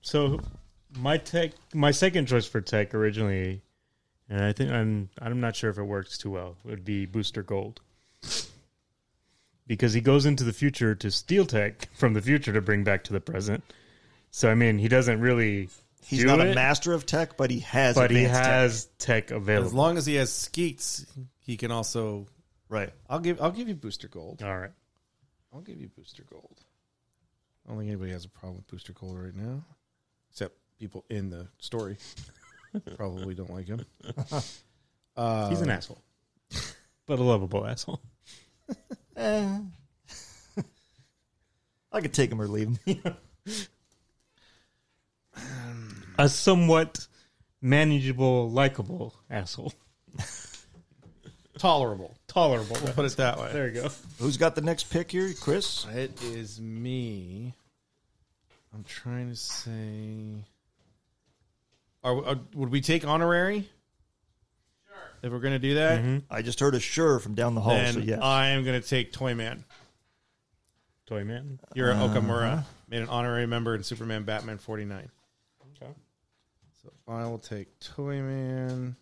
S4: So my tech, my second choice for tech originally, and I think I'm I'm not sure if it works too well. Would be Booster Gold because he goes into the future to steal tech from the future to bring back to the present. So I mean, he doesn't really
S2: He's
S4: do
S2: not
S4: it,
S2: a master of tech, but he has.
S4: but he
S2: advanced tech.
S4: has tech,
S3: As
S4: available.
S3: long as he has skeets, he can also
S2: right.
S3: I'll give I'll give you booster gold.
S4: All right,
S3: I'll give you booster gold. I don't think anybody has a problem with booster gold right now, except people in the story probably don't like him. Uh,
S4: he's an asshole, but a lovable asshole.
S2: Eh. I could take him or leave him.
S4: A somewhat manageable, likable asshole,
S3: tolerable.
S4: tolerable.
S3: We'll put it that way.
S4: There you go.
S2: Who's got the next pick here, Chris?
S3: It is me. I'm trying to say. Are, are would we take honorary? Sure. If we're gonna do that,
S2: I just heard a sure from down the hall.
S3: then
S2: so yes,
S3: I am gonna take Toyman.
S4: Toy man.
S3: Yura Okamura made an honorary member in Superman Batman 49.
S4: Okay.
S3: So I will take Toyman.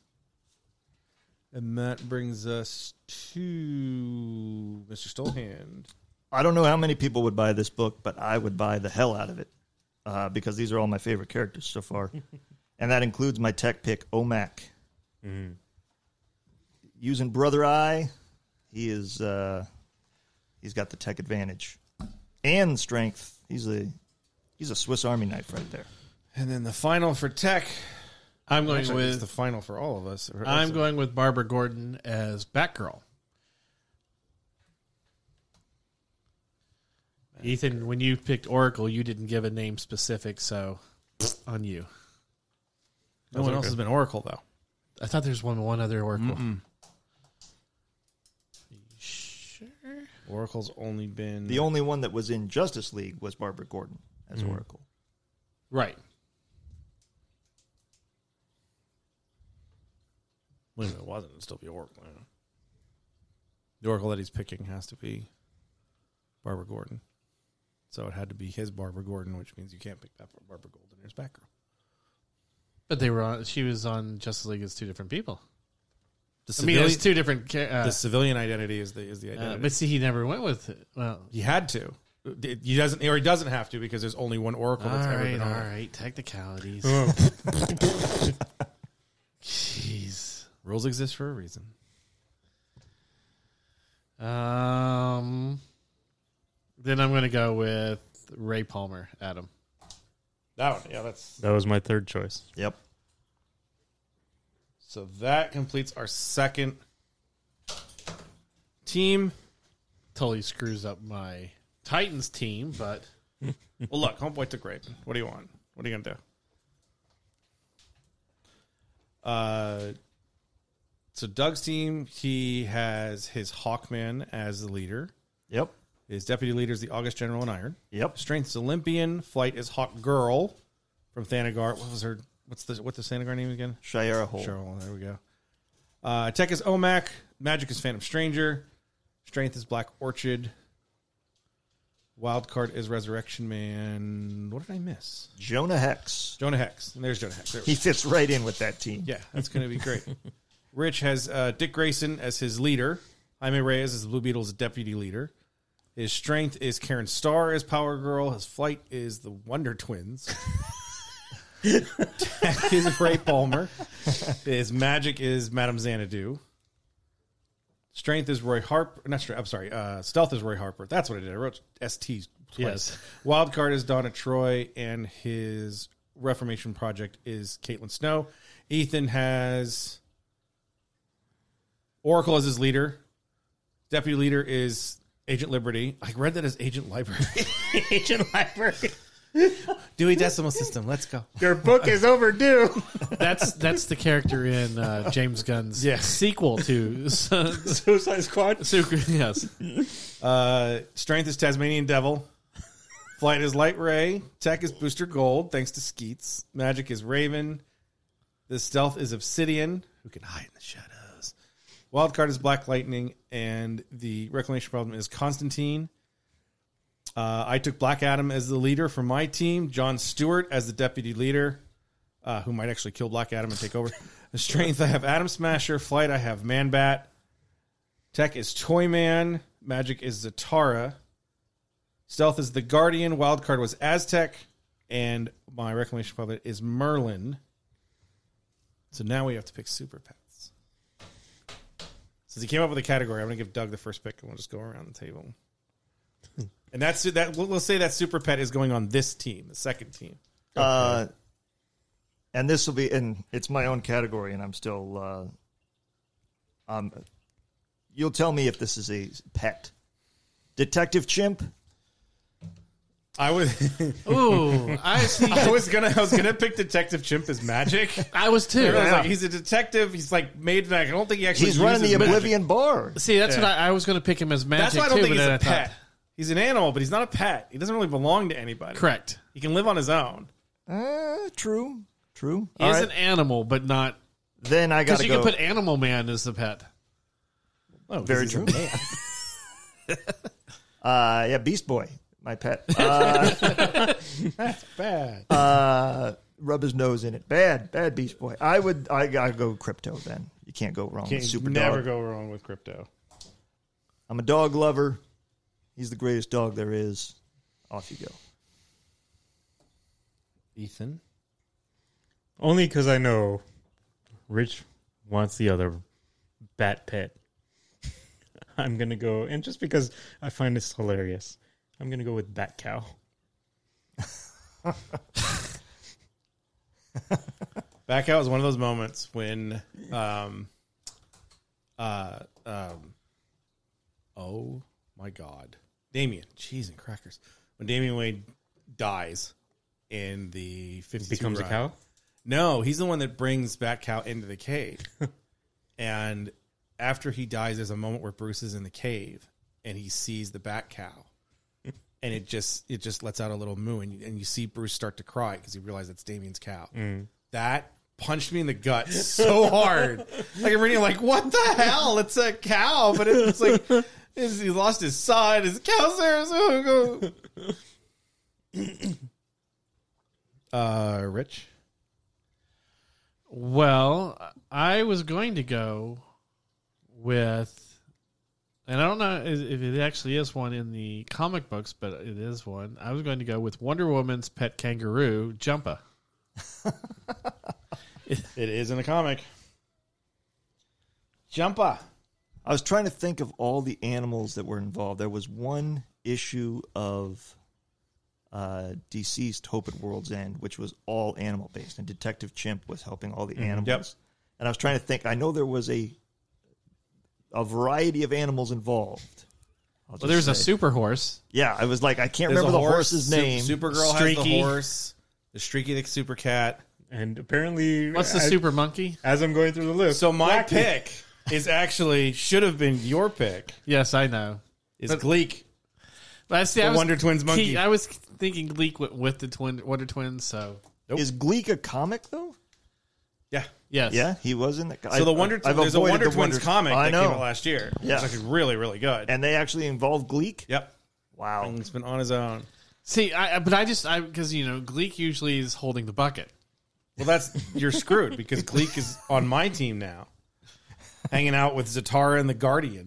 S3: And that brings us to Mr. Stolhand.
S2: I don't know how many people would buy this book, but I would buy the hell out of it uh, because these are all my favorite characters so far, and that includes my tech pick, Omac. Using Brother Eye, he is uh, he's got the tech advantage and strength. He's a he's a Swiss Army knife right there.
S3: And then the final for tech.
S1: I'm going
S3: Actually, it's
S1: with
S3: the final for all of us. Or
S1: I'm
S3: else-
S1: going with Barbara Gordon as Batgirl. Ethan, when you picked Oracle, you didn't give a name specific, so on you.
S3: No one else has been Oracle, though.
S1: I thought there's one one other Oracle.
S3: Oracle's only been.
S2: The only one that was in Justice League was Barbara Gordon as Oracle.
S1: Right.
S3: Wait a minute, it wasn't. It'd still be Oracle. I don't know. The Oracle that he's picking has to be Barbara Gordon. So it had to be his Barbara Gordon, which means you can't pick that Barbara Gordon as background.
S1: But they were on she was on Justice League as two different people.
S3: The
S1: I mean,
S3: civilian,
S1: it's two different ca- uh,
S3: the civilian identity is the is the
S1: uh,
S3: identity.
S1: but see he never went with it. Well,
S3: he had to. He doesn't, or he doesn't have to, because there's only one Oracle
S1: all
S3: that's ever
S1: right,
S3: been
S1: all
S3: on. it.
S1: right, technicalities. Jeez.
S3: Rules exist for a reason.
S1: Um, then I'm going to go with Ray Palmer, Adam.
S3: That one, yeah, that's
S4: That was my third choice.
S2: Yep.
S3: so that completes our second team.
S1: Totally screws up my Titans team, but
S3: Well, look, homeboy took rape. What do you want? What are you gonna do? Uh, so Doug's team, he has his Hawkman as the leader.
S2: Yep.
S3: His deputy leader is the August General in Iron.
S2: Yep.
S3: Strength's Olympian. Flight is Hawk Girl from Thanagar. What was her? What's the what's the Thanagar name again?
S2: Shiera Hole.
S3: Cheryl. There we go. Uh, tech is Omac. Magic is Phantom Stranger. Strength is Black Orchid. Wild card is Resurrection Man. What did I miss?
S2: Jonah Hex.
S3: Jonah Hex. And there's Jonah Hex. There we
S2: He
S3: go.
S2: fits right in with that team.
S3: yeah, that's going to be great. Rich has uh, Dick Grayson as his leader. Jaime Reyes is the Blue Beetle's deputy leader. His strength is Karen Starr as Power Girl. His flight is the Wonder Twins. Tech is Ray Palmer. His magic is Madame Xanadu. Strength is Roy Harper. Not strength. I'm sorry. Uh, stealth is Roy Harper. That's what I did. I wrote ST twice.
S1: Yes.
S3: Wild card is Donna Troy, and his Reformation project is Caitlin Snow. Ethan has Oracle as his leader. Deputy leader is Agent Liberty. I read that as Agent Library.
S4: Agent Library.
S3: Dewey Decimal System. Let's go.
S4: Your book is overdue.
S1: That's that's the character in uh, James Gunn's
S3: Yeah.
S1: sequel to Su-
S4: Suicide Squad.
S1: Yes.
S3: Uh, strength is Tasmanian Devil. Flight is Light Ray. Tech is Booster Gold, thanks to Skeets. Magic is Raven. The stealth is Obsidian, who can hide in the shadows. Wild card is Black Lightning, and the reclamation problem is Constantine. Uh, I took Black Adam as the leader for my team. John Stewart as the deputy leader, uh, who might actually kill Black Adam and take over. The strength I have Adam Smasher. Flight I have Man Bat. Tech is Toyman. Magic is Zatara. Stealth is the Guardian. Wildcard was Aztec. And my reclamation puppet is Merlin. So now we have to pick super pets. Since he came up with a category, I'm going to give Doug the first pick and we'll just go around the table. And that's that. We'll, we'll say that super pet is going on this team, the second team.
S2: Uh, and this will be, and it's my own category, and I'm still. Uh, um, you'll tell me if this is a pet. Detective Chimp.
S3: I was
S1: Ooh, I see.
S3: I was gonna I was gonna pick Detective Chimp as magic.
S1: I was too.
S3: I was like, he's a detective. He's like made. I don't think he actually.
S2: He's running the
S3: uses magic.
S2: Oblivion Bar.
S1: See, that's what I, I was going to pick him as magic
S3: That's why I
S1: too. but
S3: don't think he's
S1: then
S3: a
S1: I thought-
S3: pet. He's an animal, but he's not a pet. He doesn't really belong to anybody.
S1: Correct.
S3: He can live on his own.
S2: Uh, true, true.
S1: He
S2: All
S1: is
S2: right.
S1: an animal, but not
S2: Then I got
S1: because
S2: to
S1: you
S2: go.
S1: can put Animal Man as the pet.
S3: Oh, 'cause
S2: Very
S3: he's
S2: true.
S3: a man.
S2: uh, yeah, Beast Boy, my pet. Uh,
S3: Bad.
S2: uh, rub his nose in it. Bad, bad Beast Boy. I would. I gotta go crypto. Then you can't go wrong
S3: Can't
S2: with Super
S3: never
S2: Dog.
S3: go wrong with crypto.
S2: I'm a dog lover. He's the greatest dog there is. Off you go.
S3: Ethan.
S4: Only because I know Rich wants the other bat pet. I'm going to go, and just because I find this hilarious, I'm going to go with Bat Cow.
S3: Back out was one of those moments when, um, uh, um, oh my God, Damien, cheese and crackers. When Damien Wayne dies in the 52
S4: Becomes a
S3: ride.
S4: cow?
S3: No, he's the one that brings Bat Cow into the cave. and after he dies, there's a moment where Bruce is in the cave and he sees the Bat Cow. And it just it just lets out a little moo, and, and you see Bruce start to cry because he realized that's Damien's cow. That punched me in the gut so hard. like I'm reading, like what the hell? It's a cow, but it's like it's, he lost his son. His cow's there. So uh, Rich.
S1: Well, I was going to go with, and I don't know if if it actually is one in the comic books, but it is one. I was going to go with Wonder Woman's pet kangaroo, Jumpa.
S3: It is in the comic. Jumpa.
S2: I was trying to think of all the animals that were involved. There was one issue of uh, Deceased Hope at World's End, which was all animal based, and Detective Chimp was helping all the animals.
S3: Mm-hmm. Yep.
S2: And I was trying to think. I know there was a a variety of animals involved. I'll
S1: Well,
S2: just
S1: there's a
S2: say.
S1: super horse.
S2: Yeah, I was like, I can't
S3: There's
S2: remember the
S3: a horse.
S2: horse's
S3: Sup-
S2: name.
S3: Supergirl has the
S1: Streaky.
S3: horse. The streaky the super cat.
S4: And apparently,
S1: What's the
S4: I-
S1: super monkey?
S4: as I'm going through the list,
S3: So my
S4: Blackie.
S3: pick is actually should have been your pick.
S1: Yes, I know.
S3: Is Gleek.
S1: But I see. I
S3: The
S1: was,
S3: Wonder Twins monkey.
S1: I was thinking Leak went with the twin Wonder Twins. So
S2: Is Gleek a comic though?
S3: Yeah.
S1: yes,
S2: Yeah, he was in the.
S3: So the Wonder
S2: I've
S3: there's a
S2: avoided
S3: Wonder
S2: the
S3: Twins comic
S2: I
S3: that
S2: know,
S3: came out last year.
S2: Yeah.
S3: It's actually really, really good.
S2: and they actually involve Gleek.
S3: yep.
S2: Wow.
S3: And It's been on his own.
S1: See, I I- but I just I because you know Gleek usually is holding the bucket.
S3: Well that's you're screwed because Gleek is on my team now. Hanging out with Zatara and the Guardian.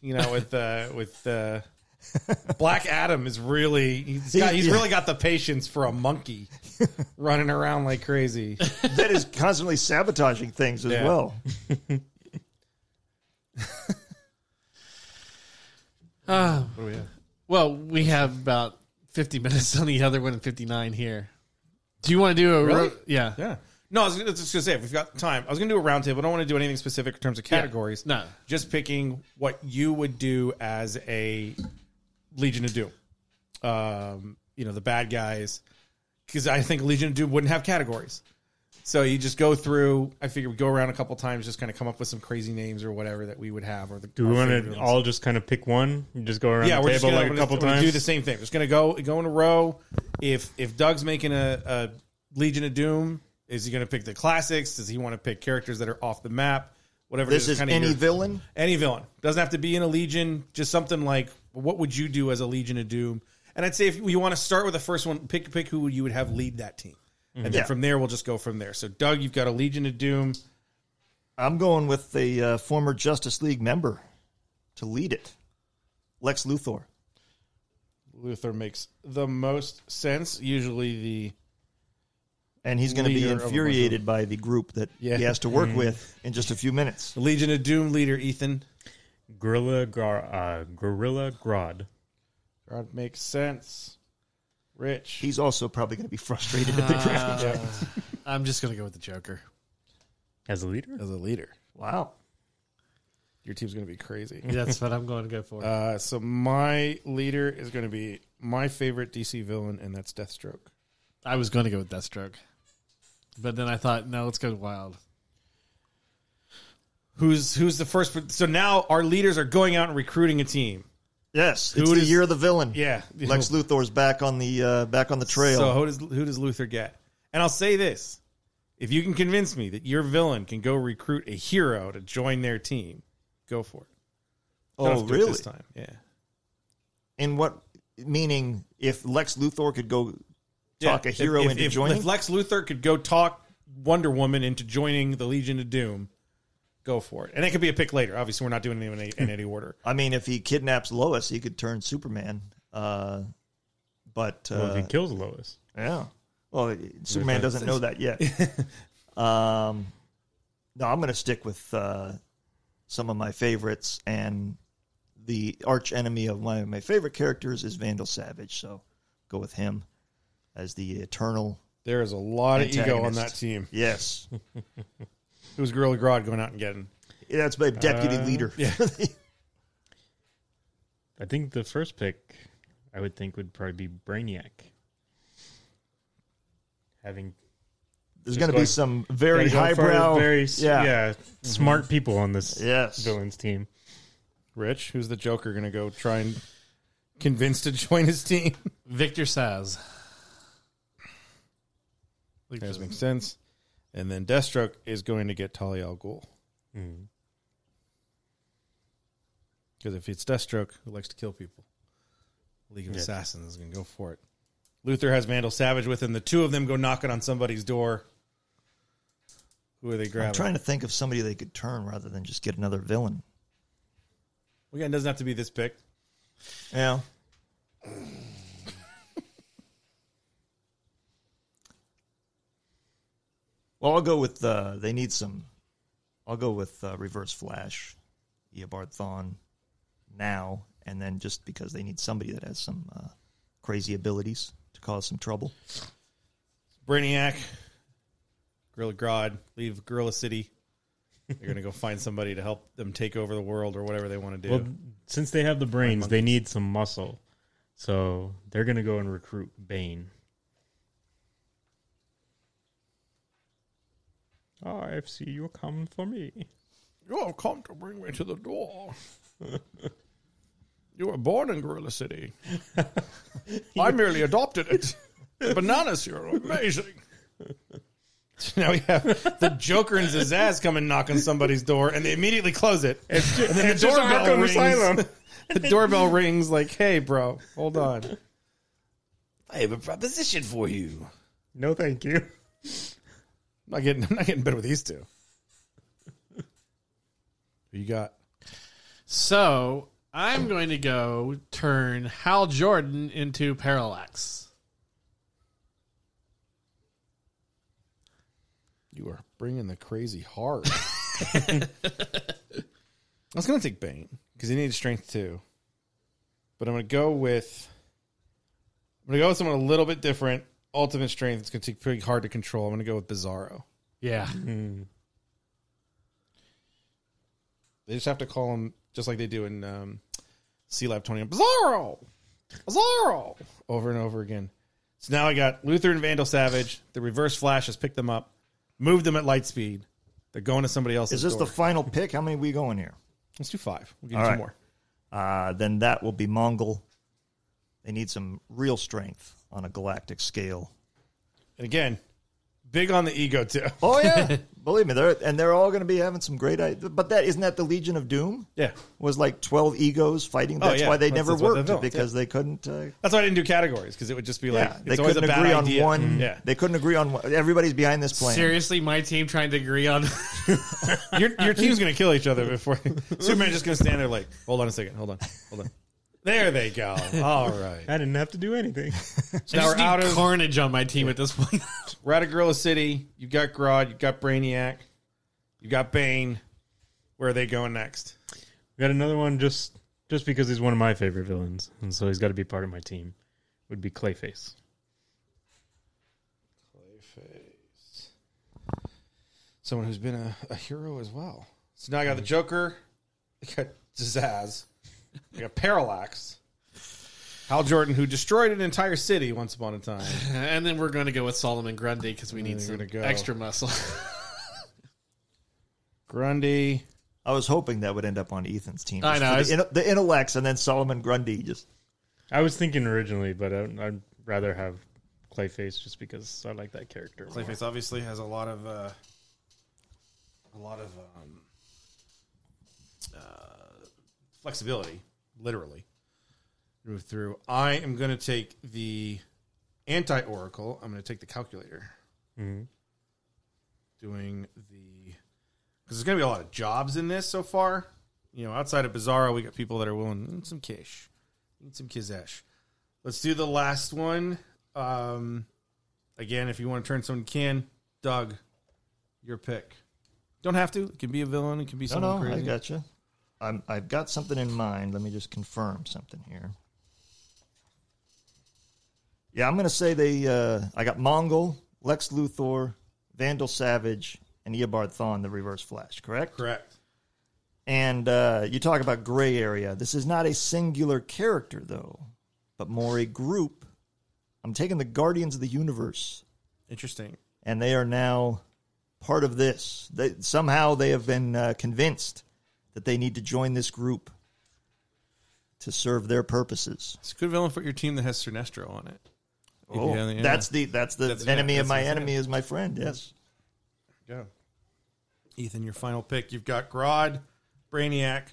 S3: you know, with uh with uh Black Adam is really he's, got, he's really got the patience for a monkey running around like crazy.
S2: that is constantly sabotaging things as
S3: Yeah.
S2: well.
S1: Well, we have about 50 minutes on the other one and 59 here. Do you want to do a
S3: Really?
S1: ro- yeah.
S3: Yeah. No, I was, gonna- just gonna say if we've got time, I was gonna do a roundtable. I don't want to do anything specific in terms of categories.
S1: No.
S3: just picking what you would do as a Legion of Doom. Um, you know, the bad guys, because I think Legion of Doom wouldn't have categories. So you just go through. I figure we go around a couple times, just kind of come up with some crazy names or whatever that we would have. Or the,
S4: Do we
S3: our
S4: want
S3: favorite
S4: to
S3: ones.
S4: all just kind of pick one? and Just go around
S3: Yeah,
S4: the
S3: we're
S4: table
S3: just gonna,
S4: like a
S3: we're
S4: couple
S3: just- we're gonna
S4: times.
S3: do the same thing. We're just gonna go go in a row. If if Doug's making a, a Legion of Doom, is he gonna pick the classics? Does he want to pick characters that are off the map? Whatever.
S2: This
S3: it
S2: is
S3: kinda
S2: any
S3: your-
S2: villain.
S3: any villain doesn't have to be in a legion just something like what would you do as a legion of doom and i'd say if you want to start with the first one pick pick who you would have lead that team and then
S2: Yeah.
S3: from there we'll just go from there so doug you've got a legion of doom
S2: I'm going with the uh, former Justice League member to lead it, Lex Luthor.
S3: luther makes the most sense usually the
S2: And he's going to be
S3: Leader of a bunch of-
S2: infuriated by the group that
S3: Yeah.
S2: he has to work with in just a few minutes.
S3: legion of doom leader ethan
S4: Gorilla Gar, uh, Gorilla Grodd.
S3: god makes sense rich
S2: He's also probably going to be frustrated
S3: Uh,
S2: at the ground.
S1: I'm just going to go with the Joker
S4: As a leader?
S3: as a leader
S2: Wow.
S3: your team's going to be crazy
S1: That's what I'm going to go for.
S3: uh, so my leader is going to be my favorite dc villain and that's deathstroke
S1: I was going to go with Deathstroke. But then I thought, no, let's go Wild.
S3: Who's who's the first? So now our leaders are going out and recruiting a team.
S2: Yes, it's
S3: Who
S2: the
S3: does-
S2: year of the villain.
S3: Yeah,
S2: Lex Luthor's back on the uh, back on the trail.
S3: So who does who does Luther get? And I'll say this: if you can convince me that your villain can go recruit a hero to join their team, go for it. Don't have
S2: oh,
S3: to do it
S2: really?
S3: This time, yeah.
S2: In what meaning? If Lex Luthor could go talk
S3: Yeah.
S2: a hero
S3: If- if-
S2: into
S3: if-
S2: joining,
S3: If Lex Luthor could go talk Wonder Woman into joining the Legion of Doom, go for it. And it could be a pick later. Obviously, we're not doing it in any, in any order.
S2: I mean, if he kidnaps Lois, he could turn Superman. Uh, but uh,
S4: Well, if he kills Lois.
S2: yeah, well, Superman doesn't know that yet. um, no, I'm going to stick with uh, some of my favorites, and the arch enemy of one of my favorite characters is Vandal Savage. So go with him as the eternal.
S3: There is a lot of ego on that
S2: Antagonist.
S3: team.
S2: Yes,
S3: Who's Gorilla Grodd going out and getting?
S2: that's my deputy
S4: Uh,
S2: leader.
S4: I think the first pick I would think would probably be Brainiac. Having
S2: There's going to be
S4: going-
S2: some very
S4: gotta go for
S2: highbrow,
S4: very s- yeah,
S3: Mm-hmm.
S4: smart people on this
S2: Yes.
S4: villains team.
S3: Rich, who's the Joker going to go try and convince to join his team?
S1: Victor Saz. Like
S3: That
S1: the-
S3: makes sense. And then Deathstroke is going to get Talia al Ghul. Because if it's Deathstroke, who likes to kill people, League of Assassins is going to go for it. Luther has Vandal Savage with him. The two of them go knocking on somebody's door. Who are they grabbing?
S2: I'm trying to think of somebody they could turn rather than just get another villain.
S3: Again, it doesn't have to be this pick.
S2: Yeah. well, I'll go with uh, they need some. I'll go with uh, Reverse Flash, Eobard Thawne, now and then, just because they need somebody that has some uh, crazy abilities to cause some trouble.
S3: Brainiac, Gorilla Grodd, leave Gorilla City. They're going to go find somebody to help them take over the world or whatever they want to do.
S4: Well, since they have the brains, they need some muscle. So they're going to go and recruit Bane. Oh, I see you come for me.
S3: You have come to bring me to the door. you were born in Gorilla City. I merely adopted it. The bananas here are amazing. Now we have the Joker and Zazaz come and knock on somebody's door, and they immediately close it. and then the doorbell rings. the doorbell rings like, "Hey, bro, hold on." I have a proposition for you.
S4: No, thank you.
S3: I'm not getting, I'm not getting better with these two. Who you got?
S1: So I'm going to go turn Hal Jordan into Parallax.
S3: You are bringing the crazy hard. I was going to take Bane because he needed strength too. But I'm going to go with. I'm going to go with someone a little bit different. Ultimate strength. It's going to take pretty hard to control. I'm going to go with Bizarro.
S1: Yeah.
S3: They just have to call him just like they do in um, C Lab 20. Bizarro! Bizarro! Over and over again. So now I got Luther and Vandal Savage. The reverse flash has picked them up, moved them at light speed. They're going to somebody else's.
S2: Is this the
S3: door.
S2: final pick? How many we going here?
S3: Let's do five. We'll give
S2: All
S3: you
S2: right.
S3: two more.
S2: Uh, then that will be Mongol. They need some real strength on a galactic scale.
S3: And again, big on the ego too.
S2: Oh yeah, believe me, they're and they're all going to be having some great. i- But that isn't that the Legion of Doom
S3: Yeah.
S2: was like twelve egos fighting.
S3: Oh,
S2: That's
S3: yeah.
S2: why they
S3: That's-
S2: never
S3: that's what
S2: worked
S3: they're doing.
S2: because they couldn't. Uh,
S3: That's why I didn't do categories because it would just be like
S2: yeah, they
S3: it's always a
S2: couldn't
S3: bad
S2: agree
S3: idea. Mm.
S2: on one.
S3: Yeah.
S2: They couldn't agree on one. Everybody's behind this plan.
S1: Seriously, my team trying to agree on.
S3: your your team's gonna kill each other before Superman's just gonna stand there like, hold on a second, hold on, hold on. There they go. All right.
S4: I didn't have to do anything.
S3: So now we're out of
S1: carnage on my team at this point.
S3: we're out of Gorilla City. You got Grodd. You got Brainiac. You got Bane. Where are they going next?
S4: Got another one just just because he's one of my favorite villains, and so he's got to be part of my team. Would be Clayface.
S3: Someone who's been a, a hero as well. So now I got the Joker. I got Zazaz. I got Parallax. Hal Jordan, who destroyed an entire city once upon a time.
S1: and then we're going to go with Solomon Grundy because we need
S3: you're
S1: some
S3: gonna go.
S1: extra muscle.
S3: Grundy.
S2: I was hoping that would end up on Ethan's team.
S1: I
S2: Just
S1: know,
S2: for
S1: I was-
S2: the, in- the intellects and then Solomon Grundy. Just
S4: I was thinking originally, but I, I'd rather have Clayface just because I like that character. more.
S3: Clayface obviously has a lot of uh, a lot of um, uh, flexibility, literally. Move through. I am going to take the anti Oracle. I'm going to take the calculator. Doing the because there's going to be a lot of jobs in this so far. You know, outside of Bizarro, we got people that are willing mm, some kish, need some kizesh. Let's do the last one. Um, again, if you want to turn someone can, Doug, your pick. Don't have to. It can be a villain. It can be
S2: no,
S3: someone
S2: no, I
S3: crazy.
S2: gotcha. I'm, I've got something in mind. Let me just confirm something here. Yeah, I'm going to say they. Uh, I got Mongol, Lex Luthor, Vandal Savage, and Eobard Thawne, the Reverse Flash. Correct.
S3: Correct.
S2: And uh, you talk about gray area. This is not a singular character, though, but more a group. I'm taking the Guardians of the Universe
S3: Interesting.
S2: and they are now part of this. They, somehow they have been uh, convinced that they need to join this group to serve their purposes.
S3: It's a good villain for your team that has Sinestro on it.
S2: Oh,
S3: yeah, yeah.
S2: that's the that's the
S3: That's-
S2: enemy
S3: yeah,
S2: of my
S3: that's-
S2: enemy is my friend. Yes,
S3: Go. Ethan, your final pick. You've got Grodd, Brainiac,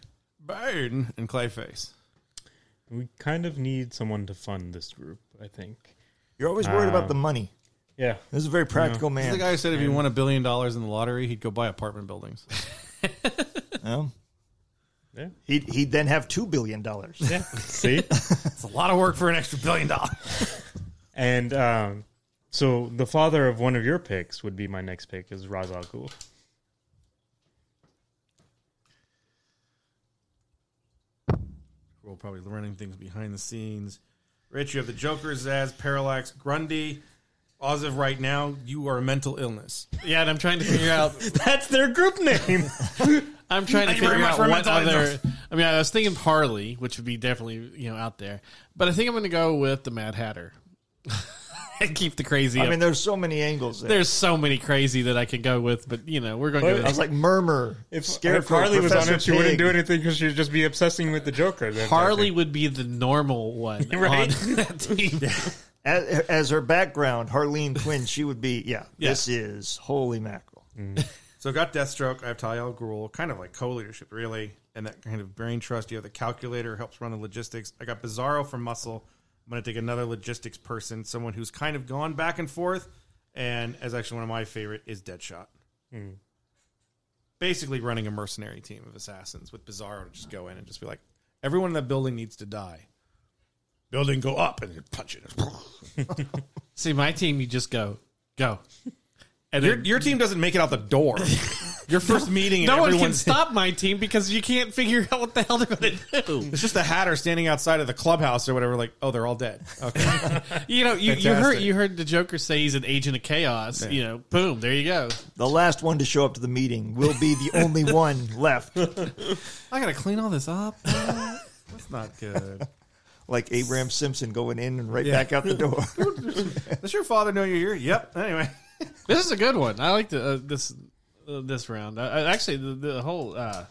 S3: Byrne, and Clayface.
S4: We kind of need someone to fund this group. I think.
S2: you're always worried about the money.
S4: Yeah,
S2: This is a very practical
S3: He's the
S2: man.
S3: guy who said if he won a billion dollars in the lottery, he'd go buy apartment buildings.
S2: Um,
S4: Yeah.
S2: He'd, he'd then have two billion dollars.
S4: yeah. See.
S3: It's a lot of work for an extra billion dollars.
S4: And um, so the father of one of your picks would be my next pick is Ra's al Ghul.
S3: We're probably running things behind the scenes. Rich, you have the Joker, Zaz, Parallax, Grundy. As of right now, you are a mental illness.
S1: yeah, and I'm trying to figure out.
S4: That's their group name.
S1: I'm trying to
S3: Thank you
S1: figure
S3: very much
S1: out
S3: for
S1: what
S3: mental
S1: other.
S3: illness.
S1: I mean, I was thinking Harley, which would be definitely you know out there, but I think I'm going to go with the Mad Hatter. and keep the crazy.
S2: I
S1: up.
S2: mean, there's so many angles. There.
S1: there's so many crazy that I could go with, but you know we're going to
S4: Well,
S1: go.
S2: I was
S1: With
S2: like Murmur.
S4: If, if
S2: Scarecrow,
S4: Harley was on
S2: Professor
S4: it, she wouldn't
S2: Pig.
S4: do anything because she'd just be obsessing with the Joker. Then
S1: Harley would be the normal one
S4: Right?
S1: on that team.
S2: as, as her background, Harleen Quinn, she would be, yeah, this is holy mackerel.
S3: So I've got Deathstroke, I have Talia Ghul, kind of like co-leadership, really, and that kind of brain trust. You have the calculator helps run the logistics. I got Bizarro from Muscle. I'm going to take another logistics person, someone who's kind of gone back and forth, and as actually one of my favorite is Deadshot.
S1: Hmm.
S3: Basically, running a mercenary team of assassins with Bizarro to just go in and just be like, Everyone in that building needs to die. Building go up and you punch it.
S1: See, my team, you just go, go. And
S3: Your,
S1: then
S3: your team doesn't make it out the door. Your first meeting, and
S1: no one can
S3: everyone's-
S1: stop my team because you can't figure out what the hell they're going to do.
S3: It's just the Hatter standing outside of the clubhouse or whatever. Like, oh, they're all dead. Okay,
S1: You know, you, you heard
S3: Fantastic.
S1: you heard the Joker say he's an agent of chaos. You know, boom, there you go.
S2: The last one to show up to the meeting will be the only one left,
S1: I got to clean all this up.
S3: that's not good.
S2: like Abraham Simpson going in and right back out the door.
S3: Does your father know you're here? Yep. Anyway,
S1: This is a good one. I like the, uh, this uh, this round. Uh, Uh, actually, the, the whole uh,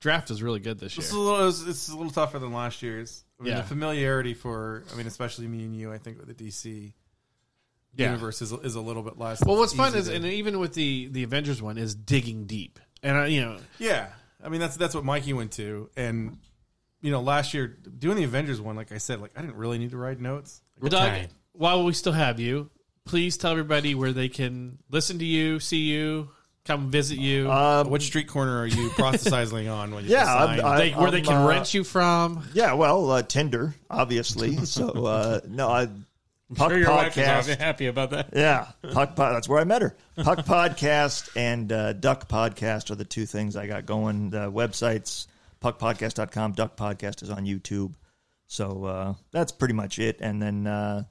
S1: draft is really good this
S8: It's
S1: year.
S8: a little, it's, it's a little tougher than last year's. I mean,
S1: Yeah.
S8: the familiarity for, I mean, especially me and you, I think with the DC
S1: Yeah.
S8: universe is, is a little bit less.
S1: Well, what's
S8: It's
S1: fun
S8: easy
S1: is,
S8: to-
S1: and even with the the Avengers one, is digging deep. And I, you know,
S8: yeah, I mean, that's that's what Mikey went to, and you know, last year doing the Avengers one, like I said, like I didn't really need to write notes.
S1: Doug,
S4: time.
S1: while we still have you, please tell everybody where they can listen to you, see you, come visit you,
S2: Um,
S3: what street corner are you proselytizing on when you
S2: yeah,
S3: sign?
S2: I'm, I,
S1: they, where they
S2: I'm,
S1: can
S2: uh,
S1: rent you from.
S2: Yeah, well, uh, Tinder, obviously. So uh, no, I, Puck
S4: sure your wife is
S2: podcast.
S4: happy about that.
S2: Yeah, Puck Pod. That's where I met her. Puck Podcast and uh, Duck Podcast are the two things I got going. The websites, puckpodcast.com, Duck Podcast is on YouTube. So uh, that's pretty much it. And then uh,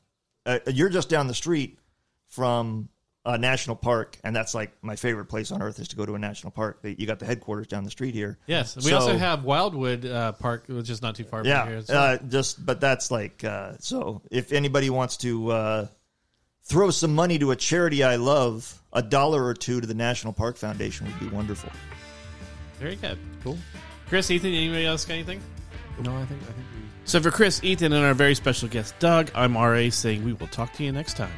S2: uh, you're just down the street from a national park, and that's like my favorite place on earth is to go to a national park. You got the headquarters down the street here.
S1: Yes, we
S2: So-
S1: also have Wildwood uh, Park, which is not too far
S2: yeah,
S1: from here. So-
S2: uh, just but that's like uh, so. If anybody wants to uh, throw some money to a charity I love, a dollar or two to the National Park Foundation would be wonderful.
S1: Very good. Cool. Chris, Ethan, anybody else got anything? No, I think I think. We... So for Chris, Ethan, and our very special guest Doug, I'm RA saying we will talk to you next time.